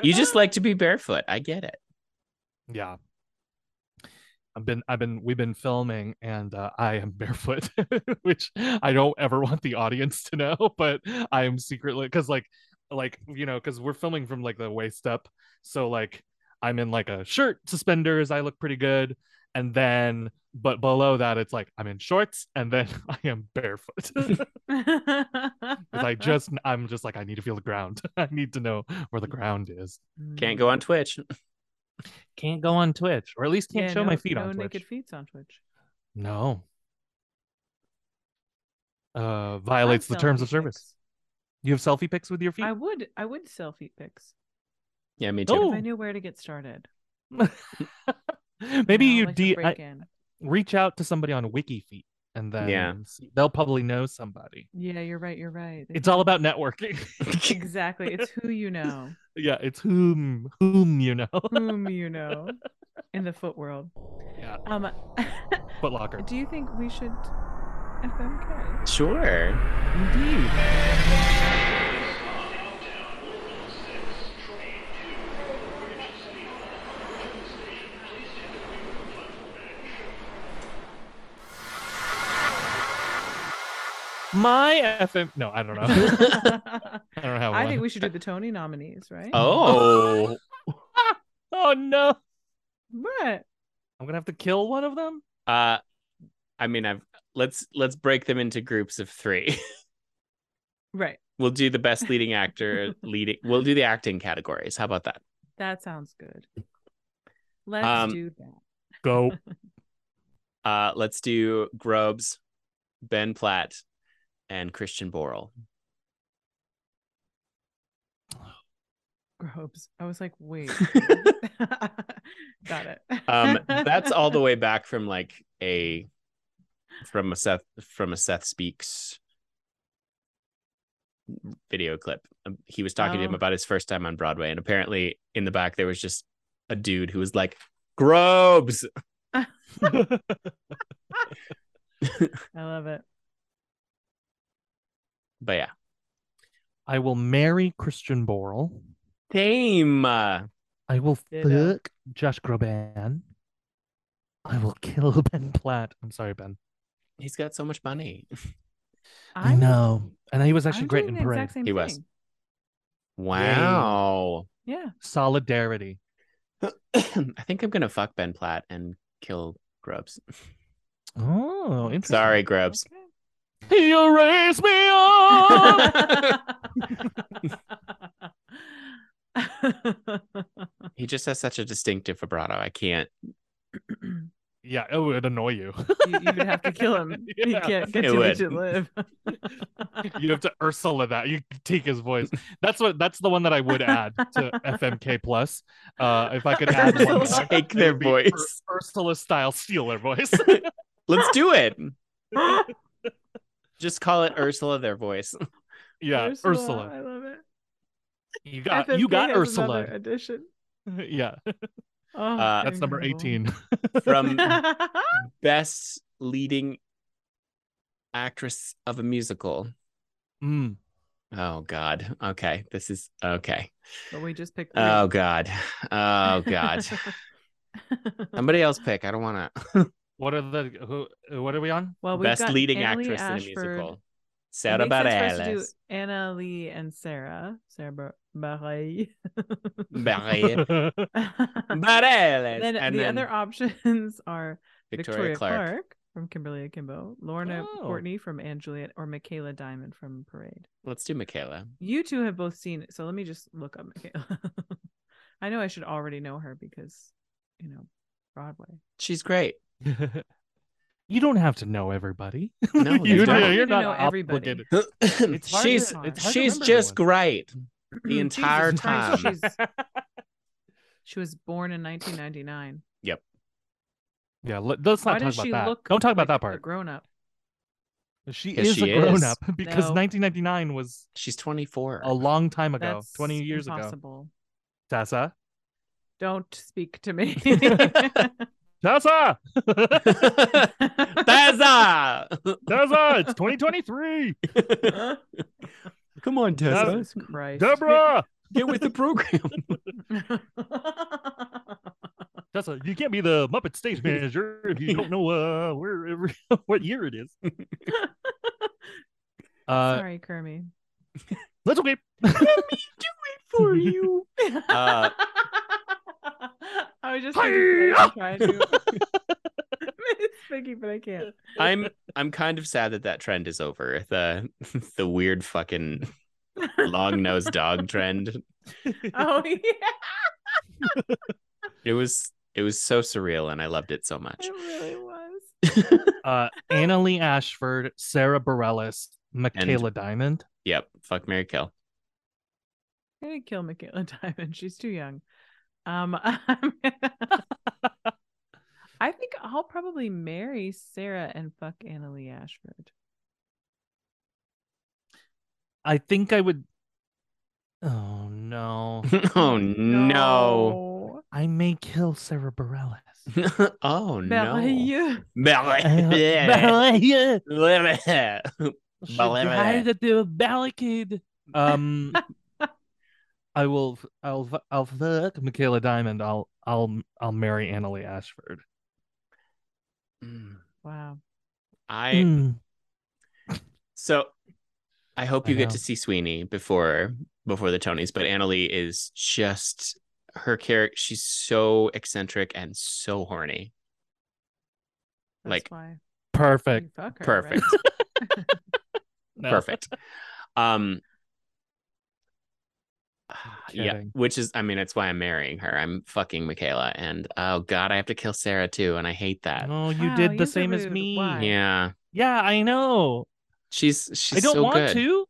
Speaker 1: You just like to be barefoot. I get it.
Speaker 3: Yeah." I've been, I've been, we've been filming, and uh, I am barefoot, which I don't ever want the audience to know. But I am secretly because, like, like you know, because we're filming from like the waist up, so like I'm in like a shirt, suspenders, I look pretty good, and then but below that it's like I'm in shorts, and then I am barefoot. 'Cause I just, I'm just like I need to feel the ground. I need to know where the ground is.
Speaker 2: Mm.
Speaker 1: Can't go on Twitch.
Speaker 3: Can't go on Twitch, or at least can't
Speaker 2: Yeah,
Speaker 3: show
Speaker 2: no-
Speaker 3: my feet
Speaker 2: no
Speaker 3: on Twitch.
Speaker 2: naked feet on Twitch.
Speaker 3: No. Uh,
Speaker 2: I'd
Speaker 3: violates the
Speaker 2: sell
Speaker 3: terms of
Speaker 2: feet
Speaker 3: service.
Speaker 2: pics.
Speaker 3: You have selfie pics with your feet.
Speaker 2: I would, I would sell feet pics
Speaker 1: Yeah, me too.
Speaker 3: Oh.
Speaker 2: if I knew where to get started.
Speaker 3: Maybe
Speaker 2: know,
Speaker 3: you
Speaker 2: like to
Speaker 3: de- I-
Speaker 2: break in.
Speaker 3: reach out to somebody on WikiFeet, and then
Speaker 1: Yeah.
Speaker 3: see- they'll probably know somebody.
Speaker 2: Yeah, you're right. You're right. They
Speaker 3: It's all about networking.
Speaker 2: do.
Speaker 3: Oh,
Speaker 2: exactly. It's who you know,
Speaker 3: yeah, it's whom whom you know.
Speaker 2: whom you know, in the foot world.
Speaker 3: yeah,
Speaker 2: Um,
Speaker 3: Foot Locker.
Speaker 2: do you think we should? FMK.
Speaker 1: Sure.
Speaker 3: Indeed. My FM. No, I don't know. I
Speaker 2: I
Speaker 3: don't know how. I
Speaker 2: think we should do the Tony nominees, right?
Speaker 1: Oh,
Speaker 3: Oh no!
Speaker 2: What?
Speaker 3: I'm gonna have to kill one of them.
Speaker 1: uh, I mean, I've let's let's break them into groups of three.
Speaker 2: Right.
Speaker 1: We'll do the best leading actor, leading. We'll do the acting categories. How about that?
Speaker 2: That sounds good. Let's
Speaker 1: Um,
Speaker 2: do that.
Speaker 3: Go.
Speaker 1: Uh, let's do Grubs, Ben Platt, and Christian Borle.
Speaker 2: Grobes. I was like, wait. Got it.
Speaker 1: Um, that's all the way back from like a from a Seth from a Seth speaks video clip. Um, He was talking to him
Speaker 2: Oh.
Speaker 1: about his first time on Broadway, and apparently in the back there was just a dude who was like, "Grobes."
Speaker 2: I love it.
Speaker 1: But yeah,
Speaker 3: I will marry Christian Borle.
Speaker 1: same. Uh,
Speaker 3: I will
Speaker 2: Ditto.
Speaker 3: fuck Josh Groban. I will kill Ben Platt. I'm sorry, Ben.
Speaker 1: he's got so much money.
Speaker 3: i
Speaker 2: I'm-
Speaker 3: know. And he was actually
Speaker 2: I'm
Speaker 3: great
Speaker 2: doing
Speaker 3: in
Speaker 2: the
Speaker 3: Parade.
Speaker 2: exact same
Speaker 1: He was.
Speaker 2: thing.
Speaker 1: Wow.
Speaker 2: Yeah.
Speaker 3: Solidarity.
Speaker 1: I think I'm gonna fuck Ben Platt and kill Grubs.
Speaker 3: Oh, interesting.
Speaker 1: Sorry, Grubs.
Speaker 2: okay.
Speaker 3: He erased me all.
Speaker 1: He just has such a distinctive vibrato. I can't.
Speaker 2: you,
Speaker 3: yeah, it would annoy you.
Speaker 2: you would have to kill him. You
Speaker 3: Yeah.
Speaker 2: can't get
Speaker 1: It
Speaker 2: to
Speaker 1: would.
Speaker 2: let you live.
Speaker 3: you have to Ursula that. You take his voice. That's what. That's the one that I would add to FMK plus. Uh, if I could add one,
Speaker 2: Ursula.
Speaker 3: more,
Speaker 1: Take
Speaker 3: it would
Speaker 1: their
Speaker 3: be Ur-
Speaker 1: voice.
Speaker 3: Ursula style, steal their voice.
Speaker 1: Let's do it. Just call it Ursula. Their voice.
Speaker 3: yeah, Ursula.
Speaker 2: I love it.
Speaker 3: You got. you
Speaker 2: FFP
Speaker 3: got
Speaker 2: has
Speaker 3: Ursula.
Speaker 2: another Edition.
Speaker 3: yeah,
Speaker 2: Oh,
Speaker 1: Uh,
Speaker 3: that's number
Speaker 2: incredible.
Speaker 3: eighteen.
Speaker 1: From best leading actress of a musical.
Speaker 3: Mm.
Speaker 1: Oh God. Okay. This is okay.
Speaker 2: but we just picked. three.
Speaker 1: Oh God. Oh God. Somebody else pick. I don't want to.
Speaker 3: What are the who? What are we on?
Speaker 2: well, we've
Speaker 1: best
Speaker 2: got
Speaker 1: leading
Speaker 2: Annalee
Speaker 1: actress
Speaker 2: Ashford.
Speaker 1: in a musical.
Speaker 2: It
Speaker 1: Sarah
Speaker 2: makes sense for us to do
Speaker 1: Bareilles.
Speaker 2: Anna Lee and Sarah. Sarah Bar- Bareilles.
Speaker 1: Bareilles.
Speaker 2: And
Speaker 1: Bareilles.
Speaker 2: then
Speaker 1: and
Speaker 2: the
Speaker 1: then
Speaker 2: other options are
Speaker 1: Victoria, Clark.
Speaker 2: from Kimberly Akimbo, Lorna
Speaker 3: Oh.
Speaker 2: Courtney from Anne Juliet, or Michaela Diamond from Parade.
Speaker 1: Let's do Michaela.
Speaker 2: You two have both seen it, so let me just look up Michaela. I know I should already know her because, you know, Broadway.
Speaker 1: She's great.
Speaker 3: you don't have to know everybody.
Speaker 1: No,
Speaker 3: you
Speaker 1: you
Speaker 2: don't.
Speaker 3: you're
Speaker 2: You don't
Speaker 3: not
Speaker 2: know everybody.
Speaker 3: obligated. It's hard to-
Speaker 1: she's
Speaker 3: it's hard to
Speaker 1: she's
Speaker 3: remember
Speaker 1: just
Speaker 3: everyone.
Speaker 1: great. The
Speaker 2: Jesus
Speaker 1: entire
Speaker 2: Christ,
Speaker 1: time.
Speaker 2: she's- she was born in 1999.
Speaker 3: Yeah, let, let's
Speaker 2: Why
Speaker 3: not talk
Speaker 2: does
Speaker 3: about
Speaker 2: she
Speaker 3: that.
Speaker 2: look
Speaker 3: Don't talk
Speaker 2: like
Speaker 3: about that
Speaker 2: A
Speaker 3: part.
Speaker 2: grown up.
Speaker 3: She
Speaker 1: Yes,
Speaker 3: is
Speaker 1: she
Speaker 3: a grown
Speaker 1: is.
Speaker 3: up because
Speaker 2: No.
Speaker 3: 1999 was
Speaker 1: She's 24.
Speaker 3: a long time ago,
Speaker 2: That's
Speaker 3: 20 years ago.
Speaker 2: impossible.
Speaker 3: Tessa,
Speaker 2: Don't speak to me.
Speaker 3: Tessa,
Speaker 1: Tessa!
Speaker 3: Tessa, it's 2023.
Speaker 1: Come on,
Speaker 3: Tessa.
Speaker 2: Jesus Christ.
Speaker 3: Deborah,
Speaker 1: Get with the program.
Speaker 3: Tessa, you can't be the Muppet stage manager if you don't know uh, where every, what year it is. Uh,
Speaker 2: Sorry, Kermit.
Speaker 3: that's okay.
Speaker 1: For you. Uh,
Speaker 2: I was just
Speaker 3: Hi-ya!
Speaker 2: thinking, trying to. it's Mickey, but I can't.
Speaker 1: I'm I'm kind of sad that that trend is over. The the weird fucking long-nosed dog trend.
Speaker 2: Oh yeah,
Speaker 1: It was it was so surreal and I loved it so much.
Speaker 3: Oh.
Speaker 2: it really was.
Speaker 3: Uh, Anna Lee Ashford, Sarah Bareilles, Michaela Diamond.
Speaker 1: Yep. Fuck Mary Kill.
Speaker 2: I'm gonna kill Michaela Diamond. She's too young. Um, I'm gonna- I think I'll probably marry Sarah and fuck Annalie Ashford.
Speaker 3: I think I would. Oh no.
Speaker 1: oh no.
Speaker 3: I may kill Sarah Bareilles.
Speaker 1: oh no.
Speaker 2: Merveilleux.
Speaker 1: Ballet.
Speaker 3: Uh, Bareilles! She
Speaker 1: Bareilles.
Speaker 3: died at the barricade. Um, I will. I'll. I'll fuck Michaela Diamond. I'll. I'll. I'll marry Annalie Ashford.
Speaker 1: Mm.
Speaker 2: Wow.
Speaker 3: Hmm,
Speaker 1: I
Speaker 3: Mm.
Speaker 1: So I hope
Speaker 3: I
Speaker 1: you get
Speaker 3: know.
Speaker 1: to see Sweeney before before the Tonys, but Annalie is just her character. She's so eccentric and so horny.
Speaker 2: That's
Speaker 1: Like,
Speaker 2: why you
Speaker 3: Perfect.
Speaker 2: fuck her,
Speaker 1: Perfect.
Speaker 2: right?
Speaker 3: No.
Speaker 1: Perfect. Um yeah,
Speaker 3: kidding.
Speaker 1: which is I mean, it's why I'm marrying her. I'm fucking Michaela and oh god, I have to kill Sarah too, and I hate that.
Speaker 3: No, Oh, you
Speaker 2: Wow,
Speaker 3: did
Speaker 2: you
Speaker 3: the same as
Speaker 2: rude.
Speaker 3: me.
Speaker 2: Why?
Speaker 1: Yeah.
Speaker 3: Yeah, I know.
Speaker 1: She's she's
Speaker 3: I don't
Speaker 1: so
Speaker 3: want
Speaker 1: good.
Speaker 3: to.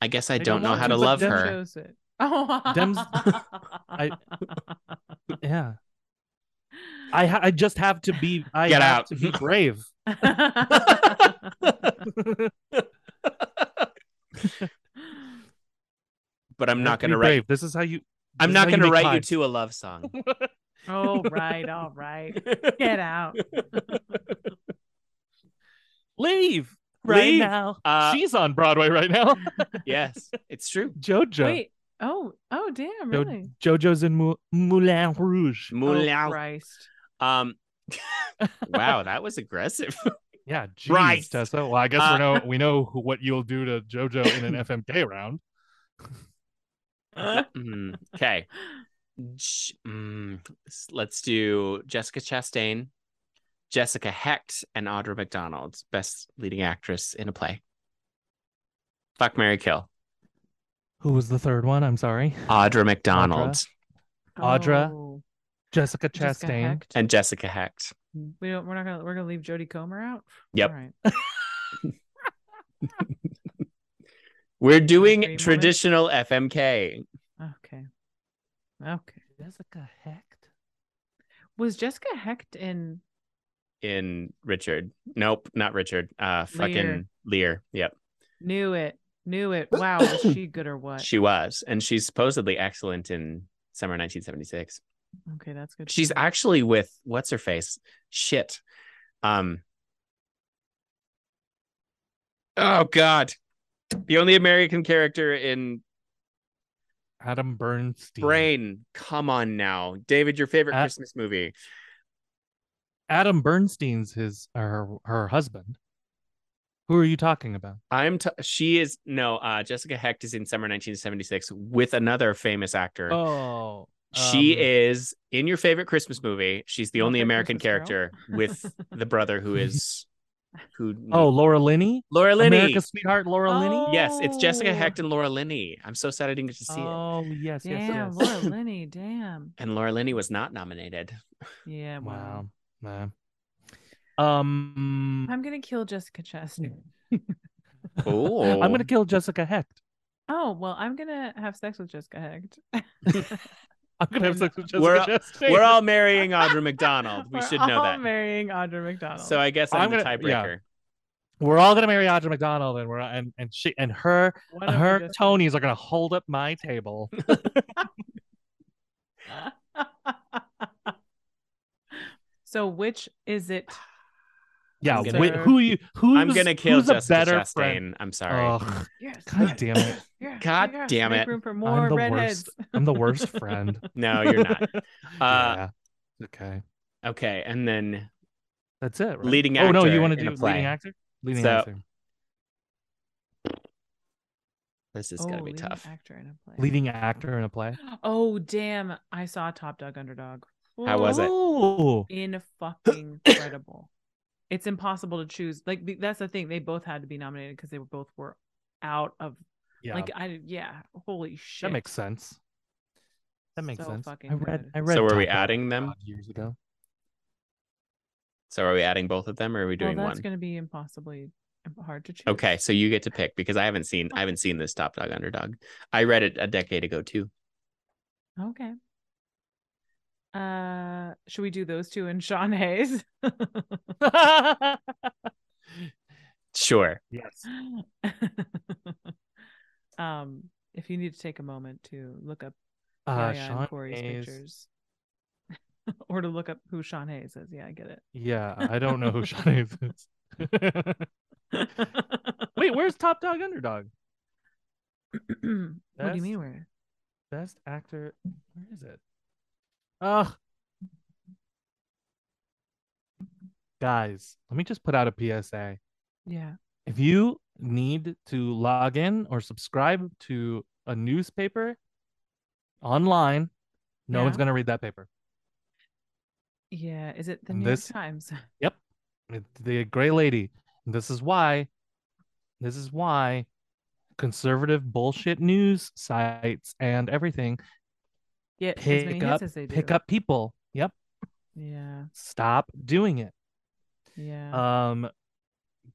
Speaker 1: I guess I,
Speaker 3: I
Speaker 1: don't,
Speaker 3: don't
Speaker 1: know
Speaker 3: want
Speaker 1: how
Speaker 3: to,
Speaker 1: to
Speaker 3: but
Speaker 1: love
Speaker 3: them
Speaker 1: her.
Speaker 2: Chose it. Oh,
Speaker 3: Them's- Yeah. I ha- I just have to be I
Speaker 1: Get
Speaker 3: have
Speaker 1: out.
Speaker 3: to be brave.
Speaker 1: But I'm
Speaker 3: I
Speaker 1: not
Speaker 3: have to
Speaker 1: going to
Speaker 3: be
Speaker 1: write
Speaker 3: brave. This is how you
Speaker 1: I'm
Speaker 3: this is
Speaker 1: not
Speaker 3: how
Speaker 1: going to
Speaker 3: make
Speaker 1: write
Speaker 3: pies.
Speaker 1: you to a love song.
Speaker 2: all right, all right. Get out.
Speaker 3: Leave right
Speaker 1: Leave.
Speaker 3: now.
Speaker 1: Uh,
Speaker 3: She's on Broadway right now.
Speaker 1: yes, it's true.
Speaker 3: Jojo.
Speaker 2: Wait. Oh, oh, damn,
Speaker 3: Jo-
Speaker 2: really?
Speaker 3: Jojo's in Mou- Moulin Rouge.
Speaker 1: Moulin.
Speaker 2: Oh, Christ.
Speaker 1: Um, wow, that was aggressive.
Speaker 3: Yeah, geez,
Speaker 1: Right.
Speaker 3: Tessa. Well, I guess
Speaker 1: Uh,
Speaker 3: we know we know who- what you'll do to Jojo in an FMK round.
Speaker 1: Mm-hmm. Okay, mm, let's do Jessica Chastain, Jessica Hecht, and Audra McDonald, best leading actress in a play. Fuck Mary Kill.
Speaker 3: Who was the third one? I'm sorry.
Speaker 1: Audra McDonald
Speaker 3: Audra
Speaker 2: Oh,
Speaker 3: Jessica
Speaker 2: Jessica
Speaker 3: Chastain.
Speaker 2: Hecht.
Speaker 1: and Jessica Hecht.
Speaker 2: We don't. We're not gonna. We're gonna leave Jodie Comer out.
Speaker 1: Yep.
Speaker 2: All right.
Speaker 1: We're
Speaker 2: Dream
Speaker 1: doing
Speaker 2: woman.
Speaker 1: traditional FMK.
Speaker 2: Okay. Okay.
Speaker 3: Jessica Hecht.
Speaker 2: Was Jessica Hecht in?
Speaker 1: in Richard. Nope, not Richard. Uh fucking Lear. Yep.
Speaker 2: Knew it. Knew it. Wow. Was she good or what?
Speaker 1: She was. And she's supposedly excellent in summer 1976.
Speaker 2: okay, that's good. to
Speaker 1: She's
Speaker 2: know.
Speaker 1: actually with what's her face? Shit. Um Oh god. The only American character in
Speaker 3: Adam Bernstein.
Speaker 1: Brain. Come on now. David, your favorite
Speaker 3: Uh,
Speaker 1: Christmas movie.
Speaker 3: Adam Bernstein's his her her husband. Who are you talking about?
Speaker 1: I'm t- she is no, uh Jessica Hecht is in summer 1976 with another famous actor.
Speaker 3: Oh,
Speaker 1: She
Speaker 3: um,
Speaker 1: is in your favorite Christmas movie. She's the
Speaker 2: Not
Speaker 1: only
Speaker 2: that
Speaker 1: American
Speaker 2: Christmas girl.
Speaker 1: character with the brother who is who
Speaker 3: Oh, Laura Linney.
Speaker 1: Laura Linney.
Speaker 3: America's sweetheart, Laura Linney.
Speaker 1: Yes, it's Jessica
Speaker 2: Oh.
Speaker 1: Hecht and Laura Linney. I'm so sad I didn't get to see it.
Speaker 3: Oh, yes, yes,
Speaker 2: Damn,
Speaker 3: yes.
Speaker 2: Laura Linney. Damn.
Speaker 1: And Laura Linney was not nominated.
Speaker 2: Yeah. Wow.
Speaker 3: Wow. Nah. Um,
Speaker 2: I'm gonna kill Jessica Chastain.
Speaker 1: Oh.
Speaker 3: I'm gonna kill Jessica Hecht.
Speaker 2: Oh well, I'm gonna have sex with Jessica Hecht.
Speaker 3: I'm gonna have
Speaker 2: And
Speaker 3: sex with Jessica
Speaker 1: we're
Speaker 3: Chastain.
Speaker 1: We're all marrying Audra McDonald. We
Speaker 2: We're
Speaker 1: should know
Speaker 2: all
Speaker 1: that.
Speaker 2: Marrying Audra McDonald.
Speaker 1: So I guess I'm,
Speaker 3: I'm
Speaker 1: the
Speaker 3: gonna- yeah.
Speaker 1: tiebreaker.
Speaker 3: We're all gonna marry Audra McDonald, and we're and and she and her
Speaker 2: What up with
Speaker 3: her
Speaker 2: Jessica-
Speaker 3: Tonys are gonna hold up my table.
Speaker 2: so which is it?
Speaker 3: Yeah,
Speaker 1: I'm
Speaker 3: whi-
Speaker 1: gonna-
Speaker 3: who you who's
Speaker 1: I'm gonna kill
Speaker 3: who's a
Speaker 1: Jessica
Speaker 3: better
Speaker 1: Chastain.
Speaker 3: friend?
Speaker 1: I'm sorry.
Speaker 2: Oh.
Speaker 3: Ugh,
Speaker 2: Yes.
Speaker 3: God damn it!
Speaker 2: Yeah,
Speaker 1: God damn
Speaker 2: Make
Speaker 1: it.
Speaker 2: Room for more
Speaker 3: the
Speaker 2: redheads.
Speaker 3: I'm the worst friend.
Speaker 1: No, you're not. Uh,
Speaker 3: yeah. Okay,
Speaker 1: Okay, and then
Speaker 3: that's it. Right?
Speaker 1: leading
Speaker 3: Oh no,
Speaker 1: actor
Speaker 3: you want
Speaker 1: in
Speaker 3: to
Speaker 1: a
Speaker 3: do leading
Speaker 1: play.
Speaker 3: actor? Leading
Speaker 1: So-
Speaker 3: actor.
Speaker 1: this is gonna
Speaker 2: Oh,
Speaker 1: be
Speaker 2: leading
Speaker 1: tough.
Speaker 2: Actor in a play.
Speaker 3: Leading actor in a play.
Speaker 2: Oh damn! I saw Top Dog Underdog.
Speaker 1: How was it?
Speaker 3: Oh,
Speaker 2: In fucking incredible. It's impossible to choose. Like be- that's the thing. They both had to be nominated because they were both were out of
Speaker 3: yeah.
Speaker 2: like I yeah. Holy shit.
Speaker 3: That makes sense. That makes
Speaker 2: So
Speaker 3: sense.
Speaker 2: fucking
Speaker 3: I read.
Speaker 2: good.
Speaker 3: I read.
Speaker 1: So are we
Speaker 3: Top Gun
Speaker 1: adding them?
Speaker 3: five years ago?
Speaker 1: So are we adding both of them or are we doing
Speaker 2: well, that's
Speaker 1: one?
Speaker 2: going to be impossibly hard to choose.
Speaker 1: Okay, so you get to pick because I haven't seen I haven't seen this Top Dog Underdog. I read it a decade ago too.
Speaker 2: Okay. Uh, should we do those two and Sean Hayes?
Speaker 1: Sure.
Speaker 3: yes.
Speaker 2: um, if you need to take a moment to look up
Speaker 3: Uh,
Speaker 2: Yaya
Speaker 3: Sean
Speaker 2: and Corey's
Speaker 3: Hayes.
Speaker 2: pictures, or to look up who Sean Hayes is. Yeah, I get it.
Speaker 3: Yeah, I don't know who Sean Hayes is. Wait, where's Top Dog Underdog?
Speaker 2: what do you
Speaker 3: That's-
Speaker 2: mean where?
Speaker 3: Best actor. Where is it? Ugh. Guys, let me just put out a PSA.
Speaker 2: Yeah.
Speaker 3: If you need to log in or subscribe to a newspaper online, no one's
Speaker 2: Yeah.
Speaker 3: going to read that paper.
Speaker 2: Yeah. Is it the
Speaker 3: And
Speaker 2: New York
Speaker 3: this-
Speaker 2: Times?
Speaker 3: It- The gray lady. This is why. This is why conservative bullshit news sites and everything
Speaker 2: Get as many
Speaker 3: Pick
Speaker 2: hits
Speaker 3: up-
Speaker 2: as they
Speaker 3: pick
Speaker 2: do.
Speaker 3: up people. Yep.
Speaker 2: Yeah.
Speaker 3: Stop doing it.
Speaker 2: Yeah.
Speaker 3: Um,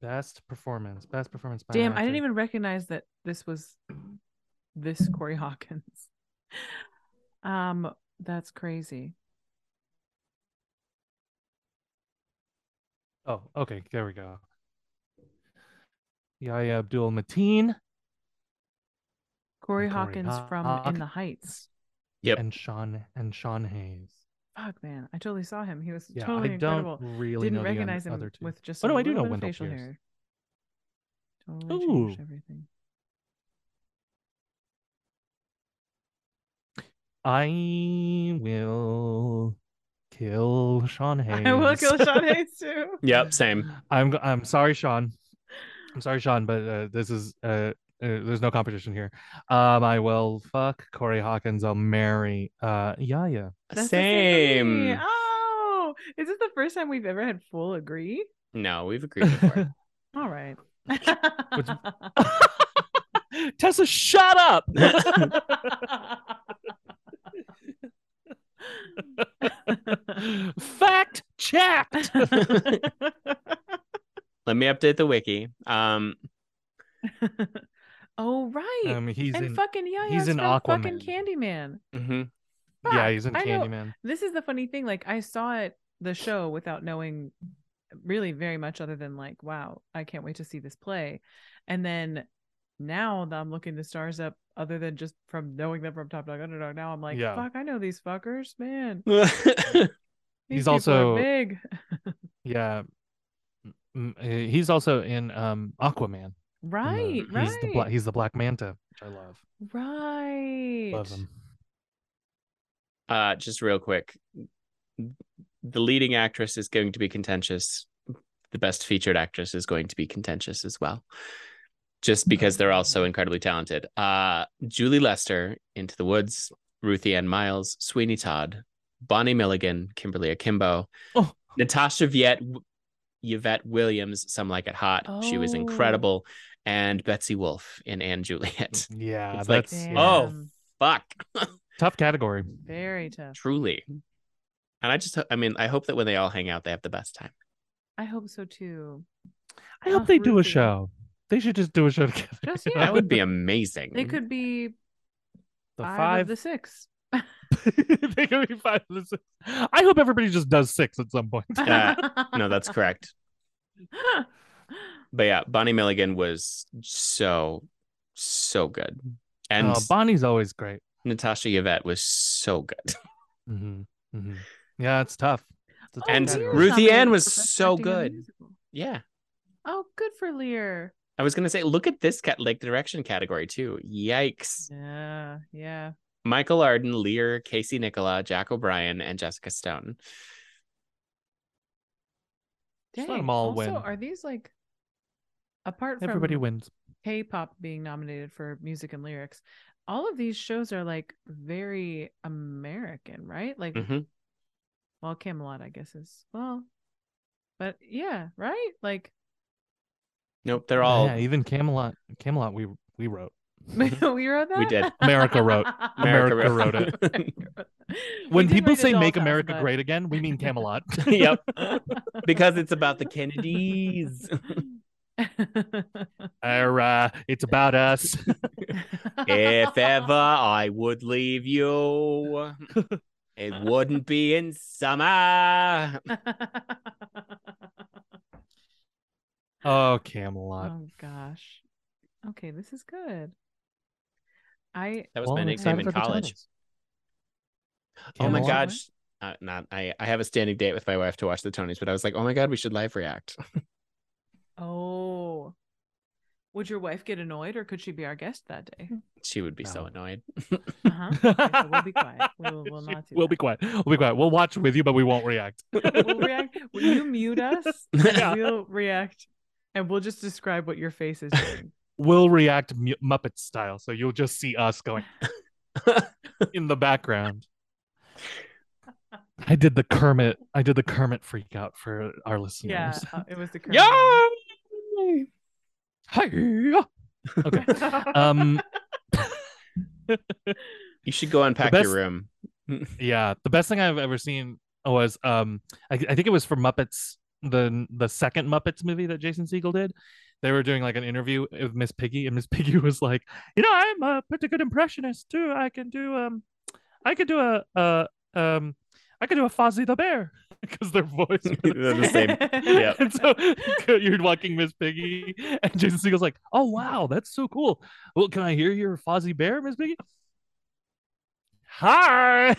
Speaker 3: best performance. Best performance. By an
Speaker 2: Damn, I didn't
Speaker 3: actor.
Speaker 2: even recognize that this was this Corey Hawkins. Um, that's crazy.
Speaker 3: Oh, okay. There we go. Yahya Abdul Mateen
Speaker 2: Corey
Speaker 3: Corey
Speaker 2: Hawkins from In the Heights.
Speaker 1: Yep.
Speaker 3: and Sean and Sean Hayes.
Speaker 2: Fuck man, I totally saw him. He was
Speaker 3: Yeah,
Speaker 2: totally
Speaker 3: I don't
Speaker 2: incredible.
Speaker 3: really
Speaker 2: Didn't
Speaker 3: know
Speaker 2: recognize
Speaker 3: the
Speaker 2: him
Speaker 3: un- other two.
Speaker 2: with just
Speaker 3: Oh,
Speaker 2: a
Speaker 3: no, I do
Speaker 2: little
Speaker 3: know
Speaker 2: bit of
Speaker 3: Wendell
Speaker 2: facial
Speaker 3: Pierce.
Speaker 2: hair. Totally changed
Speaker 3: Ooh.
Speaker 2: everything.
Speaker 3: I will kill Sean Hayes.
Speaker 2: I will kill Sean Hayes too.
Speaker 1: Yep, same.
Speaker 3: I'm g- I'm sorry, Sean. I'm sorry, Sean, but uh, this is uh, uh, there's no competition here. Um, I will fuck Corey Hawkins. I'll marry uh Yaya.
Speaker 2: That's the same for me.
Speaker 1: same.
Speaker 2: Oh, is this the first time we've ever had full agree?
Speaker 1: No, we've agreed before.
Speaker 2: All right.
Speaker 3: Tessa, shut up. Fact checked. Um,
Speaker 1: Let me update the wiki. Um,
Speaker 2: oh right.
Speaker 3: Um, he's
Speaker 2: and
Speaker 3: in.
Speaker 2: fucking yeah,
Speaker 3: he's in
Speaker 2: fucking
Speaker 3: Aquaman.
Speaker 2: Candyman.
Speaker 1: mhm.
Speaker 3: yeah, he's in
Speaker 2: I know-
Speaker 3: Candyman.
Speaker 2: This is the funny thing. Like I saw it the show without knowing really very much other than like, wow, I can't wait to see this play. And then now that I'm looking the stars up other than just from knowing them from Top Dog Underdog, now I'm like,
Speaker 3: Yeah.
Speaker 2: fuck, I know these fuckers, man.
Speaker 1: Uh,
Speaker 2: These
Speaker 3: He's
Speaker 2: people are
Speaker 3: also-
Speaker 2: big.
Speaker 3: Yeah. Mm, uh, He's also in um Aquaman. in the-
Speaker 2: Right, right.
Speaker 3: He's the black. He's the Black Manta, which I love.
Speaker 2: right.
Speaker 3: Love him.
Speaker 1: uh, just real quick, the leading actress is going to be contentious. The best featured actress is going to be contentious as well, just because they're all so incredibly talented. Uh, Julie Lester, Into the Woods, Ruthie Ann Miles, Sweeney Todd, Bonnie Milligan, Kimberly Akimbo,
Speaker 3: Oh.
Speaker 1: Natasha Viet, Yvette Williams. Some like it hot. She was
Speaker 2: Oh.
Speaker 1: incredible, and Betsy Wolf in Anne Juliet.
Speaker 3: Yeah,
Speaker 1: It's like,
Speaker 3: that's
Speaker 2: Damn.
Speaker 3: yeah.
Speaker 1: Oh. Fuck,
Speaker 3: tough category.
Speaker 2: Very tough.
Speaker 1: truly. And I just, I mean, I hope that when they all hang out, they have the best time.
Speaker 2: I hope so too.
Speaker 3: I hope
Speaker 2: Ugh,
Speaker 3: they do a
Speaker 2: Ruthie.
Speaker 3: show. They should just do a show together.
Speaker 2: Just, yeah.
Speaker 1: That would be amazing.
Speaker 2: They could be
Speaker 3: The
Speaker 2: five,
Speaker 3: five.
Speaker 2: of the six.
Speaker 3: they could be five. Of the six. I hope everybody just does six at some point.
Speaker 1: Uh, No, that's correct.
Speaker 2: Oh,
Speaker 1: But yeah, Bonnie Milligan was so, so good. And
Speaker 3: oh, Bonnie's always great.
Speaker 1: Natasha Yvette was so good.
Speaker 3: hmm hmm Yeah, it's tough. It's a tough
Speaker 2: Oh,
Speaker 1: And
Speaker 3: category.
Speaker 1: Ruth- Ruthie
Speaker 2: nominated
Speaker 1: Ann was
Speaker 2: for Best
Speaker 1: so
Speaker 2: Acting in a
Speaker 1: good.
Speaker 2: Musical.
Speaker 1: Yeah.
Speaker 2: Oh, good for Lear.
Speaker 1: I was going to say, look at this cat, like direction category too. Yikes.
Speaker 2: Yeah, yeah.
Speaker 1: Michael Arden, Lear, Casey Nicola, Jack O'Brien, and Jessica Stone.
Speaker 3: Just let
Speaker 2: Dang.
Speaker 3: 'em all
Speaker 2: also,
Speaker 3: win.
Speaker 2: are these like apart from
Speaker 3: Everybody wins.
Speaker 2: K-pop being nominated for music and lyrics? All of these shows are like very American, right? Like,
Speaker 3: Mm-hmm.
Speaker 1: hmm
Speaker 2: well, Camelot, I guess is well, but yeah, right? Like,
Speaker 1: Nope. They're all,
Speaker 3: yeah, even Camelot. Camelot, we we wrote.
Speaker 2: we wrote that.
Speaker 1: We did.
Speaker 3: Mm-hmm. America wrote- America wrote it.
Speaker 2: We
Speaker 3: When
Speaker 2: did
Speaker 3: people
Speaker 2: write
Speaker 3: say
Speaker 2: Doll's
Speaker 3: "Make
Speaker 2: House,
Speaker 3: America
Speaker 2: but-
Speaker 3: Great Again," we mean Camelot.
Speaker 1: yep. Because it's about the Kennedys.
Speaker 3: Arrah, uh, it's about us.
Speaker 1: if ever I would leave you, it wouldn't be in summer.
Speaker 3: Oh, Camelot.
Speaker 2: oh gosh. Okay, this is good. I
Speaker 1: That was
Speaker 3: Well,
Speaker 1: my
Speaker 3: I'm
Speaker 1: nickname
Speaker 3: excited
Speaker 1: in
Speaker 3: for the
Speaker 1: college.
Speaker 3: titles.
Speaker 1: Oh my
Speaker 3: Camelot.
Speaker 2: God.
Speaker 1: gosh. Uh, not I, I have a standing date with my wife to watch the Tonys, but I was like, oh my God, we should live react.
Speaker 2: oh. Would your wife get annoyed or could she be our guest that day?
Speaker 1: She would be so
Speaker 3: No.
Speaker 1: annoyed.
Speaker 2: Uh-huh. Okay, so we'll be quiet. We will, we'll
Speaker 3: She-
Speaker 2: not do
Speaker 3: We'll be
Speaker 2: that.
Speaker 3: quiet. We'll be quiet. We'll watch with you, but we won't react.
Speaker 2: We'll react. Will you mute us?
Speaker 3: Yeah.
Speaker 2: We'll react. and we'll just describe what your face is doing.
Speaker 3: We'll react mu- Muppet style, so you'll just see us going in the background. I did the Kermit. I did the Kermit freak out for our listeners.
Speaker 2: yeah, uh, it was the current one.
Speaker 3: Yeah. Hi. Okay. Um.
Speaker 1: You should go unpack
Speaker 3: best-
Speaker 1: your room.
Speaker 3: Yeah, the best thing I've ever seen was um I, I think it was for Muppets the the second Muppets movie that Jason Siegel did. They were doing like an interview with Miss Piggy, and Miss Piggy was like, "You know, I'm a pretty good impressionist too. I can do um, I could do a uh um, I could do a Fozzie the Bear because their voice."
Speaker 1: They're the same. Yeah.
Speaker 3: and so you're walking Miss Piggy, and Jason Siegel's like, "Oh wow, that's so cool. Well, can I hear your Fozzie Bear, Miss Piggy?" Hi. oh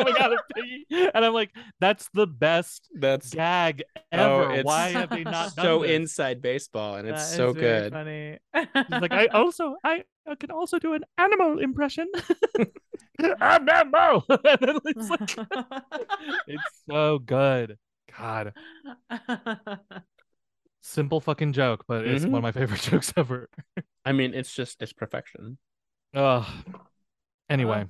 Speaker 3: my god, a piggy. And I'm like, that's the best
Speaker 1: That's
Speaker 3: gag
Speaker 1: Oh,
Speaker 3: ever.
Speaker 1: it's
Speaker 3: Why have they not done
Speaker 1: so
Speaker 3: this?
Speaker 1: inside baseball, and it's
Speaker 2: That
Speaker 1: so
Speaker 2: is very
Speaker 1: good.
Speaker 2: Funny.
Speaker 3: He's like, I also I I can also do an animal impression. I'm Rambo. and then it's like, it's so good. God, simple fucking joke, but it's
Speaker 1: Mhm.
Speaker 3: one of my favorite jokes ever.
Speaker 1: I mean, it's just it's perfection.
Speaker 3: Ugh. Anyway.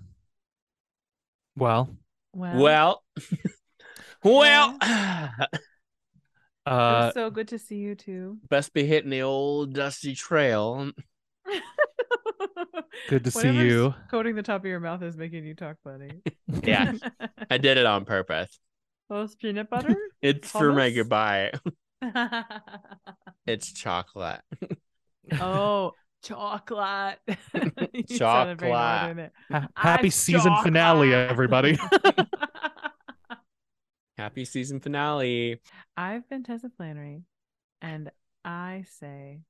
Speaker 3: Well, Uh,
Speaker 2: well,
Speaker 1: Well, well,
Speaker 2: it was
Speaker 3: uh,
Speaker 2: so good to see you too.
Speaker 1: best be hitting the old dusty trail.
Speaker 3: good to see
Speaker 2: Whatever's
Speaker 3: you.
Speaker 2: Coating the top of your mouth is making you talk funny.
Speaker 1: Yeah, I did it on purpose.
Speaker 2: Those peanut butter.
Speaker 1: It's for my
Speaker 2: Hummus?
Speaker 1: goodbye. It's chocolate.
Speaker 2: oh, chocolate. You sounded very
Speaker 1: Chocolate.
Speaker 2: northern
Speaker 3: Ha-
Speaker 2: I
Speaker 3: happy season finale,
Speaker 2: chocolate.
Speaker 3: everybody.
Speaker 2: there.
Speaker 1: Happy season finale.
Speaker 2: I've been Tessa Flannery, and I say,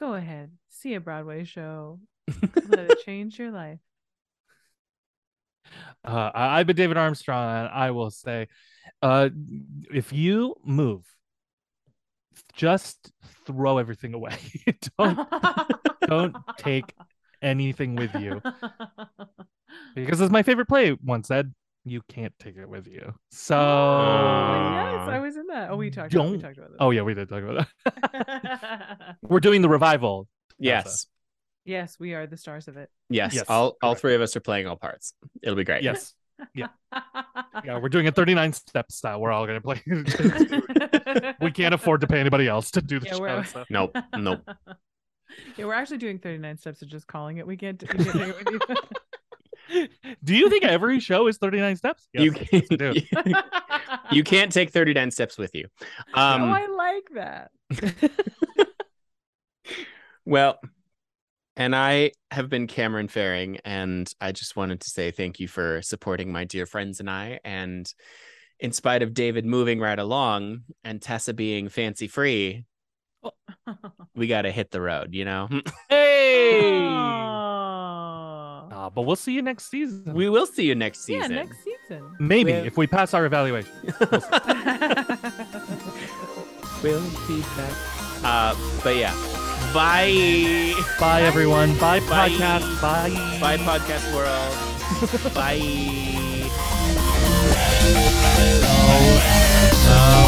Speaker 2: go ahead, see a Broadway show. Let it change your life.
Speaker 3: Uh, I- I've been David Armstrong, and I will say, uh, if you move, just throw everything away. don't don't take anything Oh. with you, because as my favorite play once said, you can't take it with you. So,
Speaker 2: Oh, yes, I was in that. Oh, we talked. About, we
Speaker 3: Uh, Don't-
Speaker 2: talked about this.
Speaker 3: oh yeah, we did talk about that. We're doing the revival.
Speaker 1: Yes.
Speaker 2: yes, we are the stars of it.
Speaker 1: Yes.
Speaker 3: Yes,
Speaker 1: All all
Speaker 3: correct.
Speaker 1: three of us are playing all parts. It'll be great.
Speaker 3: Yes. Yeah, we're doing a 39 step style. We're all gonna play. we can't afford to pay anybody else to do the
Speaker 2: Yeah,
Speaker 3: show.
Speaker 2: we're-
Speaker 3: so-
Speaker 1: Nope. Nope.
Speaker 2: Yeah, we're actually doing 39 steps and just calling it. We can't. We can't do it with you.
Speaker 3: Do you think every show is 39 steps?
Speaker 1: You
Speaker 3: Yes.
Speaker 1: can,
Speaker 3: do.
Speaker 1: you, can't take 39 steps with you. Um
Speaker 2: oh, I like that.
Speaker 1: Well, and I have been Cameron Faring, and I just wanted to say thank you for supporting my dear friends and I. And in spite of David moving right along and Tessa being fancy free, we got to hit the road, you know?
Speaker 3: Hey!
Speaker 2: Aw.
Speaker 3: Ah, but we'll see you next season.
Speaker 1: we will see you next
Speaker 2: Yeah,
Speaker 1: season.
Speaker 2: next season.
Speaker 3: Maybe
Speaker 1: We'll-
Speaker 3: if we pass our evaluation.
Speaker 1: We'll be back. Uh, but yeah, bye.
Speaker 3: Bye, everyone. Bye,
Speaker 1: Bye.
Speaker 3: podcast. Bye.
Speaker 1: Bye, podcast world. bye.
Speaker 3: No. No.